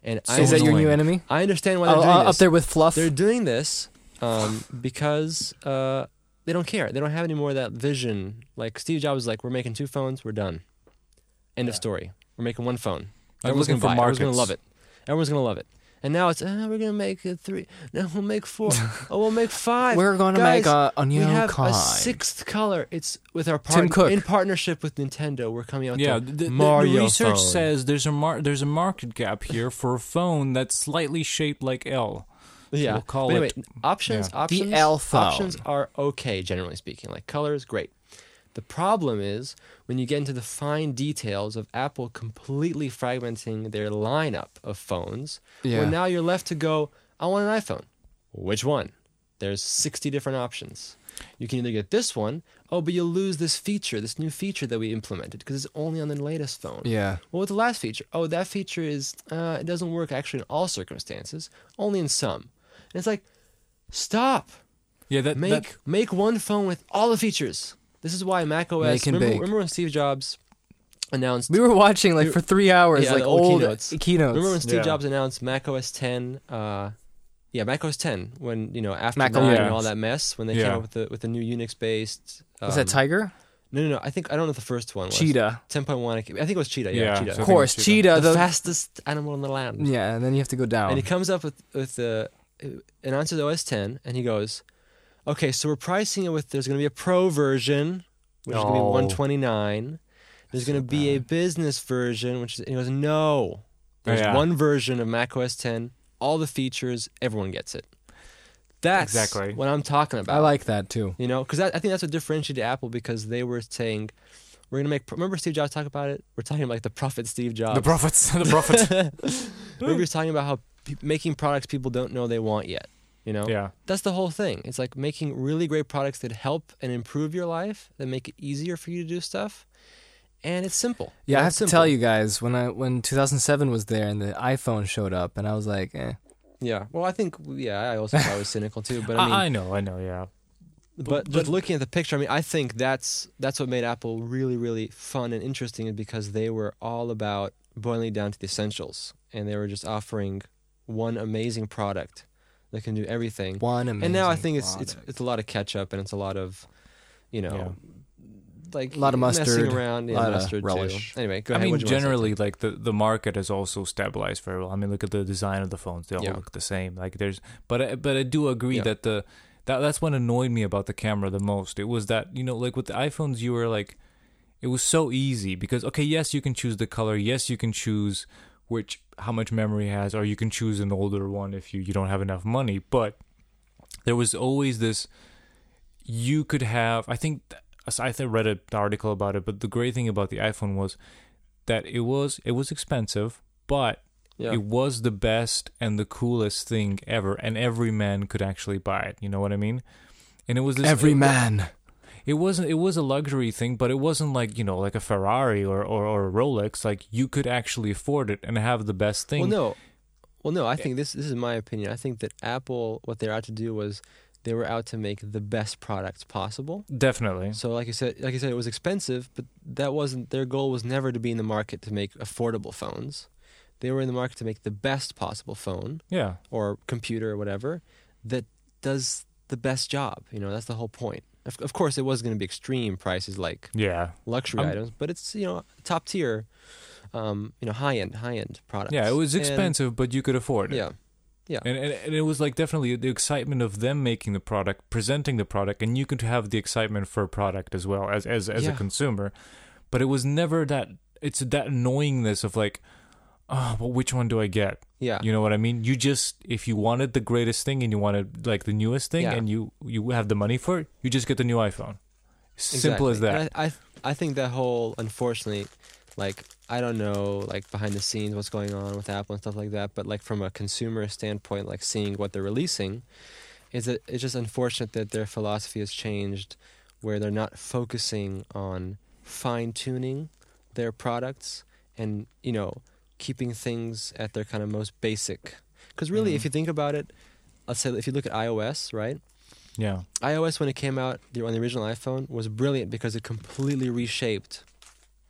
And I Is that your annoying. new enemy? I understand why they're Uh, doing uh, up this. there with fluff. They're doing this um, because uh, they don't care. They don't have any more of that vision. Like Steve Jobs was like, "We're making two phones. We're done. End of story. We're making one phone. I'm Everyone's looking gonna buy. for it. Everyone's gonna markets. love it. Everyone's gonna love it." And now it's uh, we're gonna make uh, three. No, we'll make four. oh, we'll make five. We're going to Guys, make a we onion have kind. a sixth color. It's with our Tim part- Cook. in partnership with Nintendo. We're coming out. Yeah, to the, the- the Mario research phone. says there's a mar- there's a market gap here for a phone that's slightly shaped like L. yeah. we'll call But anyway, it- options. Options. L phone. Options are okay, generally speaking. Like colors, great. The problem is when you get into the fine details of Apple completely fragmenting their lineup of phones. Yeah. Where now you're left to go. I want an iPhone. Which one? There's 60 different options. You can either get this one, oh, but you'll lose this feature, this new feature that we implemented because it's only on the latest phone. Yeah. Well, with the last feature, oh, that feature is uh, it doesn't work actually in all circumstances, only in some. And it's like, stop, Yeah, that make that- make one phone with all the features. This is why Mac OS. Make and Remember, bake. remember when Steve Jobs announced? We were watching like We- for three hours, Yeah, like the old old keynotes. keynotes. remember when Steve Yeah. Jobs announced Mac OS 10? Uh, yeah, Mac OS 10. When you know after Mac 9 and OS. all that mess, when they came Yeah. out with the with the new Unix based. was that Tiger? no, no, no. I think I don't know what the first one Um, was. Cheetah. 10.1. I think it was Cheetah. Yeah, Yeah, Cheetah. so Of I think course, it's Cheetah. the, the- fastest animal in the land. yeah, and then you have to go down. And Um, he comes up with with the uh, announces OS 10, and he goes, "Okay, so we're pricing it with there's going to be a pro version, which is going to be No. 129. There's going to be a business version, which is." And he goes, "No, there's Yeah. one version of Mac OS 10, all the features, everyone gets it." That's Exactly. what I'm talking about. I like that too. You know, because I think that's what differentiated Apple because they were saying, "We're going to make." Remember Steve Jobs talk about it? We're talking like the prophet Steve Jobs. the prophets, the prophets. Remember Hmm. he was talking about how pe- making products people don't know they want yet. You know, yeah, that's the whole thing. It's like making really great products that help and improve your life, that make it easier for you to do stuff, and it's simple. Yeah, I have It's to simple. tell you guys when I when 2007 was there and the iPhone showed up and I was like, eh. Yeah. Well, I think yeah, I also thought I was cynical too, but I I, mean, I know, I know. Yeah, but, just looking at the picture, I mean, I think that's that's what made Apple really, really fun and interesting, is because they were all about boiling it down to the essentials, and they were just offering one amazing product that can do everything. one amazing. and now I think it's it's product. it's a lot of catch up and it's a lot of, you know, like A lot of mustard, messing around, yeah, lot of mustard relish. Too. Anyway, go I ahead. mean, what'd you wanna say? generally, like the, the market has also stabilized very well. I mean, look at the design of the phones; they all Yeah. look the same. Like there's, but I, but I do agree Yeah. that the that that's what annoyed me about the camera the most. It was that you know, like with the iPhones, you were like, it was so easy because okay, yes, you can choose the color, yes, you can choose which how much memory it has, or you can choose an older one if you you don't have enough money. But there was always this you could have i think i th- read an article about it but the great thing about the iphone was that it was it was expensive but Yeah. it was the best and the coolest thing ever and every man could actually buy it you know what i mean and it was this every it, man. it wasn't it was a luxury thing but it wasn't like you know like a ferrari or, or, or a rolex like you could actually afford it and have the best thing Well, no, well, no. I think this this is my opinion. I think that Apple, what they're out to do was, they were out to make the best products possible. definitely So, like you said, like you said, it was expensive, but that wasn't their goal. Was never to be in the market to make affordable phones. They were in the market to make the best possible phone yeah or computer or whatever that does the best job. You know, that's the whole point. Of, of course, it was going to be extreme prices like yeah luxury Um, items, but it's you know top tier, um, you know high end high end products. yeah it was And- expensive but you could afford it yeah, And, and and it was like definitely the excitement of them making the product, presenting the product, and you could have the excitement for a product as well as as as Yeah. a consumer. But it was never that. It's that annoyingness of like, oh, but which one do I get? yeah, You know what I mean? You just if you wanted the greatest thing and you wanted like the newest thing Yeah. and you you have the money for it, you just get the new iPhone. Simple as exactly. And that. I, I I think that whole unfortunately, like I don't know like behind the scenes what's going on with Apple and stuff like that, but like from a consumer standpoint, like seeing what they're releasing, is that it's just unfortunate that their philosophy has changed, where they're not focusing on fine tuning their products and you know keeping things at their kind of most basic. Because really, Mm-hmm. if you think about it, let's say if you look at iOS, right? yeah. iOS when it came out the- on the original iPhone was brilliant because it completely reshaped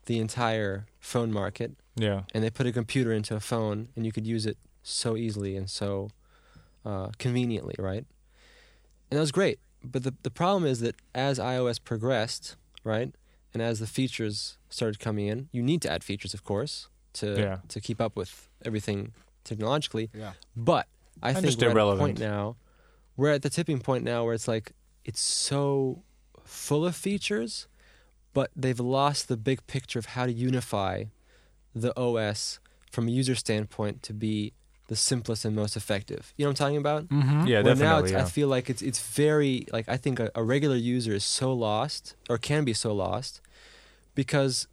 the entire phone market, Yeah. and they put a computer into a phone, and you could use it so easily and so uh, conveniently, right? and that was great. But the the problem is that as iOS progressed, right, and as the features started coming in, you need to add features, of course, to Yeah. to keep up with everything technologically. Yeah. But I think just we're irrelevant. at a point now. We're at the tipping point now where it's like it's so full of features, but they've lost the big picture of how to unify the OS from a user standpoint to be the simplest and most effective. You know what I'm talking about? Mm-hmm. Yeah, Where Hmm? now definitely. it's, yeah. I feel like it's it's very like I think a, a regular user is so lost or can be so lost because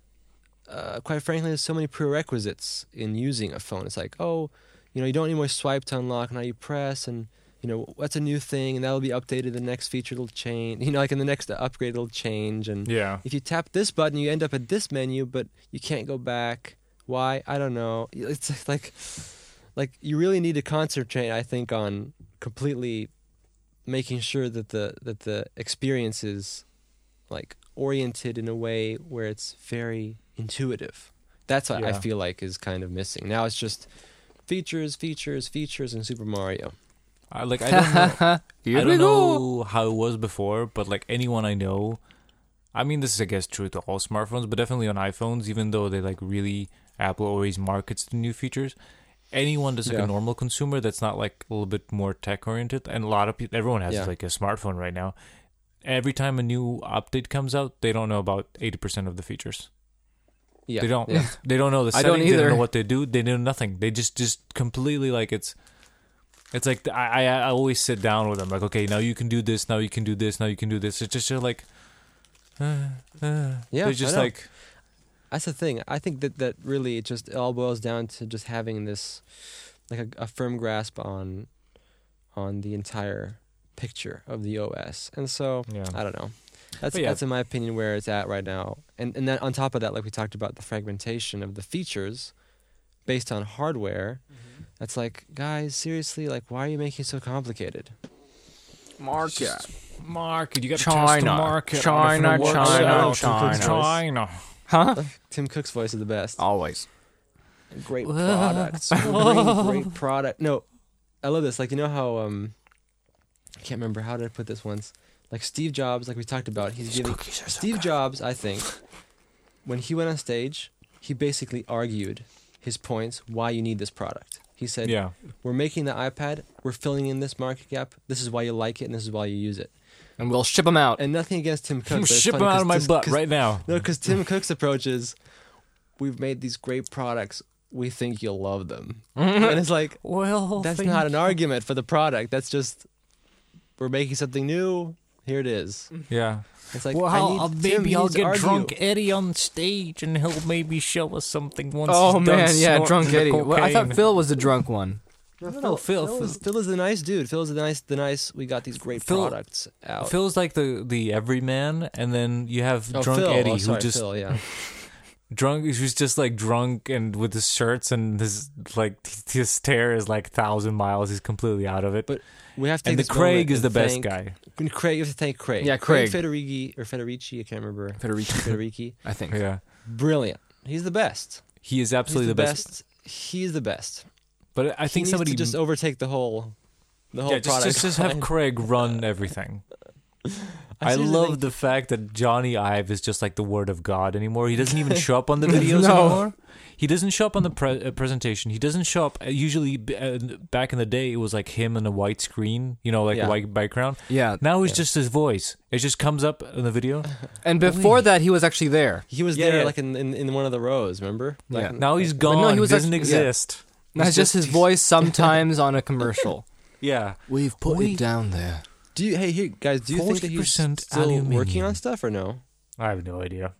uh, quite frankly there's so many prerequisites in using a phone. It's like oh you know you don't anymore swipe to unlock now you press and you know what's a new thing and that'll be updated the next feature it'll change you know like in the next upgrade it'll change and yeah. if you tap this button you end up at this menu but you can't go back why i don't know it's like like you really need to concentrate i think on completely making sure that the that the experience is like oriented in a way where it's very intuitive that's what i Yeah. feel like is kind of missing now it's just features features features in super mario I, like I don't know. Here I we don't go. know how it was before, but like anyone I know, I mean, this is I guess true to all smartphones, but definitely on iPhones, even though they like really Apple always markets to new features. Anyone that's like Yeah. a normal consumer that's not like a little bit more tech oriented, and a lot of people, everyone has Yeah. like a smartphone right now. Every time a new update comes out, they don't know about eighty percent of the features. yeah They don't. yeah. They don't know the I settings. don't They don't either. know what they do. They know nothing. They just just completely like it's. It's like I, I I always sit down with them like okay now you can do this now you can do this now you can do this it's just they're like uh, uh, Yeah, they're I just know. like That's the thing. I think that that really it just it all boils down to just having this like a, a firm grasp on on the entire picture of the OS. And so yeah I don't know. That's But yeah. that's in my opinion where it's at right now. And and then on top of that, like we talked about the fragmentation of the features based on hardware. Mm-hmm. That's like, guys, seriously, like why are you making it so complicated? Market. market you got gotta test the China. market. I don't know if it China, works China, out. China. Oh, China Huh? Tim Cook's voice is the best. Always. great products. Bring great product. No, I love this. Like you know how um, I can't remember how did I put this once. Like Steve Jobs, like we talked about, he's giving Steve Jobs. I think when he went on stage, he basically argued his points why you need this product. He said, yeah "We're making the iPad. We're filling in this market gap. This is why you like it, and this is why you use it." And we'll ship them out. And nothing against Tim Cook. I'm but it's shipping funny out 'cause of my this- butt 'cause right now no, because Tim Cook's approach is, we've made these great products. We think you'll love them. and it's like, well that's not an argument for the product. That's just, we're making something new. Here it is. yeah It's like, well, I need, I'll, Tim, maybe you I'll need to get argue. drunk Eddie on stage, and he'll maybe show us something once. Oh he's man, done yeah, snorting drunk the Eddie. Well, I thought cocaine. Phil was the drunk one. No, no, Phil- Phil, is, Phil is the nice dude. Phil is the nice, the nice. We got these great Phil- products out. Phil's like the the everyman, and then you have Oh, drunk Phil. Eddie, Oh, who sorry, just Phil, yeah. drunk, who's just like drunk and with his shirts and his like his stare is like thousand miles. He's completely out of it. But We have to. and the take this Craig moment is the and best thank- guy. Craig, you have to thank Craig. Yeah, Craig. Federighi or Federici, I can't remember. Federici, Federici, I think. Yeah, brilliant. He's the best. he is absolutely He's the best. He's the best. But I He think needs somebody to just overtake the whole, the whole yeah, just, product. Uh, just just have line. Craig run everything. I I seriously love think- the fact that Johnny Ive is just like the word of God anymore. He doesn't even show up on the videos No. anymore. He doesn't show up on the pre- uh, presentation. He doesn't show up. Uh, usually, b- uh, back in the day, it was like him and a white screen, you know, like Yeah. a white background. Yeah. Now it's just his voice. It just comes up in the video. And before that, he was actually there. He was Yeah, there yeah. like in, in in one of the rows. Remember? Like, Yeah. Now he's But gone. no, he he was doesn't actually- yeah. exist. That's just, his voice sometimes on a commercial. Yeah. We've put it We- down there. Do you? Hey, here, guys. Do you think that he's 40% still working aluminium. on stuff or no? I have no idea.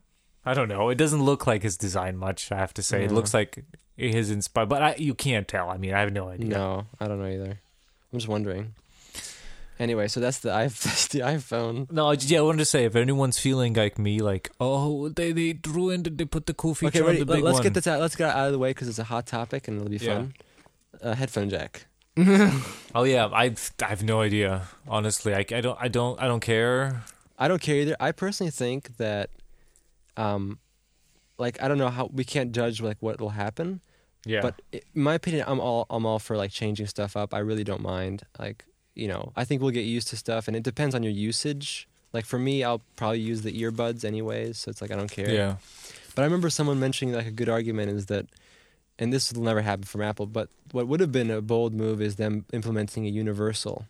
I don't know. It doesn't look like his design much. I have to say, it Yeah. looks like his inspired, but I, you can't tell. I mean, I have no idea. No, I don't know either. I'm just wondering. Anyway, so that's the i that's the iPhone. No, I j- yeah, I wanted to say if anyone's feeling like me, like oh, they they ruined, they put the cool feature Okay, on ready, the let, big us one. get this out. Let's get it out of the way because it's a hot topic and it'll be Yeah. fun. Uh, headphone jack. oh yeah, I I have no idea. Honestly, I, I don't I don't I don't care. I don't care either. I personally think that, um, like I don't know how we can't judge like what will happen. Yeah, But i in my opinion, I'm all I'm all for like changing stuff up. I really don't mind. Like you know, I think we'll get used to stuff, and it depends on your usage. Like for me, I'll probably use the earbuds anyways, so it's like I don't care. Yeah. But I remember someone mentioning like a good argument is that, and this will never happen from Apple, but what would have been a bold move is them implementing a universal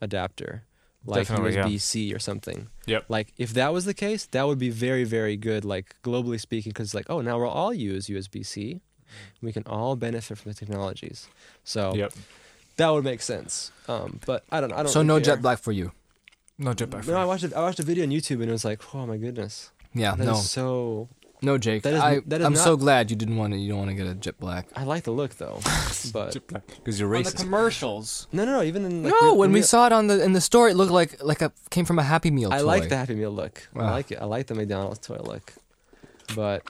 adapter, like Definitely, yeah. USB C or something. Yep. Like if that was the case, that would be very very good, like globally speaking, because like oh now we'll all use USB C, we can all benefit from the technologies. So Yep. that would make sense. Um, but I don't I don't. So really no care. jet black for you. No jetpack. No, I watched a, I watched a video on YouTube and it was like, oh my goodness, Yeah, that is no, so no, Jake. that is- I, that is I'm so not- glad you didn't want to. You don't want to get a jet black. I like the look though, but Because you're racist. commercials. no, no, no. Even in like, no, re- when we real- saw it on the in the store, it looked like like a came from a Happy Meal. I toy. like the Happy Meal look. I Ah. like it. I like the McDonald's toy look, but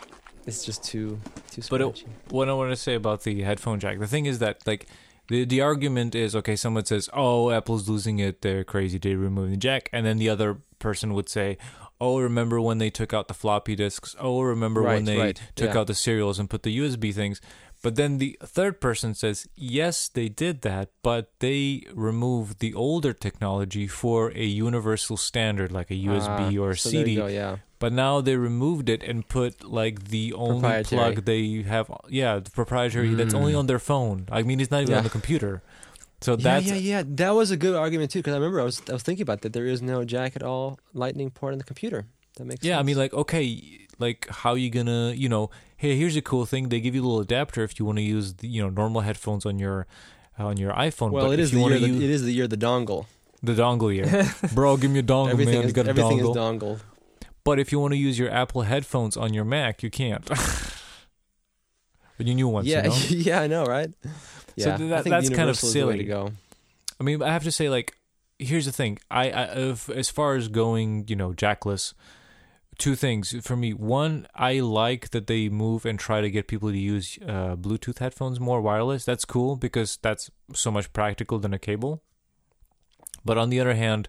it's just too too. But it- scratchy. what I want to say about the headphone jack. The thing is that like the the argument is okay. Someone says, "Oh, Apple's losing it. They're crazy. They removed the jack," and then the other person would say. Oh, remember when they took out the floppy disks? Oh, remember when Right, they right, took yeah. out the serials and put the USB things? But then the third person says, yes, they did that, but they removed the older technology for a universal standard like a USB Ah, or a so there you CD. go, yeah, But now they removed it and put like the only Proprietary. plug they have. Yeah, the proprietary that's Mm. only on their phone. I mean, it's not even on Yeah. the computer. yeah, So that's yeah, yeah. That was a good argument too because I remember I was I was thinking about that. There is no jack at all lightning port on the computer. That makes yeah. I sense. mean, like okay, like how you gonna you know? Hey, here's a cool thing. They give you a little adapter if you want to use the, you know normal headphones on your on your iPhone. well, but it if is you the year wanna the, use it is the year of the dongle. the dongle year, bro. Give me a dongle, everything man. is you got a everything dongle. is dongle. but if you want to use your Apple headphones on your Mac, you can't. but you knew once. yeah, You know? yeah, I know, right? Yeah, th- I that- think that's kind of universal is the way silly. to go. I mean, I have to say, like, here's the thing. I, I if, as far as going, you know, jackless, two things for me. One, I like that they move and try to get people to use uh, Bluetooth headphones more wireless. That's cool because that's so much practical than a cable. But on the other hand,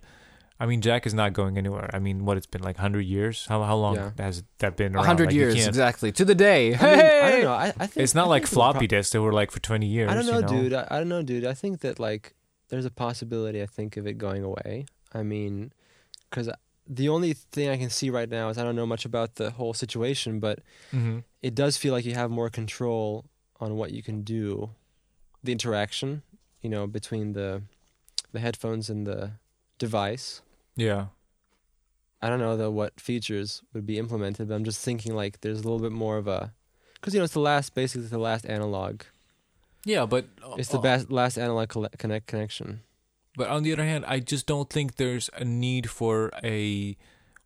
I mean, jack is not going anywhere. I mean, what it's been like hundred years. How how long Yeah. has that been? A around? hundred Like, you years can't- exactly to the day. I, mean, I don't Hey! know. I, I think It's not I like think the pro- floppy disks that were like for twenty years. I don't know, you dude. I, I don't know, dude. I think that like there's a possibility. I think of it going away. I mean, because the only thing I can see right now is I don't know much about the whole situation, but hmm it does feel like you have more control on what you can do, the interaction, you know, between the the headphones and the device. Yeah. I don't know though what features would be implemented, but I'm just thinking like there's a little bit more of a, because you know it's the last basically the last analog. Yeah, but uh, It's the best last analog colle- connect connection. But on the other hand, I just don't think there's a need for a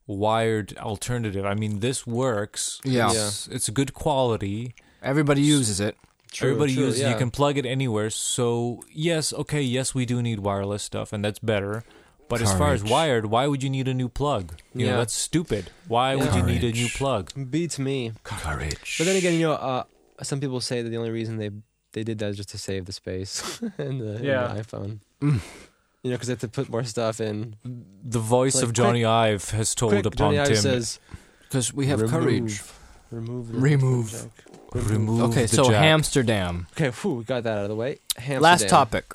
wired alternative. I mean, this works. Yeah. It's, it's good quality. Everybody uses it. True, Everybody true, uses it. yeah. You can plug it anywhere. So, yes, okay, yes, we do need wireless stuff, and that's better. But as far as Courage. wired, why would you need a new plug? You know, Yeah. that's stupid. Why would you need a new Courage. plug? beats me. Courage. But then again, you know, uh, some people say that the only reason they they did that is just to save the space in the, in the Yeah. iPhone. Mm. You know, because they have to put more stuff in. The voice Like, of Johnny Ive has told Quick, upon Johnny Ive Tim, says, because we have Remove. courage. "Remove, the Remove. jack." remove Okay, the so jack. Hamsterdam. Okay, whew, we got that out of the way. Hamsterdam. Last topic.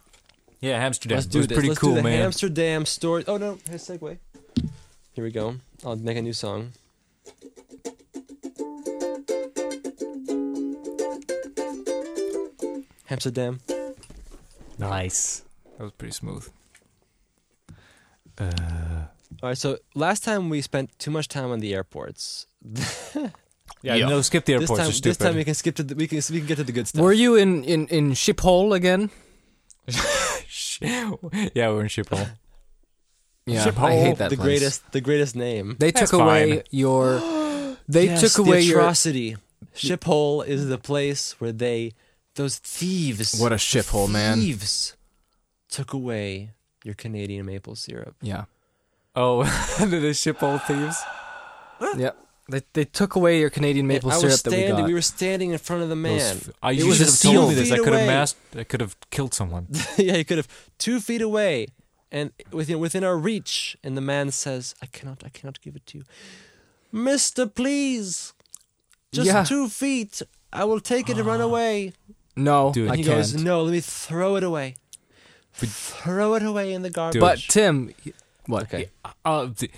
Yeah, Amsterdam. Let's It do was this. pretty Let's cool, do the man. Amsterdam story. Oh no, here's a segue. Here we go. I'll make a new song. Amsterdam. nice. That was pretty smooth. Uh, All right, so last time we spent too much time on the airports. yeah, Yeah. no, skip the this airports. time, are this stupid. time we can skip to the, we can we can get to the good stuff. Were you in in in Shiphole again? yeah, we're in Schiphol. Yeah, Schiphol, I hate that the place. greatest the greatest name. They That's took away fine. your. They took away the your. atrocity. Shiphole is the place where they those thieves. What a the shithole, man. Thieves took away your Canadian maple syrup. Yeah. Oh, the Schiphol thieves. Yep. They they took away your Canadian maple I syrup was standing. that we got. were standing in front of the man. Those f- I It you was should a have told me seal. this. I Feet could have away. masked. I could have killed someone. yeah, he could have two feet away and within within our reach. And the man says, "I cannot, I cannot give it to you, Mister. Please, just Yeah. two feet. I will take it and run away." no, Dude. I And he can't. goes, "No, let me throw it away." throw it away in the garbage. But Tim, what? okay. Uh, th-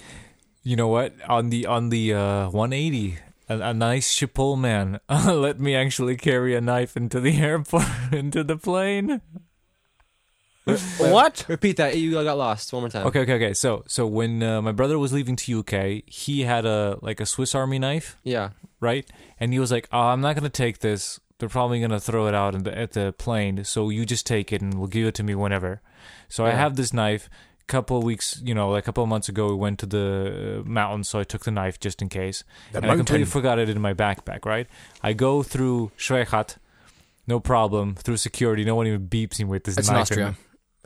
you know what? On the on the uh, 180, a, a nice Chipotle man let me actually carry a knife into the airport, into the plane. What? Repeat that. You got lost one more time. Okay, okay, okay. So so when uh, my brother was leaving to UK, he had a like a Swiss Army knife, Yeah. right? And he was like, "Oh, I'm not gonna take this. They're probably gonna throw it out in the, at the plane. So you just take it and will give it to me whenever." So I Yeah. have this knife. Couple of weeks, you know, like a couple of months ago, we went to the uh, mountain, so I took the knife just in case. and I completely forgot it in my backpack, right? I go through Schwechat, no problem, through security. No one even beeps me with this It's in knife. Austria. In,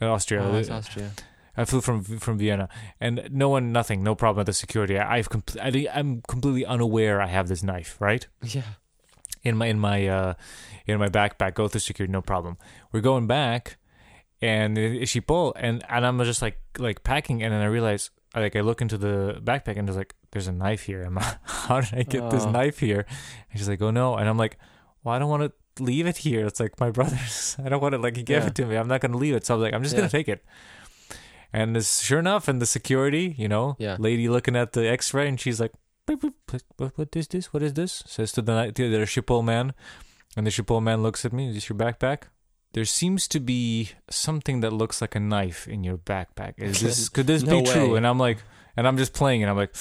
in Austria. Oh, it's Austria. I flew from from Vienna, and no one, nothing, no problem with the security. I, I've compl- I, di- I'm completely unaware I have this knife, right? Yeah. In my in my uh, in my backpack. Go through security, no problem. We're going back, and it- she pulled, and and I'm just like like packing, and then I realize, I, like I look into the backpack, and there's like there's a knife here. I'm like, how did I get this Oh. knife here? And she's like, oh no, and I'm like, well, I don't want to leave it here. It's like my brother's. I don't want to like he gave Yeah. it to me. I'm not gonna leave it. So I was like, I'm just Yeah. gonna take it. And this, sure enough, and the security, you know, Yeah. lady looking at the X-ray, and she's like, "Boop, boop, boop, what, what is this? What is this?" Says to the to the Shippo man, and the Shippo man looks at me. Is this your backpack? There seems to be something that looks like a knife in your backpack. Is this? Could this No be true? way. And I'm like, and I'm just playing, and I'm like,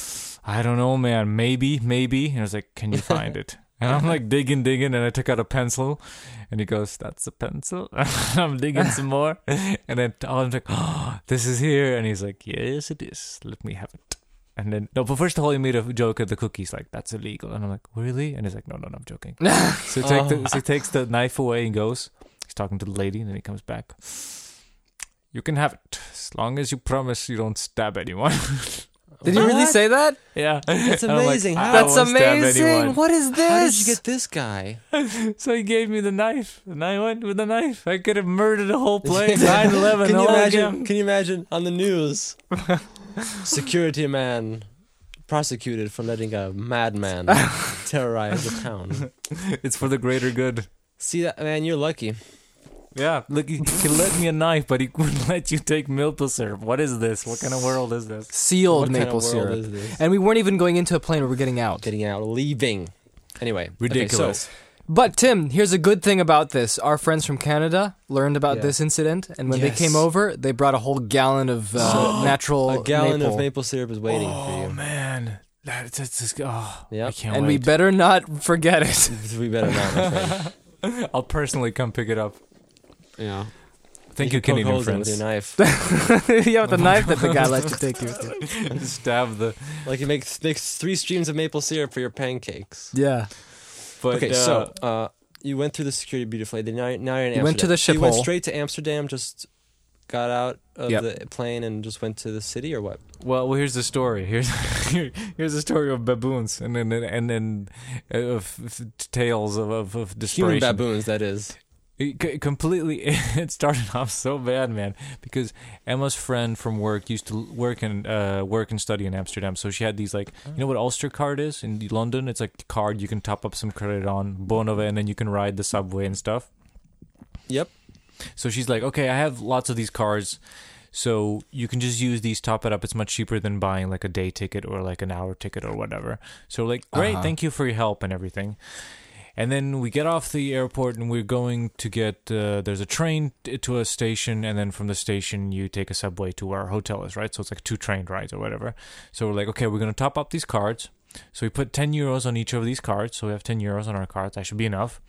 I don't know, man. Maybe, maybe. And I was like, Can you find it? And I'm like digging, digging, and I took out a pencil, and he goes, "That's a pencil." I'm digging some more, and then I'm like, "Oh, this is here," and he's like, "Yes, it is. Let me have it." And then no, but first of all, he made a joke at the cookies, like that's illegal, and I'm like, "Really?" And he's like, "No, no, no, I'm joking." So he, take Oh. the, so he takes the knife away and goes. He's talking to the lady, and then he comes back. You can have it as long as you promise you don't stab anyone. Did he really What? say that? yeah, That's And I'm like, amazing. "I How- That's won't stab anyone." amazing. What is this? How did you get this guy? So he gave me the knife, and I went with the knife. I could have murdered a whole plane. 9 11, Can all you imagine? imagine? Can you imagine on the news? Security man prosecuted for letting a madman terrorize the town. It's for the greater good. See that man? You're lucky. Yeah, look, he, he let me a knife, but he wouldn't let you take maple syrup. What is this? What kind of world is this? Sealed What kind maple of world syrup. is this? and we weren't even going into a plane. We were getting out. Getting out, leaving. Anyway, Ridiculous. Okay, But Tim, here's a good thing about this. Our friends from Canada learned about Yeah. this incident, and when Yes. they came over, they brought a whole gallon of uh, natural so a gallon maple. of maple syrup is waiting oh, for you. man. That, that's just, oh, I Yep. can't And we wait. better not forget it. we better not. My friend. I'll personally come pick it up. yeah. Thank you, you can poke Canadian holes in with your friends. knife. yeah, Oh with the knife that the guy let you take you with. Stab the. like you make make three streams of maple syrup for your pancakes. Yeah. But, okay, uh, so uh, you went through the security beautifully. Then now, now you're in You Amsterdam. went to the so you went shithole. straight to Amsterdam. Just got out of Yep. the plane and just went to the city, or what? Well, well, here's the story. Here's here- here's the story of baboons, and then and then uh, of, of tales of of, of Human desperation. baboons, that is. It c- completely, it started off so bad, man. Because Emma's friend from work used to l- work and uh, work and study in Amsterdam, so she had these like, you know what Ulster card is in London? It's like a card you can top up some credit on, Bonova, and then you can ride the subway and stuff. Yep. So she's like, okay, I have lots of these cards, so you can just use these, top it up. It's much cheaper than buying like a day ticket or like an hour ticket or whatever. So we're like, great, Uh-huh. thank you for your help and everything. And then we get off the airport and we're going to get uh, there's a train t- to a station, and then from the station you take a subway to where our hotel is, right? So it's like two train rides or whatever. So we're like, okay, we're gonna top up these cards. So we put ten euros on each of these cards. So we have ten euros on our cards. That should be enough.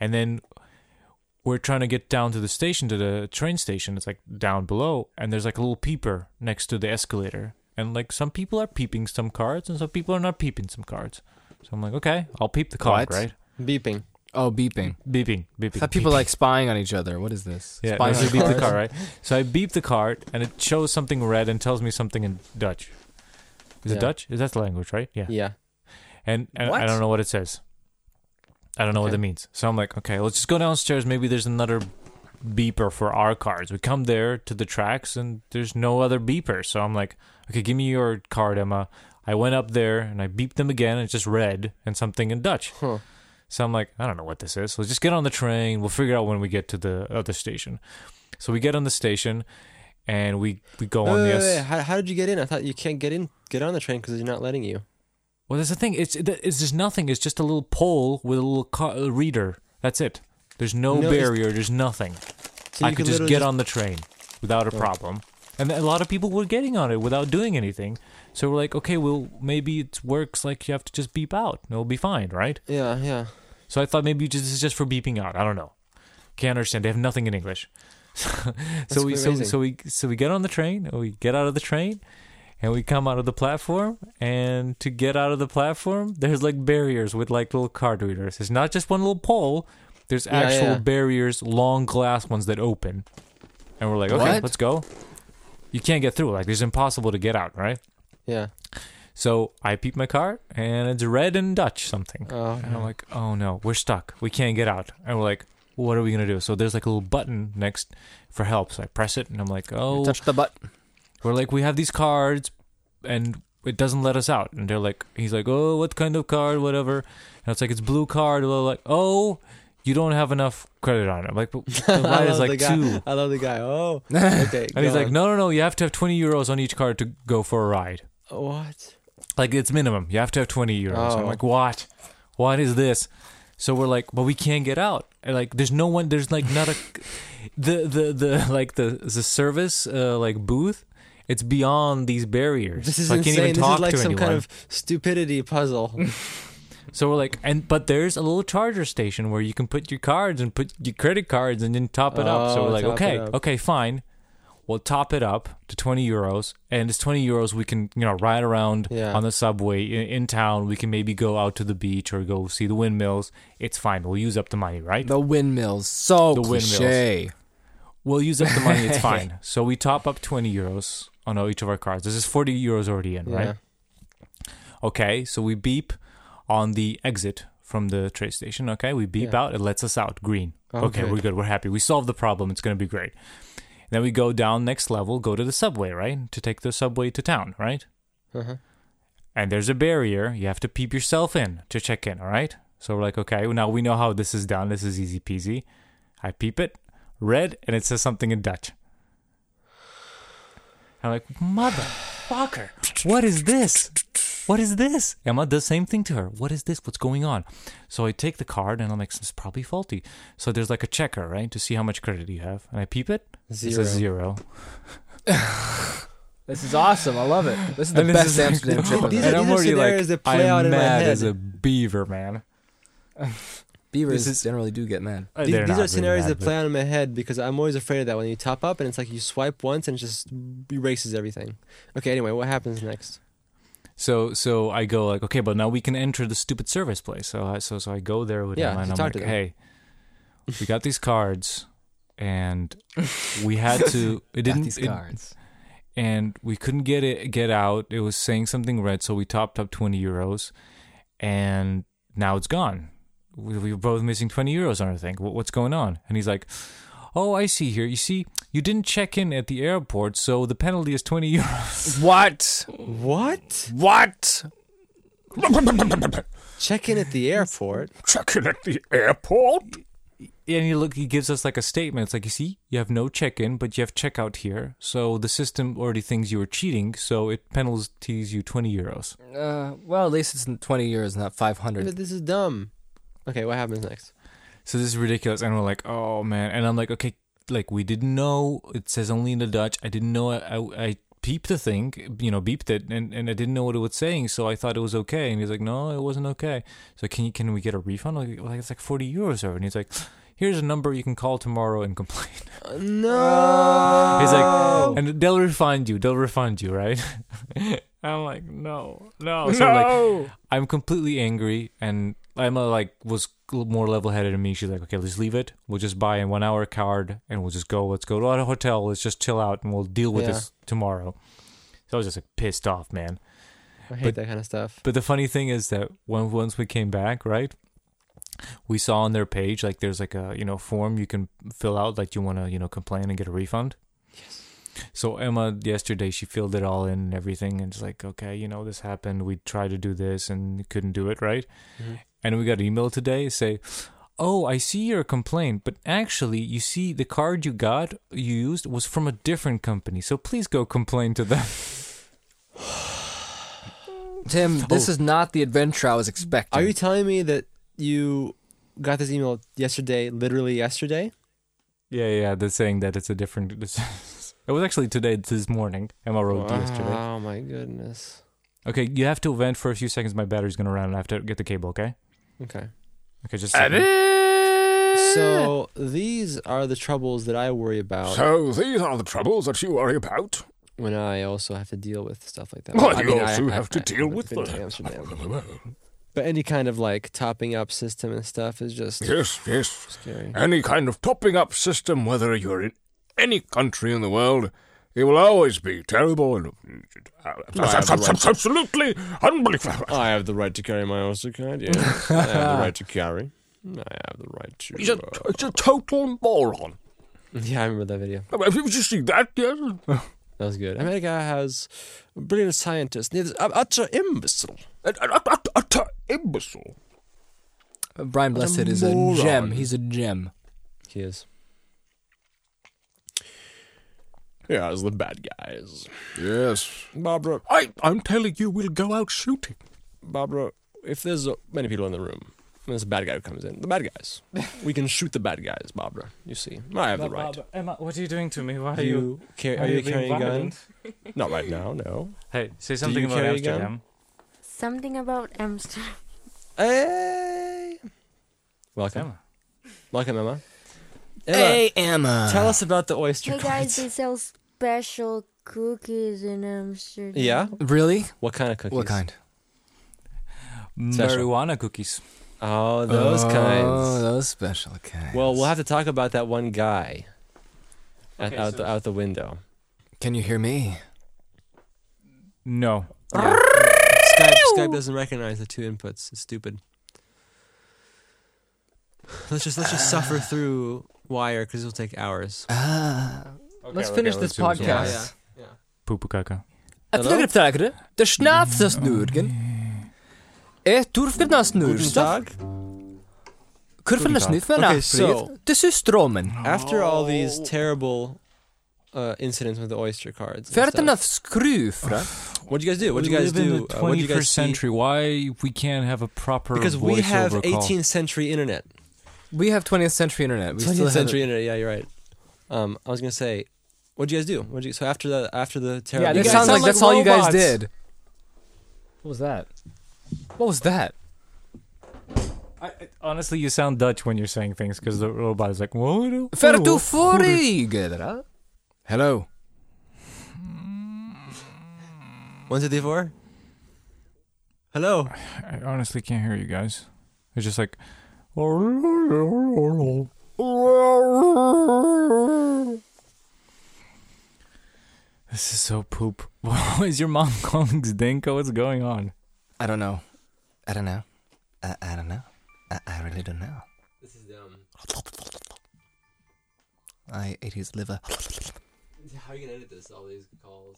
And then we're trying to get down to the station to the train station it's like down below and there's like a little peeper next to the escalator and like some people are peeping some cards and some people are not peeping some cards so i'm like okay i'll peep the card What? right Beeping. Oh, beeping. beeping beeping I thought people beeping. like spying on each other. What is this? yeah, no, spying so you on beep cars? the card, right? So I beep the card, and it shows something red and tells me something in Dutch. Is Yeah. it Dutch? Is that the language, right? Yeah. Yeah. And, and What? I don't know what it says. I don't know what Okay. it means. So I'm like, okay, let's just go downstairs. Maybe there's another beeper for our cards. We come there to the tracks and there's no other beeper. So I'm like, okay, give me your card, Emma. I went up there and I beeped them again and it's just red and something in Dutch. Huh. So I'm like, I don't know what this is. Let's just get on the train. We'll figure out when we get to the other station. So we get on the station, and we we go on the. Wait, S- wait, wait. How, how did you get in? I thought you can't get in, get on the train because they're not letting you. Well, that's the thing. It's it's just nothing. It's just a little pole with a little car, a reader. That's it. There's no, No, it's- barrier. There's nothing. So I you could could just get literally just- on the train without a problem. And a lot of people were getting on it without doing anything. So we're like, okay, well, maybe it works. Like you have to just beep out, and it'll be fine, right? Yeah, yeah. So I thought maybe just, this is just for beeping out. I don't know. Can't understand. They have nothing in English. so we so, amazing. so we so we get on the train. and We get out of the train, and we come out of the platform. And to get out of the platform, there's like barriers with like little card readers. It's not just one little pole. There's Yeah, actual yeah. barriers, long glass ones that open. And we're like, okay, What? let's go. You can't get through. Like, it's impossible to get out, right? Yeah. So I peep my card, and it's red and Dutch something. Oh, Mm-hmm. And I'm like, oh no, we're stuck. We can't get out. And we're like, what are we gonna do? So there's like a little button next for help. So I press it, and I'm like, oh, Touch the butt. we're like, we have these cards, and it doesn't let us out. And they're like, he's like, oh, what kind of card, whatever. And it's like, it's blue card. And they're like, oh, you don't have enough credit on it. I'm like, but the I line love is the like guy. two. I love the guy. Oh, okay. And he's go like, on. no, no, no, you have to have 20 euros on each card to go for a ride. What? Like, it's minimum. You have to have 20 euros. I'm Oh. like, what? What is this? So we're like, but we can't get out. And like, there's no one, there's like not a, the, the, the, like the, the service, uh, like booth, it's beyond these barriers. This is So I can't insane. even This talk is like to some anyone. kind of stupidity puzzle. So we're like, and but there's a little charger station where you can put your cards and put your credit cards and then top it up. So Oh, we're like, top okay, it up. okay, fine. We'll top it up to 20 euros, and it's 20 euros. We can, you know, ride around Yeah. on the subway in, in town. We can maybe go out to the beach or go see the windmills. It's fine. We'll use up the money, right? The windmills. So The windmills. cliche. We'll use up the money. It's fine. So we top up 20 euros on each of our cards. This is 40 euros already in, right? Yeah. Okay, so we beep on the exit from the train station. Okay, we beep Yeah. out. It lets us out. Green. Oh, okay, good. we're good. We're happy. We solved the problem. It's going to be great. Then we go down next level, go to the subway, right? To take the subway to town, right? Uh-huh. And there's a barrier. You have to peep yourself in to check in, all right? So we're like, okay, now we know how this is done. This is easy peasy. I peep it, red, and it says something in Dutch. I'm like, motherfucker, what is this? What is this? Emma does same thing to her. What is this? What's going on? So I take the card and I'm like, this is probably faulty. So there's like a checker, right, to see how much credit you have. And I peep it. It Zero. says zero. This is awesome. I love it. This is the And this best is- Amsterdam trip I've These ever are- had. and I'm these are already like, scenarios that play I'm out in my mad head. as a beaver, man. Beavers this is- generally do get mad. Uh, These, they're these not are really scenarios mad, that play out in my head because I'm always afraid of that. When you top up and it's like you swipe once and it just erases everything. Okay, anyway, what happens next? but- So so I go like, okay, but now we can enter the stupid service place. So I, so so I go there with Yeah, him to and I'm talk like, to them. hey, we got these cards, and we had to. Got It didn't. these it- cards. and we couldn't get it get out. It was saying something red, so we topped up twenty euros, and now it's gone. We, we were both missing twenty euros on our thing. What, what's going on? And he's like, "Oh, I see here. You see, you didn't check in at the airport, so the penalty is twenty euros." What? What? What? Check in at the airport. check in at the airport. And he look, he gives us like a statement. It's like, you see, you have no check-in, but you have checkout here. So the system already thinks you were cheating, so it penalties you twenty euros. Uh, well, at least it's 20 euros, not 500. But this is dumb. Okay, what happens next? So this is ridiculous. And we're like, oh man. And I'm like, okay, like we didn't know. It says only in the Dutch. I didn't know. I, I, I peeped the thing, you know, beeped it, and, and I didn't know what it was saying. So I thought it was okay. And he's like, no, it wasn't okay. So can you can we get a refund? I'm Like, like it's like forty euros over. And he's like, here's a number you can call tomorrow and complain. Uh, no. He's like, and they'll refund you. They'll refund you, right? I'm like, no, no. So like, I'm completely angry, and Emma like was more level-headed than me. She's like, "Okay, let's leave it. We'll just buy a one-hour card, and we'll just go. Let's go to a hotel. Let's just chill out, and we'll deal with Yeah. this tomorrow." So I was just like pissed off, man. I hate but- that kind of stuff. But the funny thing is that when once we came back, right, we saw on their page like there's like a you know form you can fill out, like you want to you know complain and get a refund. So Emma yesterday she filled it all in and everything and it's like okay you know this happened we tried to do this and couldn't do it right Mhm. and we got an email today say "Oh, I see your complaint, but actually, you see, the card you got you used was from a different company. So please go complain to them." Tim, this is not the adventure I was expecting. Are you telling me that you got this email yesterday, literally yesterday? yeah, yeah, they're saying that it's a different. it was actually today, this morning. Emma wrote yesterday. Oh my goodness. Okay, you have to vent for a few seconds. My battery's gonna run. I have to get the cable. Okay. Okay. Okay, just. a second. So these are the troubles that I worry about So these are the troubles that you worry about. when I also have to deal with stuff like that. Well, I you mean, I- also I- have I- to deal I've with been the. to Amsterdam. But any kind of like topping up system and stuff is just yes, yes. scary. Any kind of topping up system, whether you're in any country in the world, it will always be terrible and absolutely unbelievable. I have the right to carry my Oyster card. Yeah, I have the right to carry. I have the right to. He's a, he's a total moron. yeah, I remember that video. Have you seen that? Yes. That was good. America has a brilliant scientist. Needs an utter imbecile. An- an ut- ut- Utter imbecile. Uh, Brian What a Blessed is a moron. gem. He's a gem. He is. Yeah, it's the bad guys. Yes. Barbara, I, I'm telling you, we'll go out shooting. Barbara, if there's uh, many people in the room, and there's a bad guy who comes in. The bad guys. we can shoot the bad guys, Barbara. You see, I have the right. Emma, what are you doing to me? Why Are you, car- why are you being carrying a gun? violent? Not right now, no. Hey, say you something about carry a gun? Amsterdam. Something about Amsterdam. Hey. Welcome. Emma. Welcome, Emma. Emma, Hey, Emma. Uh, tell us about the oyster Hey cards. guys, they sell special cookies in Amsterdam. yeah? Really? What kind of cookies? What kind? Special. Marijuana cookies. Oh, those oh, kinds. Those special kinds. Well, we'll have to talk about that one guy at- Okay, out, so- the, out the window. Can you hear me? No. Skype, Skype doesn't recognize the two inputs. It's stupid. Let's just let's just Uh, suffer through wire because it'll take hours. Ah. let's okay, finish okay, this let's do this one. podcast. Poopoo caca. Att Hello? lägga taggare, det er snabbt att snurgen. Är turfgna Guten snurgen. Tag. Kurfen är Guten Tag. sniffen Okay, Astrid. so- Det er är strömmen. After Oh. all these terrible uh, incidents with the oyster cards, and Färten av stuff, skruvra. what'd you guys do? What'd We you guys live do? in the Uh, what'd you 21st guys see? century. Why we can't have a proper Because we have voiceover call? 18th century internet. We have 20th century internet. We still 20th have century internet. Yeah, you're right. Um, I was gonna say, what'd you guys do? What'd you, so after the after the terrible, Yeah, you that guys sounds like, sound that's all you guys robots. did. What was that? What was that? I, I- honestly, you sound Dutch when you're saying things because the robot is like, "Whoa, För du flyger. Hello. One, two, three, four. Hello. I honestly can't hear you guys. It's just like, this is so poop. Why is your mom calling Zdenko? What's going on? I don't know. I don't know. I, I don't know. I, I really don't know. This is um, dumb. I ate his liver. How are you gonna edit this? All these calls.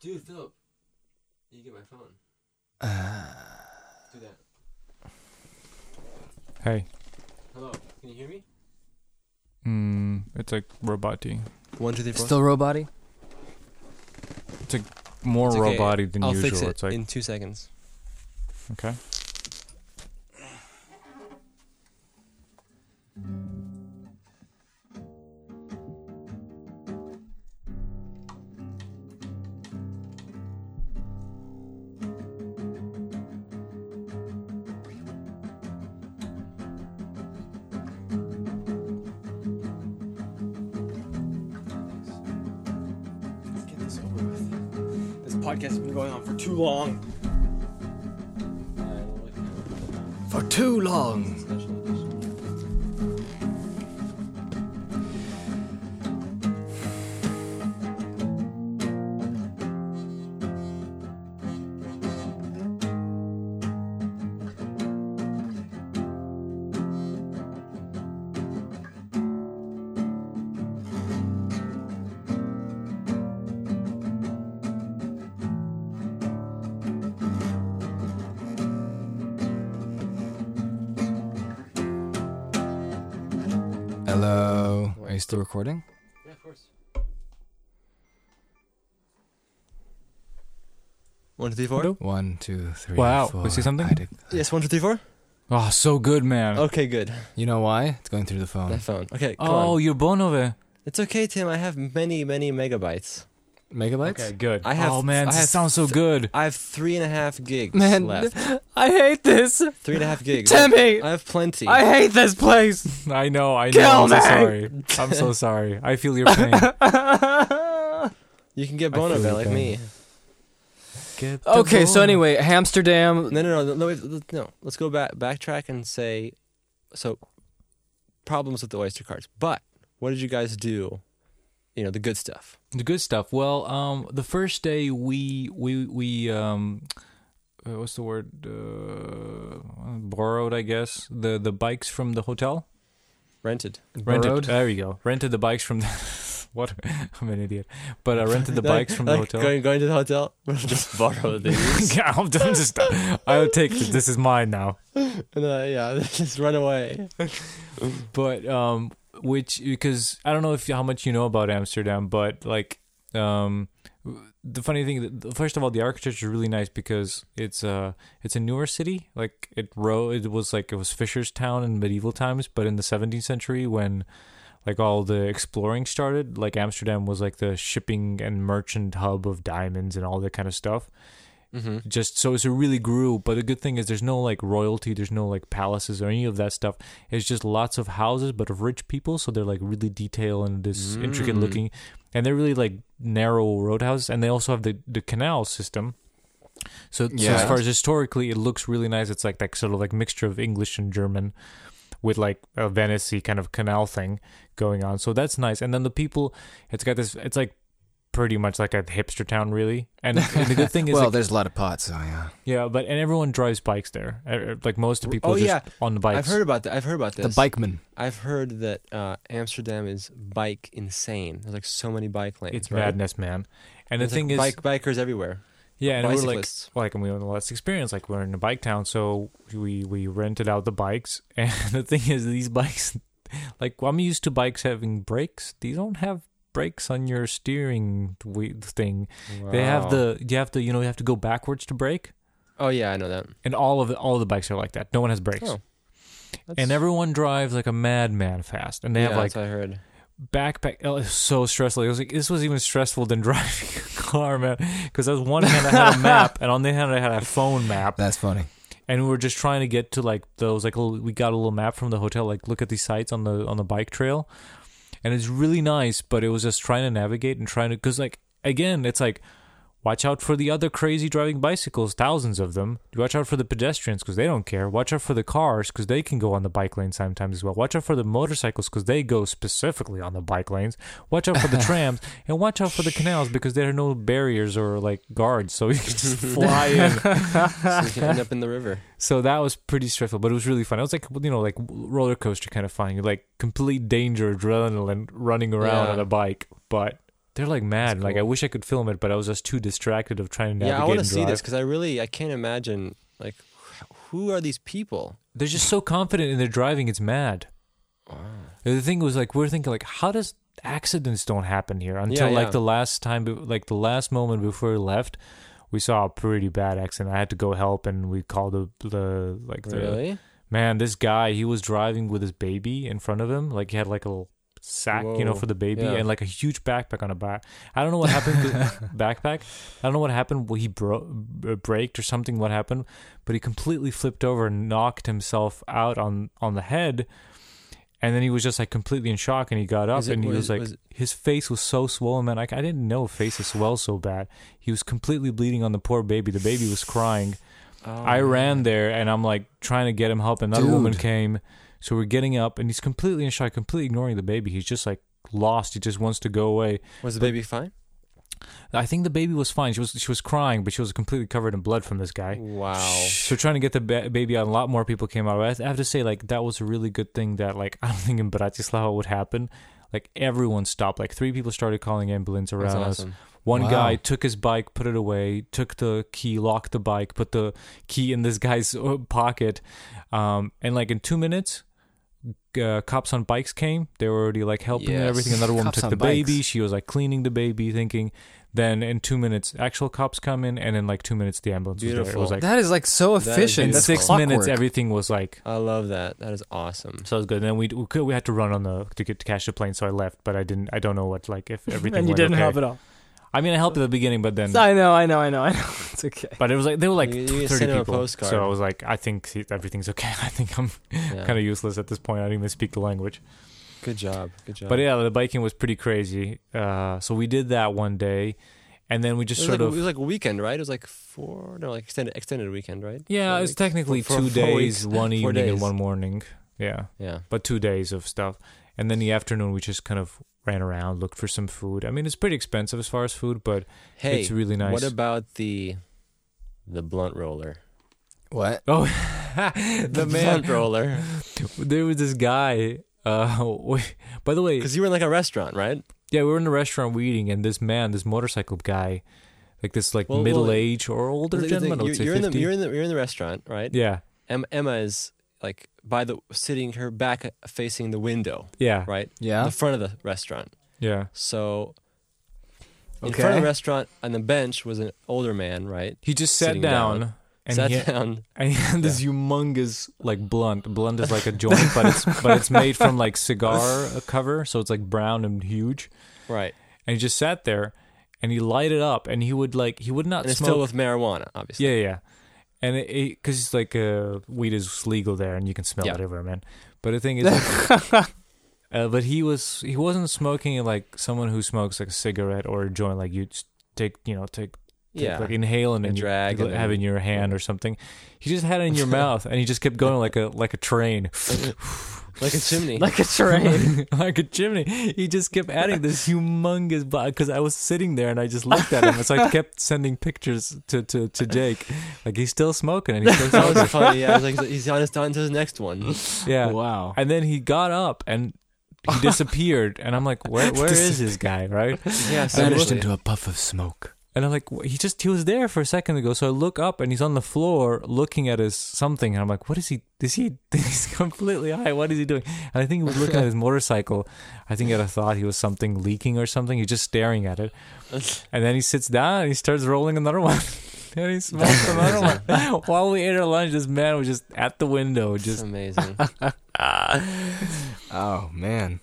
Dude, Philip, you get my phone. Uh, Do that. Hey, Hello, can you hear me? mm, it's like roboty. One, two, three, four. Still roboty? More It's okay. roboty than I'll usual. fix it It's like in two seconds. okay. Let's get this over with. This podcast has been going on for too long. For too long. Hello. Are you still recording? Yeah, of course. One, two, three, four. One, two, three. Wow. four. We see something? I did- Yes, one, two, three, four. Oh, so good, man. Okay, good. You know why? It's going through the My phone. phone. Okay. Come Oh, on. you're Bonove. it's okay, Tim. I have many, many megabytes. Megabytes? Okay, good. I have- oh man, I this have sounds so good. I have three and a half gigs Man, left. I hate this. Three and a half gigs. Timmy! I have plenty. I hate this place. I know, I know. Kill I'm so me! sorry. I'm so sorry. I feel your pain. you can get I feel Bonavent your like pain. me. okay, so anyway, Amsterdam. No, no, no, no, wait, let- no. Let's go back, backtrack, and say, so problems with the Oyster cards. But what did you guys do? You know, the good stuff. The good stuff. Well, um, the first day we we we um, uh, what's the word? Uh, borrowed, I guess. The the bikes from the hotel. Rented. Rented. Borrowed? There you go. Rented the bikes from. The, what? I'm an idiot. But I rented the Like- bikes from the like hotel. Going, going to the hotel. We'll just borrow these. yeah, I'm, I'm just. I'll take this. This is mine now. and, uh, yeah, just run away. but um which because i don't know if how much you know about amsterdam but like um the funny thing that- first of all the architecture is really nice because it's uh it's a newer city like it row it was like it was fisher's town in medieval times but in the 17th century when like all the exploring started like amsterdam was like the shipping and merchant hub of diamonds and all that kind of stuff Mm-hmm. just so it's- it really grew but the good thing is there's no like royalty there's no like palaces or any of that stuff it's just lots of houses but of rich people so they're like really detailed and this intricate Mm. looking and they're really like narrow roadhouses and they also have the the canal system so, so as Yeah. far as historically it looks really nice it's like that sort of like mixture of english and german with like a venice kind of canal thing going on so that's nice and then the people it's got this it's like pretty much like a hipster town really and, and the good thing is Well, like, there's a lot of pots, so yeah. yeah, but and everyone drives bikes there. Er- er, Like most of the people Oh, just yeah. on the bikes. I've heard about that. I've heard about this. The bikeman. I've heard that uh, Amsterdam is bike insane. There's like so many bike lanes. it's right? madness, man. And the There's, like, thing is, bike bikers everywhere. yeah, and we're like, bicyclists. like, and we have less experience. Like we're in a bike town, so we we rented out the bikes. And the thing is, these bikes, like I'm used to bikes having brakes. These don't have brakes on your steering wheel thing. They have Wow. the you have to you know you have to go backwards to brake. Oh yeah, I know that. And all of the, all the bikes are like that. No one has brakes, Oh. That's- and everyone drives like a madman fast. And they yeah, have like that's what I heard. backpack. Oh, it was so stressful. It was like this was even stressful than driving a car, man. Because on one hand I had a map, and on the other hand I had a phone map, That's funny. and we were just trying to get to like those like little, we got a little map from the hotel. Like look at these sites on the on the bike trail, and it's really nice. But it was just trying to navigate and trying to because like again it's like. Watch out for the other crazy driving bicycles, thousands of them. Watch out for the pedestrians because they don't care. Watch out for the cars because they can go on the bike lane sometimes as well. Watch out for the motorcycles because they go specifically on the bike lanes. Watch out for the trams and watch out for the canals because there are no barriers or like guards, so you can just fly in. so you can end up in the river. So that was pretty stressful, but it was really fun. It was like you know, like roller coaster kind of fun. You're like complete danger, adrenaline, running around Yeah. on a bike, but. They're like mad. Like I cool. wish I could film it, but I was just too distracted of trying to navigate. yeah, I want to and see drive. this because I really I can't imagine like wh- who are these people? they're just so confident in their driving it's mad the thing was like we're thinking like how does accidents don't happen here until Yeah, like yeah. the last time be- like the last moment before we left we saw a pretty bad accident i had to go help and we called the the like the Really? man this guy he was driving with his baby in front of him like he had like a little sack you know Whoa. for the baby Yeah. and like a huge backpack on a back i don't know what happened to backpack i don't know what happened well, he bro- b- braked or something what happened but he completely flipped over and knocked himself out on on the head and then he was just like completely in shock and he got up Is it- and he was- was like was- his face was so swollen man I, I didn't know faces swell so bad he was completely bleeding on the poor baby the baby was crying Oh, I ran there and I'm like trying to get him help. Another woman Dude. came. So we're getting up and he's completely in shock, completely ignoring the baby. He's just like lost. He just wants to go away. Was the baby fine? I think the baby was fine. She was she was crying, but she was completely covered in blood from this guy. Wow. So trying to get the ba- baby out, a lot more people came out. But I, I have to say, like that was a really good thing that like I don't think in Bratislava would happen. Like everyone stopped. Like three people started calling ambulance around That's us. awesome. One Wow. guy took his bike, put it away, took the key, locked the bike, put the key in this guy's uh, pocket, um, and like in two minutes, uh, cops on bikes came, they were already like helping and Yes. everything. Another woman Cops took on the baby. bikes. She was like cleaning the baby, thinking. Then in two minutes, actual cops come in, and in like two minutes, the ambulance was there. It was Beautiful. like that is like so is efficient. in That's six clockwork. minutes, everything was like I love that. That is awesome. so it was good. And then we we, could, we had to run on the to get to catch the plane, so I left. But I didn't. I don't know what like if everything. and you went didn't okay. help at all. I mean, I helped at the beginning, but then. I know, I know, I know, I know. It's okay. But it was like they were like You- you thirty sent him a people, postcard. so I was like, I think see, everything's okay. I think I'm Yeah. kind of useless at this point. I don't even speak the language. Good job. Good job. But yeah, the biking was pretty crazy. Uh, so we did that one day, and then we it just was, sort like, it of was like a weekend, right? It was like four, no, like extended extended weekend, right? yeah, Four it was weeks? technically for- for two four days, weeks. one Four evening and days. one morning. Yeah, yeah. but two days of stuff, and then the afternoon we just kind of ran around, looked for some food. I mean, it's pretty expensive as far as food, but Hey, it's really nice. what about the the blunt roller? What? Oh, the blunt man. roller, There was this guy. Uh, we, by the way, because you were in like a restaurant, right? yeah, we were in a restaurant we eating, and this man, this motorcycle guy, like this, like Well, well, middle age or older Like, gentleman, I you- would say you're in the 50. you're in the you're in the restaurant, right? yeah, Em- Emma is like by the sitting her back facing the window, yeah, right? Yeah. The front of the restaurant. yeah. So in Okay. front of the restaurant on the bench was an older man, right? He just sat Sitting down, down. and Sat he down. and he had this humongous like blunt. Blunt is like a joint, but it's but it's made from like cigar uh, cover, so it's like brown and huge. Right. And he just sat there, and he lighted up, and he would like he would not And it's smoke. filled with marijuana, obviously. Yeah, yeah. And it- it because it's like uh, weed is legal there, and you can smell Yeah. it everywhere, man. But the thing is, like, uh, but he was he wasn't smoking like someone who smokes like a cigarette or a joint, like you s- take you know take, take, Yeah. like inhale and A then you drag and have then- in your hand or something. He just had it in your mouth, and he just kept going like a like a train, Like a chimney. Like a terrain. like a chimney. He just kept adding this humongous because I was sitting there and I just looked at him, so I kept sending pictures to to, to Jake, like he's still smoking and he's still that smoking. was funny. Yeah, I was like, he's on his on to his next one. Yeah. Wow. And then he got up and he disappeared. and I'm like, where where is this guy, right? Yeah, Vanished seriously. into a puff of smoke. And I'm like, "Wh- he just he was there for a second ago. So I look up and he's on the floor looking at his something. And I'm like, what is he? Is he? He's completely high. What is he doing? And I think he was looking at his motorcycle. I think at a thought he was something leaking or something. He's just staring at it. And then he sits down and he starts rolling another one. and he smokes another one. While we ate our lunch, this man was just at the window, It's just amazing. Oh man.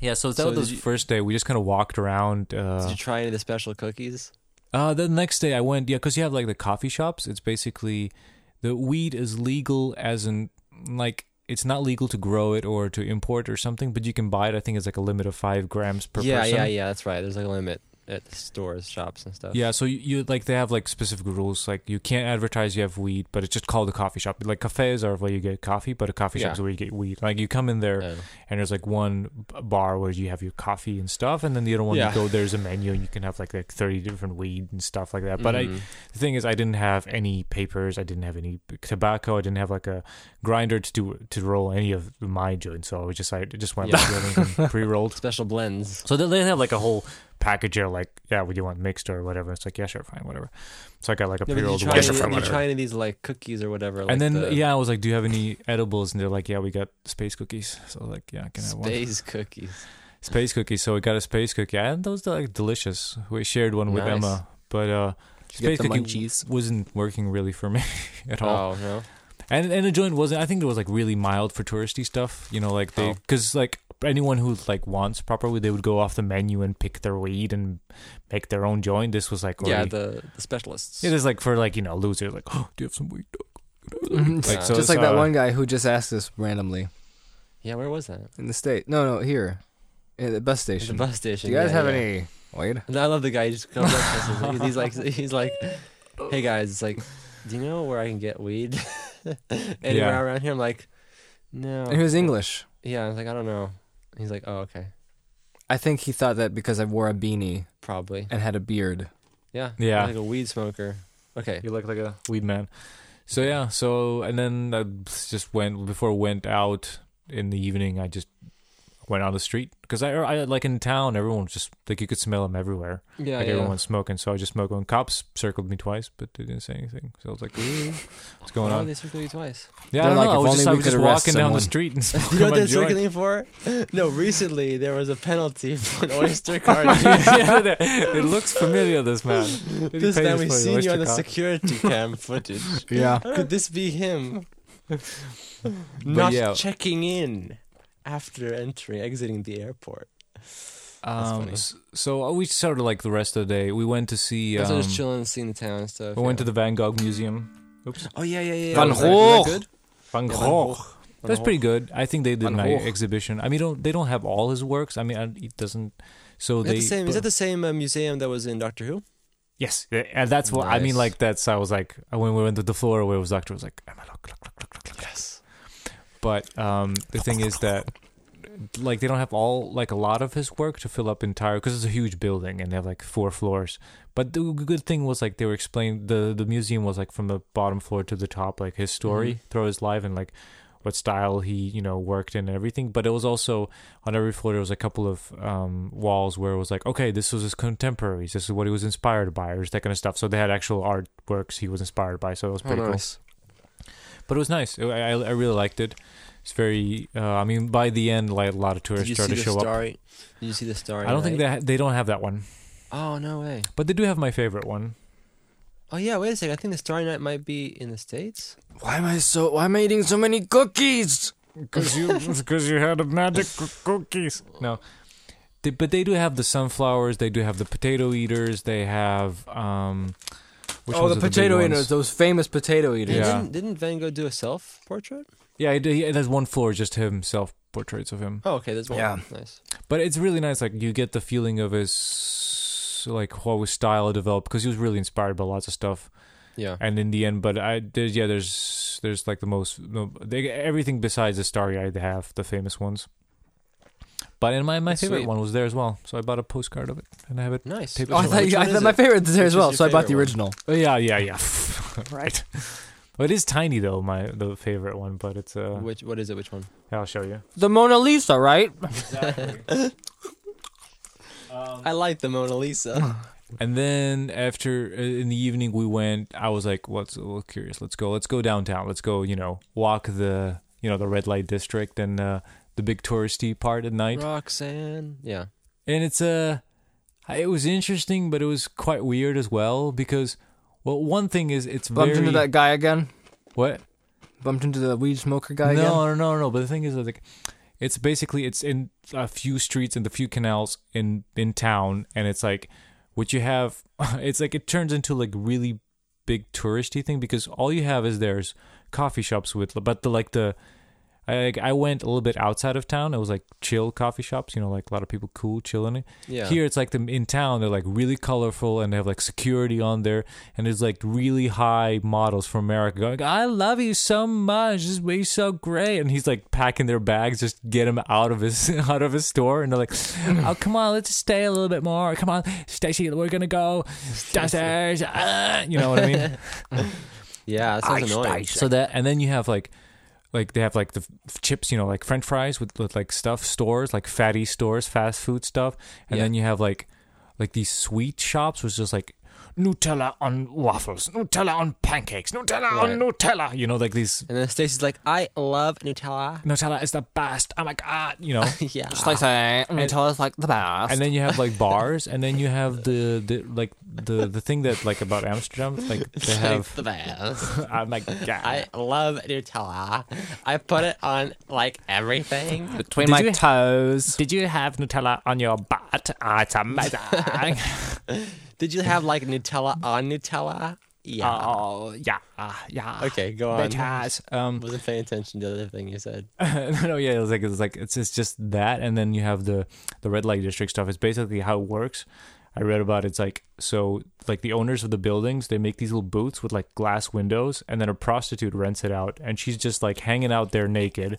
Yeah, so that Ah. So did was the you- first day. We just kind of walked around. Did Uh, you try any of the special cookies? uh, the next day I went, yeah, because you have like the coffee shops. It's basically the weed is legal as in, like, it's not legal to grow it or to import or something, but you can buy it. I think it's like a limit of five grams per yeah, person. yeah, yeah. That's right. There's like a limit at stores, shops, and stuff. Yeah, so you, you like they have like specific rules. Like you can't advertise you have weed, but it's just called a coffee shop. Like cafes are where you get coffee, but a coffee shop Yeah. is where you get weed. Like you come in there Yeah. and there's like one b- bar where you have your coffee and stuff, and then the other one Yeah. you go there's a menu and you can have like like thirty different weed and stuff like that. But I, Mhm. the thing is, I didn't have any papers. I didn't have any tobacco. I didn't have like a grinder to do to roll any of my joints. So I was just I just went like, everything pre-rolled. special blends. So they they have like a whole package of like, yeah, would you want mixed or whatever? It's like, yeah, sure, fine, whatever. So I got like a Yeah, but did you pre-rolled try, one. Yes, any, sir, did you fine, try any of these like cookies or whatever? like and then the yeah, I was like, "Do you have any edibles?" And they're like, "Yeah, we got space cookies." So I was like, "Yeah, I can have one." space cookies. space cookie. So we got a space cookie, and those are like delicious. We shared one with Nice. Emma, but uh, space Get the cookie munchies. wasn't working really for me at all. Oh no. And and the joint wasn't. I think it was like really mild for touristy stuff. You know, like they Oh. because like anyone who like wants properly, they would go off the menu and pick their weed and make their own joint. This was like Yeah, already- the, the specialists. it is like for like you know losers. Like, oh, do you have some weed? Like, so just like that uh, one guy who just asked us randomly Yeah, where was that? in the state. No, no, here, at the bus At the station. bus Do station. you guys yeah, have yeah. any weed? And I love the guy. He just comes up to us. and He's like, he's like, hey guys, it's like, do you know where I can get weed? Anywhere Yeah. around here? I'm like, no. And he was English. Yeah, I was like, I don't know. He's like, oh, okay, I think he thought that because I wore a beanie probably. and had a beard. Yeah. Yeah. Like a weed smoker. Okay. You look like a weed man. So yeah, so and then I just went before I went out in the evening. I just went on the street because I, I like in town everyone was just like you could smell them everywhere Oh, Yeah, like everyone was smoking so I just smoked one cops circled me twice but they didn't say anything so I was like "Ooh, what's going on Oh, they circled you twice? yeah I They're don't like, know I "If was only just, I we was could just arrest walking down the someone." street and You know what they're smoking circling for? No, recently there was a penalty for an oyster card. yeah, Oh it looks familiar this man Did he this pay man for we his seen you oyster on the card? security cam footage. Yeah. Could this be him? Not yeah. checking in after entering, exiting the airport. um, funny. s- so uh, we started like the rest of the day we went to see Yeah, um, so just chilling, and seeing the town and stuff. we went to yeah. the Van Gogh Museum oops Oh yeah, yeah, yeah. Van was that- was Gogh. that good? Van Yeah, Van Gogh That's Van pretty good. I think they did Van my Gogh. exhibition. I mean, don't they don't have all his works. I mean, I, it doesn't. Is So that they. the same? Is that the same uh, museum that was in Doctor Who? yes, th- and that's what I mean. Nice. Like that's. I was like when we went to the floor where it was doctor I was like Emma, look, look, look, look, look, look. Yes. But um, the thing is that like they don't have all like a lot of his work to fill up entire because it's a huge building and they have like four floors. But the g- good thing was like they were explaining the the museum was like from the bottom floor to the top, like his story throughout his life and like what style he you know worked in and everything. But it was also on every floor there was a couple of um, walls where it was like okay this was his contemporaries, this is what he was inspired by, or just that kind of stuff. So they had actual artworks he was inspired by. So it Oh, was pretty cool but it was nice. I, I, I really liked it. It's very. Uh, I mean, by the end, like a lot of Did tourists you started see to the show up. starry? Did you see the starry? I don't think they Night? ha- they don't have that one, Oh no way. but they do have my favorite one. Oh yeah, wait a second. I think the Starry Night might be in the states. Why am I so? Why am I eating so many cookies? Because you because you had a magic cookies. No, they, but they do have the sunflowers. They do have the potato eaters. They have um. Which oh, ones the are big potato ones? eaters, those famous potato eaters. And Yeah. Didn't, didn't Van Gogh do a self portrait? Yeah, it, it has one floor just himself portraits of him. Oh okay, there's one. Yeah. Nice. But it's really nice. Like you get the feeling of his like how his style developed because he was really inspired by lots of stuff. Yeah. and in the end but i there's yeah there's there's like the most no, they, everything besides the starry eye they have the famous ones but and my, my That's favorite sweet. Mm. one was there as well so i bought a postcard of it and i have it Nice. Tape Oh, I Which thought, one you, I is thought my it? favorite was there as Which well, is so your I bought the favorite one? original. oh, yeah yeah yeah right well, it is tiny though my the favorite one but it's uh Which what is it? Which one? i'll show you The Mona Lisa, right? I like the Mona Lisa. and then after uh, in the evening we went i was like what's a little curious let's go let's go downtown let's go you know walk the you know the red light district and uh the big touristy part at night Roxanne. Yeah. and it's a uh, it was interesting but it was quite weird as well because well one thing is it's Bumped very into that guy again. what Bumped into the weed smoker guy again. no, no no no but the thing is like it's basically it's in a few streets and a few canals in in town and it's like what you have it's like it turns into like really big touristy thing because all you have is there's coffee shops with but the like the I, like, I went a little bit outside of town. It was like chill coffee shops, you know, like a lot of people cool chilling. it. Yeah. Here it's like them in town. They're like really colorful and they have like security on there, and there's like really high models from America going, "I love you so much. This way so great." And he's like packing their bags, just get him out of his out of his store, and they're like, "Oh come on, let's just stay a little bit more. Come on, Stacy, we're gonna go downstairs." Ah," you know what I mean? Yeah. That sounds annoying. So that, and then you have like, like they have like the f- f- chips, you know, like French fries with, with like stuff stores, like fatty stores, fast food stuff, and Yeah. then you have like, like these sweet shops, which is just like Nutella on waffles, Nutella on pancakes, Nutella on Right. Nutella, you know, like these And then Stacy's like, I love Nutella. Nutella is the best. Oh my god, you know. yeah. Just like that. And, tell us like the past. and then you have like bars, and then you have the, the like the the thing that like about Amsterdam, like they have. oh the best. I'm like, I love Nutella. I put it on like everything. between Did my you- toes. Did you have Nutella on your butt? Ah, it's amazing. Did you have like Nutella on Nutella? Yeah. Oh yeah, ah, yeah. okay, go on. Bitch ass. Um, Wasn't paying attention to the other thing you said. no, yeah, it's like it's like it's just, just that, and then you have the the red light district stuff. It's basically how it works. I read about it. it's like so like the owners of the buildings they make these little booths with like glass windows, and then a prostitute rents it out, and she's just like hanging out there naked.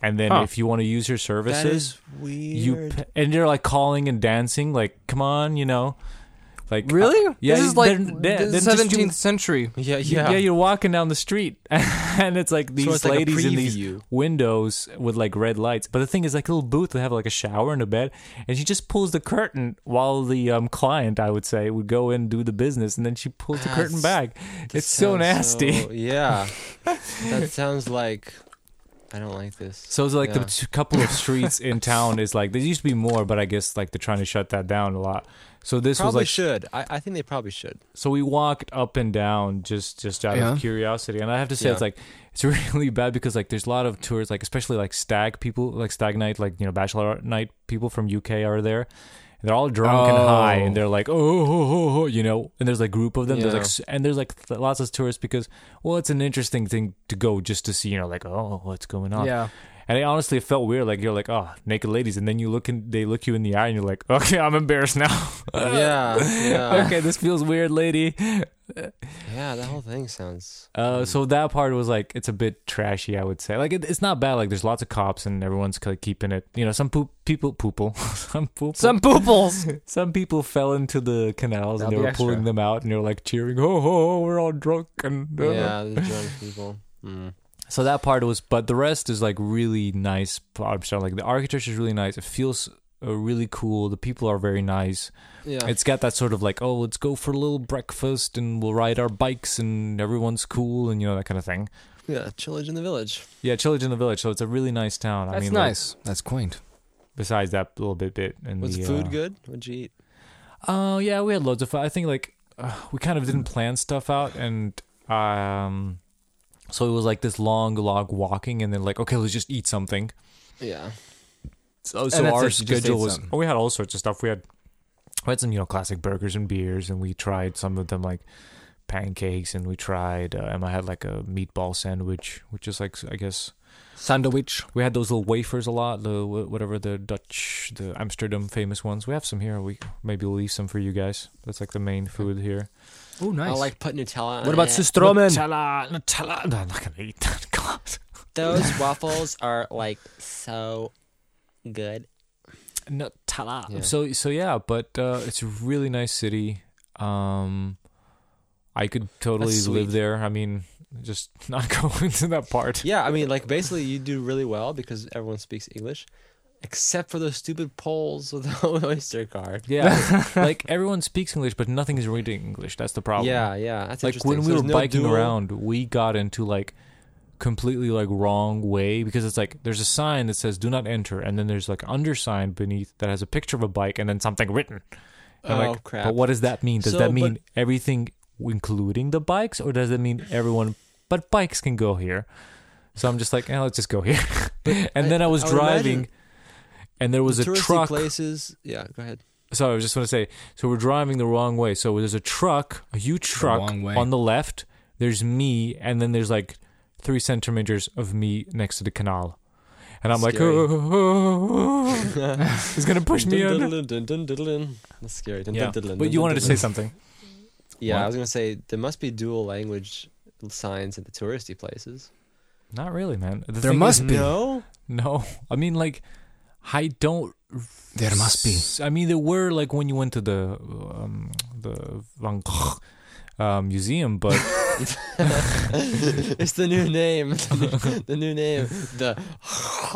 And then if you want to use her services, weird. you p- and they're like calling and dancing, like come on, you know. Like Really? uh, yeah, this is like they're- they're- the they're just 17th doing- century. Yeah, You- yeah. you're walking down the street, and it's like these it's like a ladies in these preview. windows with like red lights. But the thing is, like a little booth would have like a shower and a bed, and she just pulls the curtain while the um, client, I would say, would go in and do the business, and then she pulls the Ah, curtain it's- back. That It's so sounds nasty. so- yeah, that sounds like I don't like this. So it's like the Yeah. t- couple of streets in town is like there used to be more, but I guess like they're trying to shut that down a lot. So this probably was like should. I, I think they probably should. so we walked up and down just just out Yeah. of curiosity and i have to say Yeah. it's like it's really bad because like there's a lot of tours like especially like stag people like stag night like you know bachelor night people from uk are there they're all drunk and high Oh. and they're like oh, oh, oh, oh," you know and there's like group of them there's Yeah. like s- and there's like th- lots of tourists because well it's an interesting thing to go just to see you know like oh what's going on Yeah. and it honestly felt weird like you're like oh naked ladies and then you look and they look you in the eye and you're like okay i'm embarrassed now yeah, yeah, okay this feels weird lady yeah. That whole thing sounds. uh, so that part was like it's a bit trashy, I would say. Like it, it's not bad. Like there's lots of cops and everyone's like keeping it. You know, some poop people poople, some poop, Some pooples. some people fell into the canals That'll and they be were extra. pulling them out and they were like cheering, "Oh, oh, oh, we're all drunk!" And uh." Yeah, the drunk people. Mm. so that part was. But the rest is like really nice. I'm sorry, like the architecture is really nice. It feels uh, really cool. The people are very nice. Yeah, It's got that sort of like, oh, let's go for a little breakfast and we'll ride our bikes and everyone's cool and you know that kind of thing. yeah. Chillage in the village. Yeah, Chillage in the Village. So it's a really nice town. I That's mean, like, nice. That's quaint. besides that little bit, bit and Was the, food uh, good? What'd you eat? Oh yeah, we had loads of fun. I think like uh, we kind of didn't plan stuff out, and um, so it was like this long log walking, and then like okay, let's just eat something. Yeah, So, that's it, our you just ate schedule was. something. Oh, we had all sorts of stuff. We had we had some you know classic burgers and beers, and we tried some of them like pancakes, and we tried uh, Emma had like a meatball sandwich, which is like I guess Sandwich. We had those little wafers a lot, the wh- whatever the Dutch, the Amsterdam famous ones. We have some here. We maybe we'll leave some for you guys. That's like the main food here. Oh, nice. I like put Nutella. what on about it. Sustromen? Nutella, Nutella. No, I'm not gonna eat that. God. Those waffles are like so good. Nutella. Yeah. So so yeah, but uh, it's a really nice city. Um, I could totally That's live sweet. there. I mean, just not go into that part. Yeah, I mean, like basically, you do really well because everyone speaks English, except for those stupid Poles with the oyster card. Yeah, like everyone speaks English, but nothing is reading English. That's the problem. Yeah, yeah, that's like interesting. when So we were there's no biking dual- around we got into like completely like wrong way because it's like there's a sign that says do not enter and then there's like undersign beneath that has a picture of a bike and then something written And I'm Oh, like, crap. but what does that mean does So, that but- mean everything including the bikes or does it mean everyone but bikes can go here so i'm just like eh, let's just go here and I- then i was I would driving imagine and there was a touristy truck places. Yeah, go ahead. so I was just want to say, so we're driving the wrong way. So there's a truck, a huge truck wrong way. on the left. There's me, and then there's like three centimeters of me next to the canal, and I'm like, Scary. oh, oh, oh, oh." he's gonna push me Dun, under. dun, dun, dun, dun, dun. That's scary. Dun, Yeah, dun, dun, dun, but dun, you dun, wanted to dun, say dun. something. Yeah, What? I was gonna say there must be dual language signs at the touristy places. Not really, man. The There thing must is- be. No, No, I mean like, I don't. There must be. s- I mean, there were like when you went to the um, the Van Gogh uh, museum, but it's the new name. the new name. The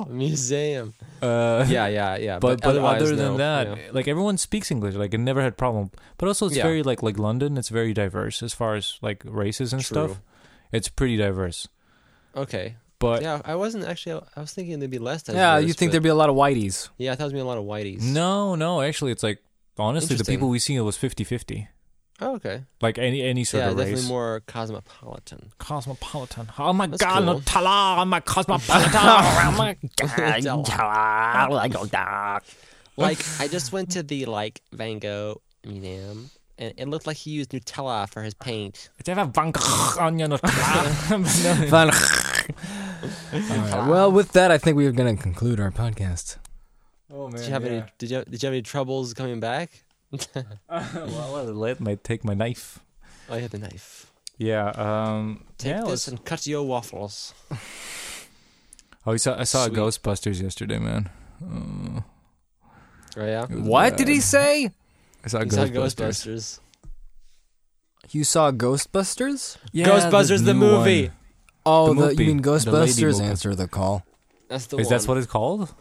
museum. uh, Yeah, yeah, yeah. but, but otherwise, other than no, that, yeah. like everyone speaks English. Like I never had problem. But also, it's Yeah. very like like London. It's very diverse as far as like races and stuff. True. It's pretty diverse. Okay. But yeah, I wasn't actually. I was thinking there'd be less. Yeah, you think there'd be a lot of whiteys. be? Yeah, I thought there'd be a lot of whiteys. no, no, actually, it's like honestly, the Interesting. people we see it was 50-50. Oh, okay. Like any any sort yeah, of definitely race. more cosmopolitan. Cosmopolitan. Oh my That's god, cool. Nutella! I'm a cosmopolitan. oh my Like I just went to the like Van Gogh museum, and it looked like he used Nutella for his paint. Did you have a Van Gogh on your Nutella? No. Van- All right. Well, with that, I think we're going to conclude our podcast. Oh man. Did you have any? Did you Did you have any troubles coming back? well, well, let me take my knife. Oh, you had the knife. Yeah. Um, Take yeah, this let's- and cut your waffles. Oh, I saw, I saw a Sweet. Ghostbusters yesterday, man. Uh, Oh yeah. it was uh, What bad. did he say? I saw, You saw Ghostbusters. You saw Ghostbusters? Yeah, Ghostbusters the new movie. one. Oh, The the you mean Muppet. The Lady Ghostbusters? Muppet. Answer the call. That's the Is one. that what it's called?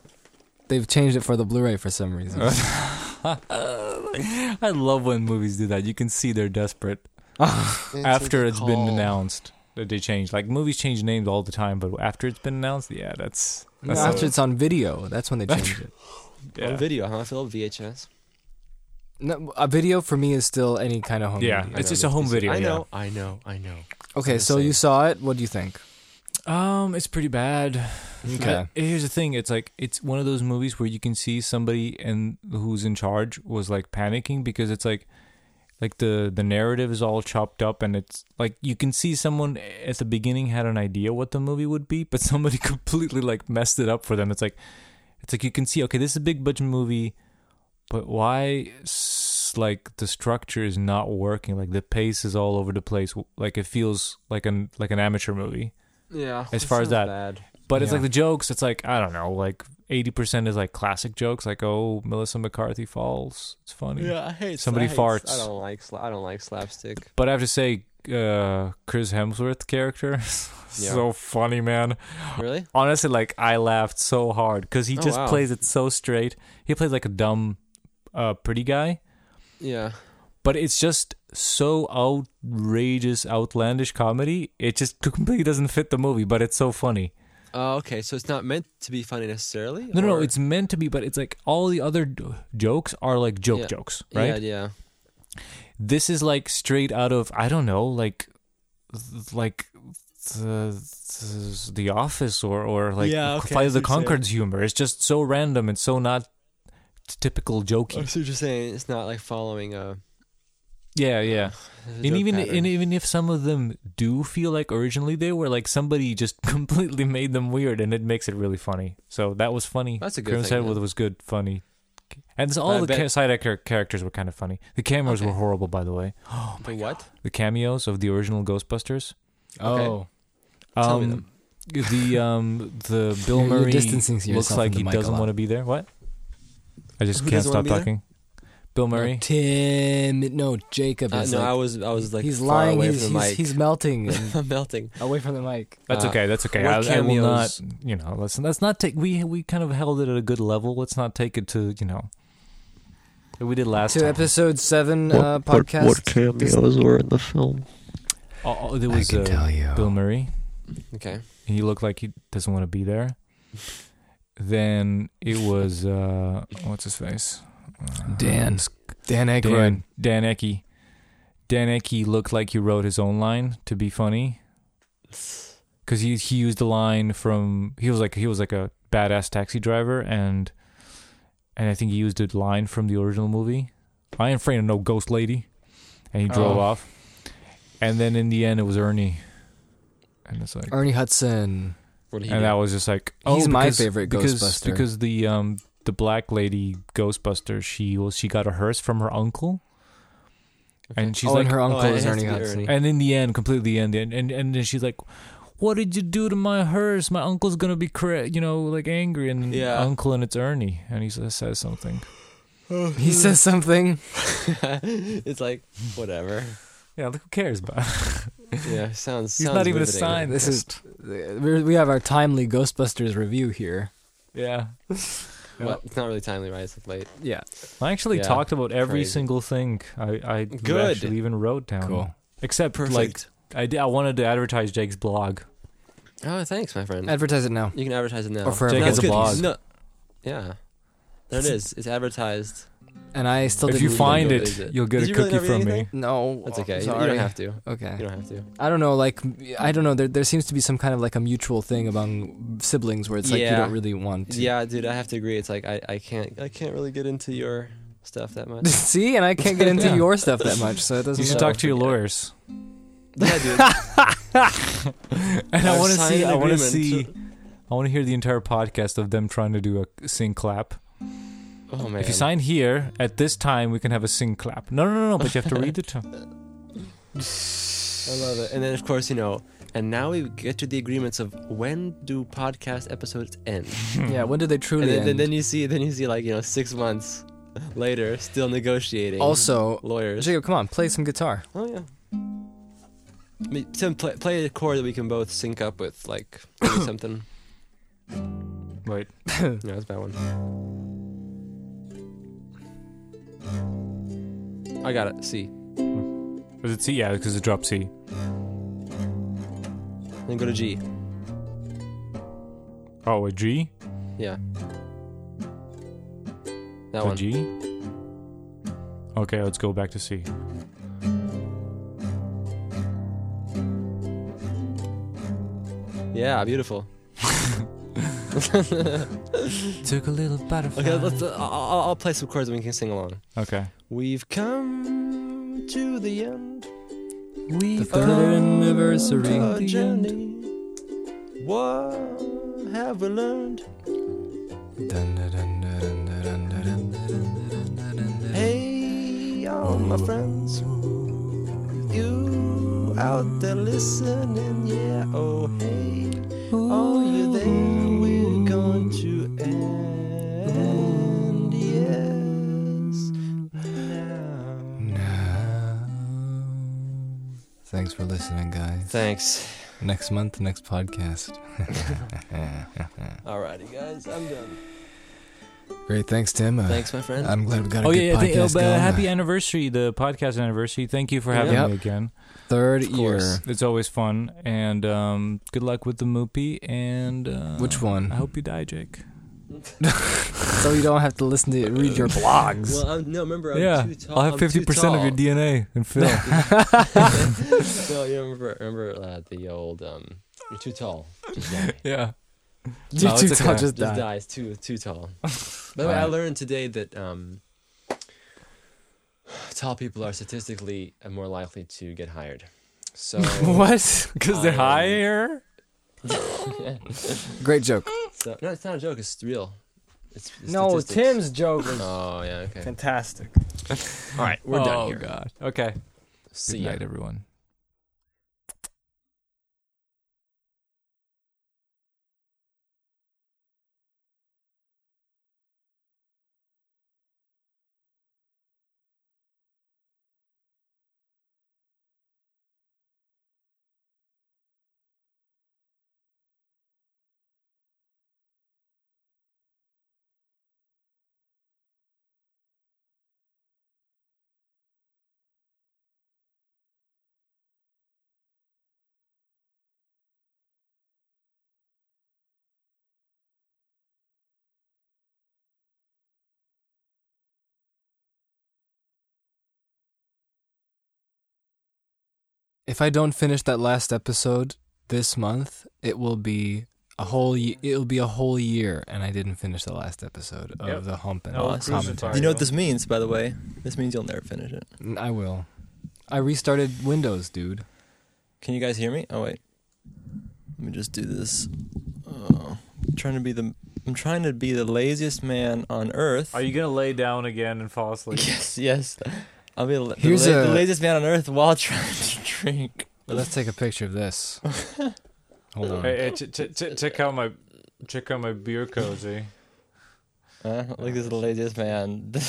They've changed it for the Blu-ray for some reason. Uh, I love when movies do that. You can see they're desperate after it's been announced that they change. Like movies change names all the time, but after it's been announced, yeah, that's No, that's after it's on video, that's when they change it. yeah. On video, huh? Philip VHS. No, a video for me is still any kind of home. Yeah, video. it's just a home video. I yeah. know, I know, I know. Okay, so you saw it. What do you think? Um, it's pretty bad. Okay. But here's the thing: it's like it's one of those movies where you can see somebody and who's in charge was like panicking because it's like, like the the narrative is all chopped up and it's like you can see someone at the beginning had an idea what the movie would be, but somebody completely like messed it up for them. It's like, it's like you can see okay, this is a big budget movie, but why s- like the structure is not working? Like the pace is all over the place. Like it feels like an like an amateur movie. Yeah. As far as not that. bad. But it's Yeah. like the jokes. It's like I don't know. Like eighty percent is like classic jokes. Like oh, Melissa McCarthy falls. It's funny. Yeah, I hate. Somebody I hate- farts. I don't like. Sla- I don't like slapstick. But I have to say, uh, Chris Hemsworth character, so funny, man. Really? Honestly, like I laughed so hard because he Oh, just wow. plays it so straight. He plays like a dumb, uh, pretty guy. Yeah. But it's just so outrageous, outlandish comedy. It just completely doesn't fit the movie, but it's so funny. Oh, okay. So it's not meant to be funny necessarily. No, no, or- it's meant to be, but it's like all the other d- jokes are like joke Yeah. jokes, right? Yeah, yeah. this is like straight out of I don't know, like th- like the the office or or like Yeah, okay, I Flight of see the what you're saying. Concords humor. It's just so random and so not t- typical I jokey. see what Oh, you're saying. It's not like following a. Yeah, yeah. a and joke even pattern. and even if some of them do feel like originally they were like somebody just completely made them weird and it makes it really funny. So that was funny. That's a good Crimson thing, Tide yeah. was good funny. And all I the bet- ca- side actor characters were kind of funny. The cameras Okay. were horrible, by the way. the what? The cameos of the original Ghostbusters. Okay. Oh, Tell me Um, The um the Bill You're- you're Murray distancing looks yourself like from he the mic a doesn't lot. want to be there. What? I just Who can't doesn't wanna stop be there? talking. Bill Murray. Tim. No, Jacob. Uh, Is no, like, I was, I was like he's far lying. away He's, from the he's, mic. he's melting I'm melting. away from the mic. That's Uh, okay. That's okay. what I, I will cameos? not. You know, let's let's not take. We we kind of held it at a good level. Let's not take it to you know. that We did last To time. episode seven uh, podcast. were in the film? Oh, oh, there was can uh, tell you. Bill Murray. Okay. He looked like he doesn't want to be there. Then it was uh, what's his face? Uh, Dan. Dan Aykroyd. Dan, Dan Ecke. Dan Ecke looked like he wrote his own line to be funny, because he he used the line from he was like he was like a badass taxi driver, and and I think he used a line from the original movie. I ain't afraid of no ghost lady, and he drove Oh. off. And then in the end, it was Ernie, and it's like, Ernie Hudson. What did he and that do? was just like, oh, He's my because- favorite because, Ghostbuster. because the um the black lady Ghostbuster, she was she got a hearse from her uncle. And she's oh, like, and her uncle it is has Ernie to be Hudson. Ernie. and in the end, completely the end, and and and then she's like, "What did you do to my hearse? My uncle's gonna be, cra- you know, like angry." And Yeah. uncle, and it's Ernie, and he says, says something. He says something. it's like whatever. Yeah, like who cares? But Yeah, sounds. sounds he's not even a riveting. sign. This is we're- we have our timely Ghostbusters review here. yeah. Well, it's not really timely, right? It's like late. Yeah, I actually Yeah, talked about every crazy. single thing I I Good. actually even wrote down. Cool. Except like I did, I wanted to advertise Jake's blog. Oh, thanks, my friend. advertise it now. you can advertise it now. Or forever. Jake no, has a it's good. blog. No. Yeah. There it is. It's advertised. And I still If didn't you read find go it, visit. you'll get Did a you really cookie not read from me. anything? No, That's okay. I'm You- Sorry. You don't have to. You Okay. don't have to. I don't know. Like I don't know. There there seems to be some kind of like a mutual thing among siblings where it's like you Yeah. don't really want. To. Yeah, dude, I have to agree. It's like I, I can't I can't really get into your stuff that much. See, and I can't get into Yeah. your stuff that much, so it doesn't. You should matter. talk to your lawyers. yeah, dude. And I I've want to signed see. an I want to agreement. see. I want to hear the entire podcast of them trying to do a sing clap. Oh man. If you sign here at this time, we can have a sing clap. No, no, no, no. But you have to read the term. I love it. And then of course, you know, and now we get to the agreements of when do podcast episodes end. Yeah. When did they truly And then, end? then, then you see then you see like, you know, six months. later, still negotiating. Also, lawyers. Jacob, come on, play some guitar. Oh yeah. I mean, Tim, play, play a chord that we can both sync up with, like maybe something. Wait. No, that's a bad one. I got it. C. Was it C? Yeah, because it dropped C. Then go to G. Oh, a G? Yeah. A That one. G? Okay, let's go back to C. Yeah, beautiful. Took a little butterfly. Okay, let's, uh, I'll, I'll play some chords and we can sing along. Okay. We've come to the end. The third of the anniversary. journey. What have we learned? Dun, dun, dun, dun, dun, dun, dun, dun, dun, dun, dun. Hey, all my friends. You out there listening, yeah, oh hey. Are you there? We're going to end, yes. Now. Thanks for listening, guys. Thanks. Next month, next podcast. Alrighty, guys, I'm done. Great, thanks, Tim. Uh, Thanks, my friend. I'm glad we got a Oh good yeah, yeah, podcast th- oh, but going. happy anniversary, the podcast anniversary. Thank you for having Yep. me Uh, again. third Of year. course. It's always fun, and um, good luck with the Moopy. And uh, Which one? I hope you die, Jake. so you don't have to listen to read your blogs. Well, I'm, no, remember, I'm yeah, too tall. I'll have I'm too fifty percent of your tall. DNA in Phil. no, you remember, remember uh, the old, um, you're too tall. Just die. yeah. you No, two it's tall, okay. just Just die. die. It's too, too tall. By the way, I Alright. learned today that um, tall people are statistically uh, more likely to get hired. So, What? Because they're Um, higher. Great joke. so, no, it's not a joke. It's real. It's, it's statistics. Tim's joke was Oh, yeah, okay. fantastic. All right, We're done here. Oh, god. Okay. See good ya. night, everyone. If I don't finish that last episode this month, it will be a whole. Ye- it'll be a whole year, and I didn't finish the last episode of Yep. the hump and No, Hawk crucified. commentary. You know what this means, by the way? This means you'll never finish it. I will. I restarted Windows, dude. Can you guys hear me? Oh wait. Let me just do this. Oh, I'm trying to be the I'm trying to be the laziest man on earth. Are you gonna lay down again and fall asleep? Yes, yes. I'll be the, la- Here's the la- a- the laziest man on earth while trying to drink. But let's take a picture of this. Hold on. Hey, hey, ch- ch- ch- check out my check out my beer cozy. Huh? Look, Uh, this is the laziest man. the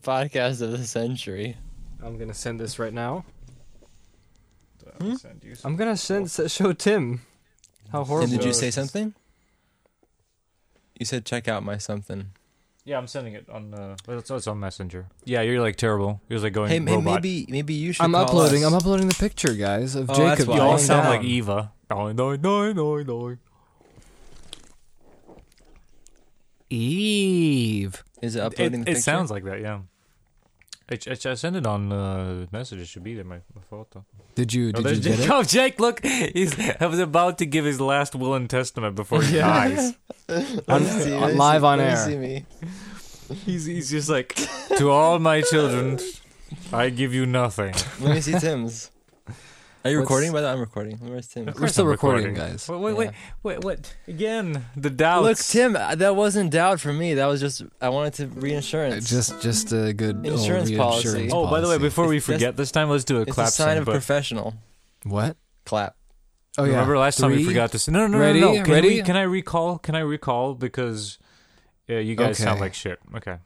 podcast of the century. I'm gonna send this right now. I'll send you some- I'm gonna send show Tim. How horrible! And did you say something? You said check out my something. Yeah, I'm sending it on. Uh, well, it's, it's on Messenger. Yeah, you're like terrible. You're like going Hey, hey, robot. maybe maybe you should. I'm call uploading. us. I'm uploading the picture, guys, of Oh, that's Jacob. why. you all lying sound down. like Eva. No, no, no, no, no. Eve. Is it It, uploading? the it picture? sounds like that. Yeah. I, I, I sent it on uh, message. It should be there. My, my photo. Did you? Oh, Did there's you get Jake. it? Oh, Jake, look, he's I was about to give his last will and testament before he dies. On- Let me see, on- let me live see, let on me air. see me. He's he's just like to all my children, I give you nothing. Let me see Tim's. Are you What's- recording? By the way, I'm recording. Where's Tim? We're still recording, guys. Wait, wait, wait, wait, what? Again, the doubts. Look, Tim, uh, that wasn't doubt from me. That was just I wanted to reinsurance. Just, just a good old Insurance policy. reinsurance Oh, by the way, policy. before we It's- that's- forget this time, let's do a it's clap a sign sound, of but professional. what? Clap. Oh yeah. Remember last time we Three? forgot to say no, no, no, Ready? no. no. Can Ready? we- can I recall? Can I recall? Because Yeah, you guys sound Okay. like shit. Okay.